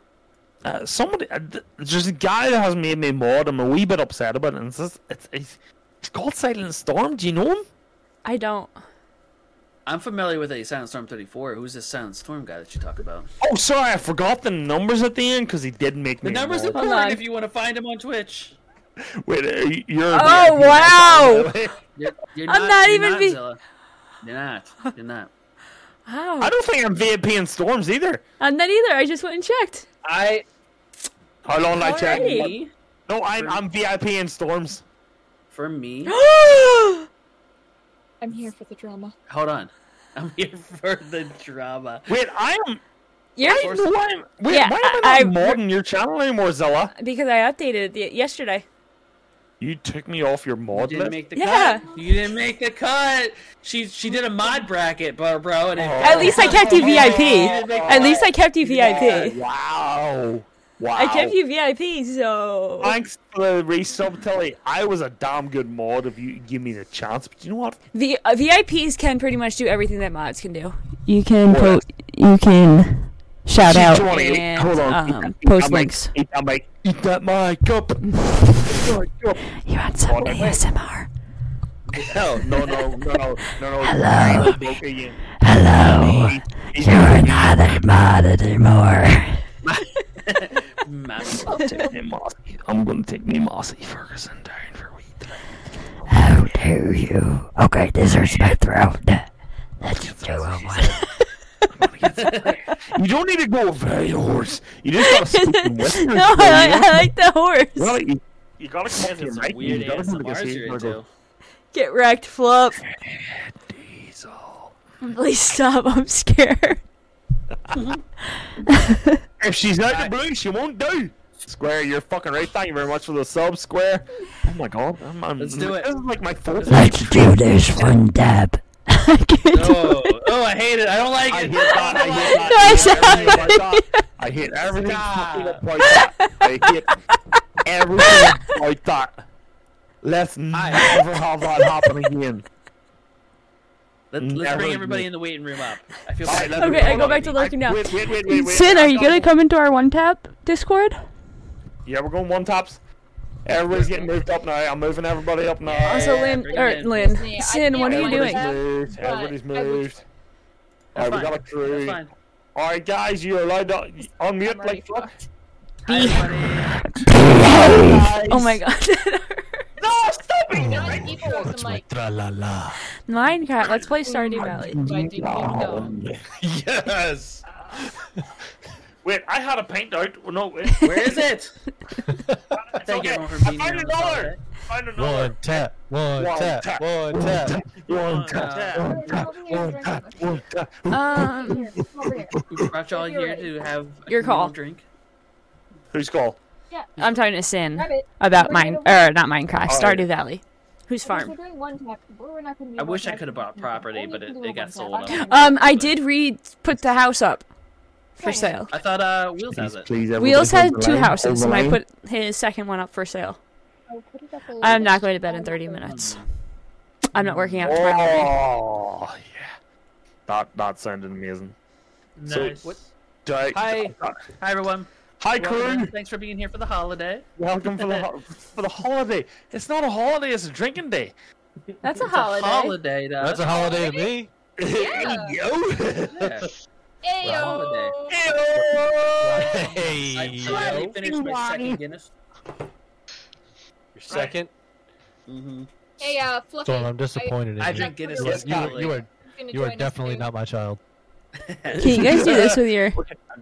B: Uh, somebody, uh, th- there's a guy that has made me a mod. I'm a wee bit upset about it. And it's, just, it's, it's, it's called Silent Storm. Do you know him?
D: I don't.
A: I'm familiar with a Silent Storm 34. Who's this Silent Storm guy that you talk about?
B: Oh, sorry, I forgot the numbers at the end because he did make me.
A: The
B: a
A: number's
B: mod.
A: important
D: on.
A: if you want to find him on Twitch.
B: Wait, uh, you're.
D: Oh, wow.
A: You're, you're
D: I'm
A: not,
D: not
A: you're
D: even
A: not,
D: be-
A: Zilla. You're not. You're not.
B: <laughs>
D: Wow.
B: I don't think I'm VIP in storms either.
D: I'm not either. I just went Ah, and
B: <gasps>
D: checked. <gasps>
A: I.
B: How long I check?
D: Alrighty.
A: Me,
B: No, I'm, I'm VIP in storms.
A: for
D: <gasps>
A: me.
F: I'm here for the drama.
A: Hold on. I'm here for the drama.
B: Wait, I am.
D: You're
B: I know I'm. Wait,
D: Yeah,
B: why am
D: I-
B: I
D: I-
B: not modding your channel anymore, Zilla?
D: because I updated it yesterday.
B: You took me off your
A: You
B: mod
A: didn't
B: list.
A: make the
D: Yeah.
A: cut. You didn't make the cut. She she did a mod bracket, bro, bro and it,
B: Oh.
D: At least I kept you VIP. At least I kept you
B: Yeah,
D: VIP.
B: Wow. Wow.
D: I kept you VIP, so
B: Thanks for the resub, Tilly. I was a damn good mod if you give me the chance. But you know what?
D: V- uh, VIPs can pretty much do everything that mods can do. You can
B: What? po-
D: you can shout um,
B: She's 28. Hold on. Eat that- eat that mic. Eat that mic. Eat that mic up. <laughs> Eat that mic up.
D: You want some
B: Hold on.
D: ASMR?
B: Hell, no, no, no, no, no, no. Hello.
D: Hello, You're not a mod anymore.
A: Mammal.
B: I'm gonna take me Mossy Ferguson down for a wee
D: How dare you? Okay, deserves my throne. Let's do it.
B: You don't need to go very hoarse. You just
D: <laughs>
B: gotta speak in whispers.
D: no, I, like- I like the horse.
B: Well, you, you gotta come off your
A: It's
B: mic. and
A: weird
B: you gotta come to
A: ASMRs
B: here
A: you're
B: and go,
A: into.
D: Get wrecked, flop.
B: Diesel.
D: Please stop. I'm scared.
B: If she's not the blue, she won't do. Square, you're fucking right. Thank you very much for the sub, Square. Oh my god, I'm, I'm,
A: Let's do it.
B: This is like my fourth.
F: Let's do this one dab.
D: I can't do
A: Oh,
D: it.
A: oh, I hate it. I don't like
B: I hate
A: it.
B: that. I hate that.
D: No,
B: I
D: it's
B: hate everything
D: not
B: about that. I hate everything fucking about that. I hate everything about that. Let's never have that happen again.
A: Let,
B: Never
A: let's bring
B: do.
A: everybody in the waiting room up. I feel
B: Alright,
A: bad.
B: let's
D: Okay,
B: do it.
D: I go back to lurking now.
B: Wait, wait, wait, wait, wait.
D: Sin, are you
B: I've
D: gonna
B: got-
D: come into our one tap Discord?
B: Yeah, we're going one tops. Everybody's getting moved up now. I'm moving everybody up now.
D: Also, Lynn,
A: bring
D: or
A: it in.
D: Lynn, Sin, what are you
B: everybody's
D: doing?
B: Moved.
G: But
B: Everybody's
G: I would-
B: moved.
A: fine.
B: Alright, we got a
A: That's
B: crew.
A: fine.
B: Alright, guys, you're allowed to
G: I'm
B: unmute
G: already
A: <laughs>
B: like fuck.
D: <laughs>
A: Hi,
D: Oh my <laughs> god.
B: No, stop it!
G: Now the people with the mic.
F: Tra la la.
D: Minecraft, let's play Stardew <laughs> Valley.
G: Do I do no.
B: yes. Wait, I had a paint out. Well,
A: <laughs>
B: No, wait, where
A: Where is it?
B: It's
A: Thank
B: okay.
A: you everyone for
B: I
A: being
B: found
A: here on
B: another. Find another.
F: One tap, one
B: One
F: tap,
B: tap,
F: one tap.
B: One
A: tap,
B: one tap, one tap, one tap.
D: Um,
A: We brought y'all here to have a
D: Your call.
A: communal drink.
B: Who's call?
D: I'm talking to Sin
G: Grab it.
D: about
G: We're
D: mine,
G: gonna-
D: or not Minecraft,
B: Oh.
D: Stardew Valley. Whose
G: We're
D: farm?
G: doing one tap, but we're not gonna be
A: I
G: one
A: wish I
G: tap.
A: coulda bought property,
G: Only
A: but
G: if
A: it-
G: we
A: it
G: do
A: got
G: one tap.
A: sold
G: I'm
A: up.
G: not
D: Um, I did read put the house up for sale.
A: I thought uh, Wheels has it.
B: please.
D: Wheels had two houses, and I put his second one up for sale.
G: gonna put it up a little
D: I'm
G: bit.
D: not going to bed in 30 minutes.
A: Hmm.
D: I'm not working out tomorrow. morning.
B: Oh yeah, that that sounded amazing. So,
A: Nice.
B: what- Do I-
A: Hi. Hi everyone.
B: hi
A: Welcome.
B: crew.
A: Thanks for being here for the holiday.
B: Welcome for the ho- for the holiday. It's not a holiday. It's a drinking day.
D: That's a
A: It's a
D: holiday.
A: holiday. to
F: That's a
A: us.
F: holiday to me.
B: Yeah. Yo.
A: Yeah.
G: Ayo.
A: holiday.
B: Yo.
F: Hey,
A: I finally
F: yo.
A: finished my second Guinness.
F: Your second?
A: Mm-hmm.
G: Hey, uh, Fluffy.
F: So I'm disappointed in
A: I
F: you.
A: drink Guinness.
F: You are-
A: last
F: you are,
A: night.
F: you are,
G: I'm gonna
F: you are
G: join us
F: definitely
G: too.
F: not my child.
A: <laughs>
D: Can you guys do this with your um,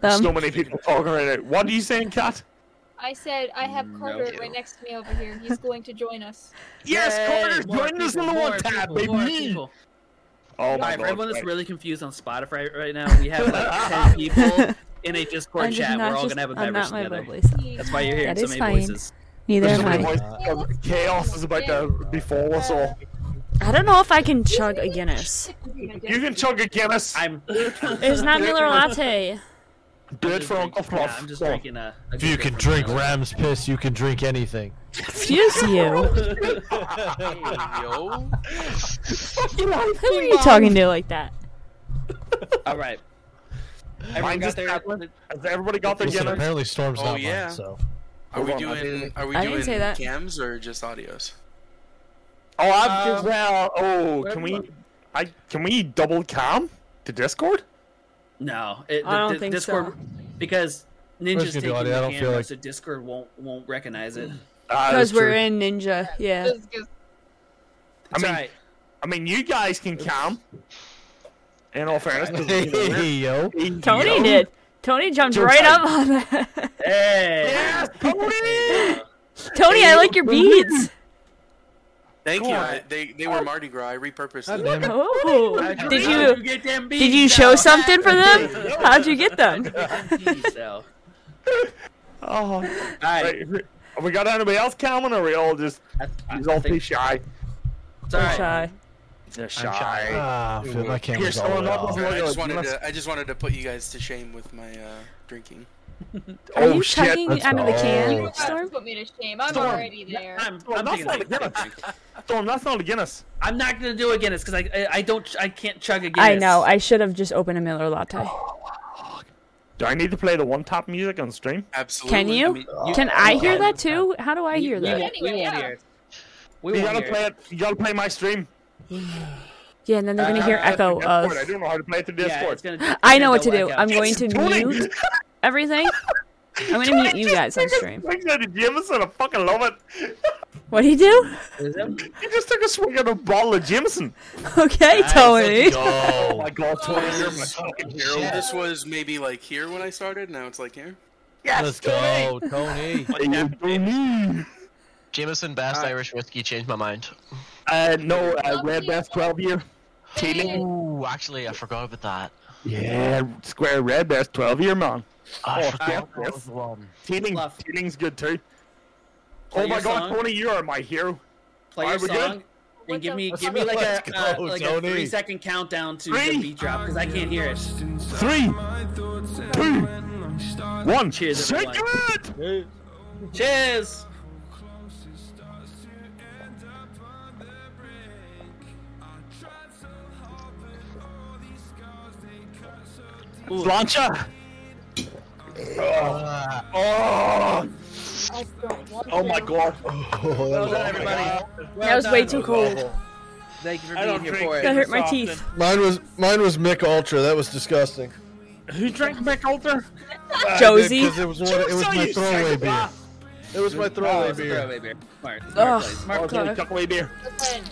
B: So
A: Um,
D: thumb?
B: many people talking right now. What are you saying, Kat?
G: I said I have
A: Mm, No.
G: Carter right next to me over here. He's going to join us.
B: Yes,
A: Yay,
B: Carter's
A: more
B: joining us in
A: people,
B: the
A: more
B: one tab,
A: people, more
B: baby.
A: people.
B: Oh
A: All
B: my
A: right, for everyone
B: god.
A: that's really confused on Spotify right now, we have
B: <laughs>
A: like 10 people in a Discord
D: I'm just
A: chat.
D: not
A: We're all going
D: just-
A: to have a
D: I'm
A: beverage
D: not my
A: together.
D: bubbly self.
A: That's why you're hearing
D: That
A: so
D: is
A: many
D: fine.
A: voices.
D: Neither
B: There's
D: am
B: so many
D: I.
B: voices. uh, Chaos is about to befall us all.
D: I don't know if I can chug a Guinness.
B: You can chug a Guinness.
A: I'm,
D: It's not Miller Latte.
B: Do it
A: just
B: for Uncle
A: drinking-
B: Fluff.
A: Yeah, I'm just
B: Go on.
A: drinking a. a
F: If you can drink ram's piss, you can drink anything.
D: Excuse you.
A: <laughs>
H: Yo.
D: Who are you talking to like that?
A: All right. Everyone
B: Mine
A: got
B: just
A: their.
B: happened. Has everybody got their
F: Listen,
B: Guinness?
F: apparently Storm's
H: Oh,
F: not
H: yeah.
F: mine, so.
H: Are we
B: Hold on, I
H: doing
B: didn't-
H: are we
D: I didn't
H: doing
D: say that.
H: cams or just audios?
B: Oh, I've just
A: Um,
B: well. Oh,
A: where
B: can
A: do
B: we? I can we double cam to Discord?
A: No, it,
D: I
A: the-
D: don't
A: the
D: think
A: Discord because
F: Where's
A: Ninja's
F: gonna be
A: taking
F: audio? I
A: the
F: don't feel
A: camera,
F: like-
A: so Discord won't won't recognize it.
B: Ah, that's
D: Because we're
B: true.
D: in Ninja. Yeah.
B: I
A: It's
B: mean,
A: all right.
B: I mean, you guys can cam. In all fairness, but-
F: Hey, yo.
D: Tony did. Tony jumped
B: Jump
D: right
B: out.
D: up on that. <laughs>
A: Hey.
B: Yes, Tony.
D: Tony, I <laughs> like your beads.
H: Thank
B: Go
H: you.
B: on.
H: I, they they were Mardi Gras. I repurposed
F: God
H: them.
F: damn it.
D: Oh.
A: How'd
D: Did
A: how'd
D: you
A: get them
D: did you
A: bees
D: show
A: out?
D: something for them? How'd you get them?
A: Get them bees out.
B: Oh,
A: All right.
B: right. Have we got anybody else coming, or are we all just
A: I- I
B: he's all
A: think-
B: too shy?
A: It's all right.
D: Shy.
B: They're
F: Ah, I feel my camera's all the
B: someone
F: way
B: up
F: off.
B: with
H: I
B: Look,
H: just wanted
B: let's-
H: to I just wanted to put you guys to shame with my uh, drinking.
D: Are
B: Oh
D: you
B: shit!
D: chugging
F: that's
D: out of the
F: all.
D: can,
F: That's
G: Storm?
D: Storm?
G: Put me to shame. I'm
B: Storm.
G: already there.
A: I'm,
B: Well,
A: I'm,
B: that's
A: thinking
B: not a
A: like,
B: Guinness. Storm, that's not a Guinness.
A: I'm not gonna do a Guinness because I, I I don't I can't chug a Guinness.
D: I know. I should have just opened a Miller Latte.
B: Do I need to play the one tap music on stream?
H: Absolutely.
D: Can you? Can I hear that too? How do I hear
A: we
D: that?
A: won't, we won't hear it. We
B: You
A: won't
B: gotta
A: hear
B: play
A: it.
B: it. You gotta play my stream.
D: Yeah, and then they're gonna hear
B: Uh,
D: echo
B: Discord,
D: of.
B: I don't know how to play it through
A: Yeah,
B: Discord.
A: it's gonna- it's
D: I
A: gonna
D: know what to
A: double
D: do.
A: echo.
D: I'm going to
B: Tony! <laughs>
D: mute everything. I'm gonna mute you guys on
B: He
D: stream.
B: just took a swing at a Jameson. I fucking love it.
D: What do you do? <laughs>
A: Is it?
B: He just took a swing at a bottle of Jameson.
D: Okay, Tony.
B: Oh
F: <laughs>
B: my god, Tony, you're
A: Oh,
B: my fucking hero.
H: So this was maybe like here when I started. Now it's like here.
F: Let's go, Tony.
B: Tony.
I: Jameson Bass Irish Whiskey changed my mind.
B: Uh, no, uh, Red Bass 12 year. Tealing.
I: Ooh, actually, I forgot about that.
B: Yeah, Square Red Bass 12 year, man.
I: I
B: Oh,
I: forgot
B: yeah,
I: there
B: yes.
I: was one.
B: Tealing.
A: Fluff.
B: Tealing's good too.
A: Play
B: oh my
A: your
B: god,
A: song.
B: Tony, you are my hero.
A: Play
B: Are
A: your
B: we good?
A: song and
G: What
A: give
G: the
A: me
G: fuck?
A: give me like a
F: Let's
A: uh,
F: go,
A: like a
F: Tony.
A: three second countdown to
B: Three.
A: the beat drop because I can't hear it.
B: Three, two, one.
A: Cheers,
B: Shake
A: everyone.
B: it!
A: Cheers. Ooh,
B: Launcher. Oh. Oh. oh my god. Oh
A: well done, everybody. Well
D: That was way
A: done.
D: too cold.
A: Thank you for
B: I
A: being
B: don't
A: here
B: drink.
A: for
D: That
A: it.
D: hurt my teeth.
F: Mine was mine was Mick Ultra. That was disgusting.
B: Who drank Mick Ultra?
D: Josie.
F: Because it was one, it was
B: Josie,
F: my
B: you
F: throwaway
B: second
F: beer.
B: laugh.
F: It was my
A: Oh,
F: throwaway
A: it's a
F: beer.
A: throwaway beer. Smart, smart
D: Ugh.
A: place.
D: Mark,
B: Oh, Tony,
D: uh,
B: tuck away beer.
G: Listen,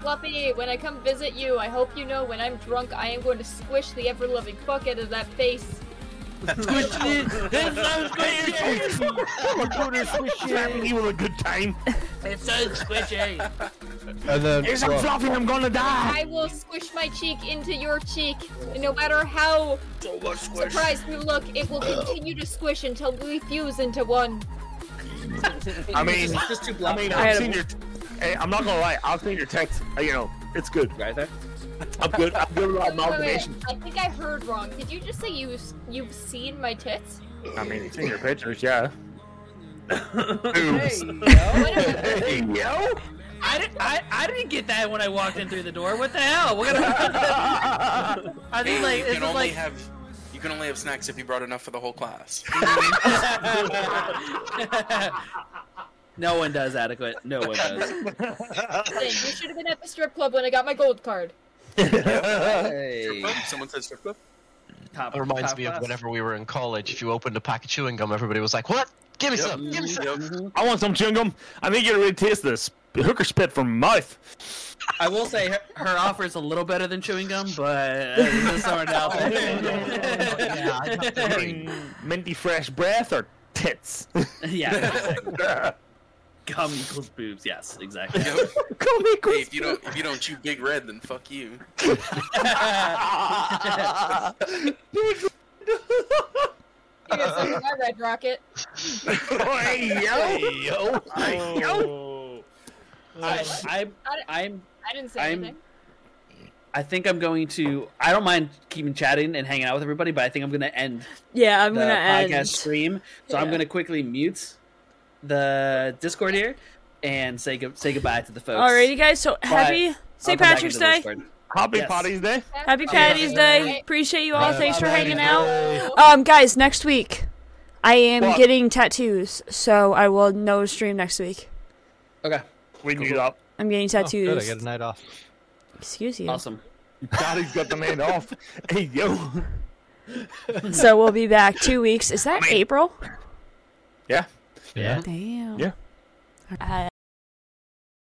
G: Fluffy, when I come visit you, I hope you know when I'm drunk, I am going to squish the ever living fuck out of that face.
B: <laughs> I'm gonna squish you. Having you a good time.
F: And then
B: Here's a
F: well,
B: fluffy. I'm gonna die.
G: I will squish my cheek into your cheek, and no matter how
H: So much squish.
G: surprised we look, it will continue to squish until we fuse into one.
B: I mean,
A: It's just too
B: I
A: blunt.
B: mean,
D: I had
B: I've
D: a-
B: seen your. Hey, I'm not gonna lie. I've seen your text. Uh, You know, it's good.
A: right there.
B: I'm good. I'm good with
G: Wait, wait, wait.
B: amalgamation.
G: I think I heard wrong. Did you just say you you've seen my tits?
B: I mean, it's in your pictures, yeah.
A: Hey, yo.
G: What am I-
B: Hey, yo. <laughs>
A: I, didn't, I, I didn't get that when I walked in through the door. What the hell? We're gonna. I think like
H: you
A: this
H: can
A: is
H: only
A: like.
H: have you can only have snacks if you brought enough for the whole class.
A: <laughs> no one does adequate. No one does.
G: Listen, you should have been at the strip club when I got my gold card.
A: Hey,
H: Someone said strip club.
A: top,
I: That reminds
A: top
I: me of
A: class.
I: whenever we were in college. If you opened a pack of chewing gum, everybody was like, "What? Give me some! Give me some!"
B: I want some chewing gum. I think you're ready to taste this hooker spit from my mouth.
A: I will say her, her offer is a little better than chewing gum, but uh, this is <laughs> someone out <laughs> there.
I: <laughs> yeah,
F: <laughs>
I: I'd have to agree.
B: Minty fresh breath or tits? <laughs>
A: yeah, gum equals boobs. Yes, exactly.
D: <laughs>
H: Yep.
B: Call me
H: Hey, if
B: Chris.
H: you don't if you don't chew big red, then fuck you.
G: You guys look at my red rocket.
B: hey, yo. Hey, yo.
A: I, I,
G: I,
A: I'm
G: I didn't say
A: I'm-
G: anything.
A: I think I'm going to. I don't mind keeping chatting and hanging out with everybody, but I think I'm going to end
D: Yeah, I'm
A: the
D: gonna
A: podcast
D: end.
A: stream. So I'm
D: Yeah.
A: going to quickly mute the Discord here and say go- say goodbye to the folks.
D: Alrighty, guys. So happy
A: I'll come
D: St.
A: back
D: Patrick's
A: into the
D: Day.
A: Discord.
B: Happy
A: Yes.
B: Potty's Day.
D: Happy Patty's Day. Appreciate you all.
F: Happy
D: Thanks for
F: Patty's
D: hanging
F: Day.
D: out. Um, guys, next week I am
B: What?
D: getting tattoos, so I will no stream next week.
A: Okay,
B: We knew that.
D: I'm getting
F: oh, good, I
D: tattoos.
F: got a night off.
D: Excuse you.
A: awesome.
B: Daddy's got the man off. Hey, yo.
D: So we'll be back two weeks. Is that April?
B: Yeah.
F: Yeah.
D: Damn.
B: Yeah.
D: Uh,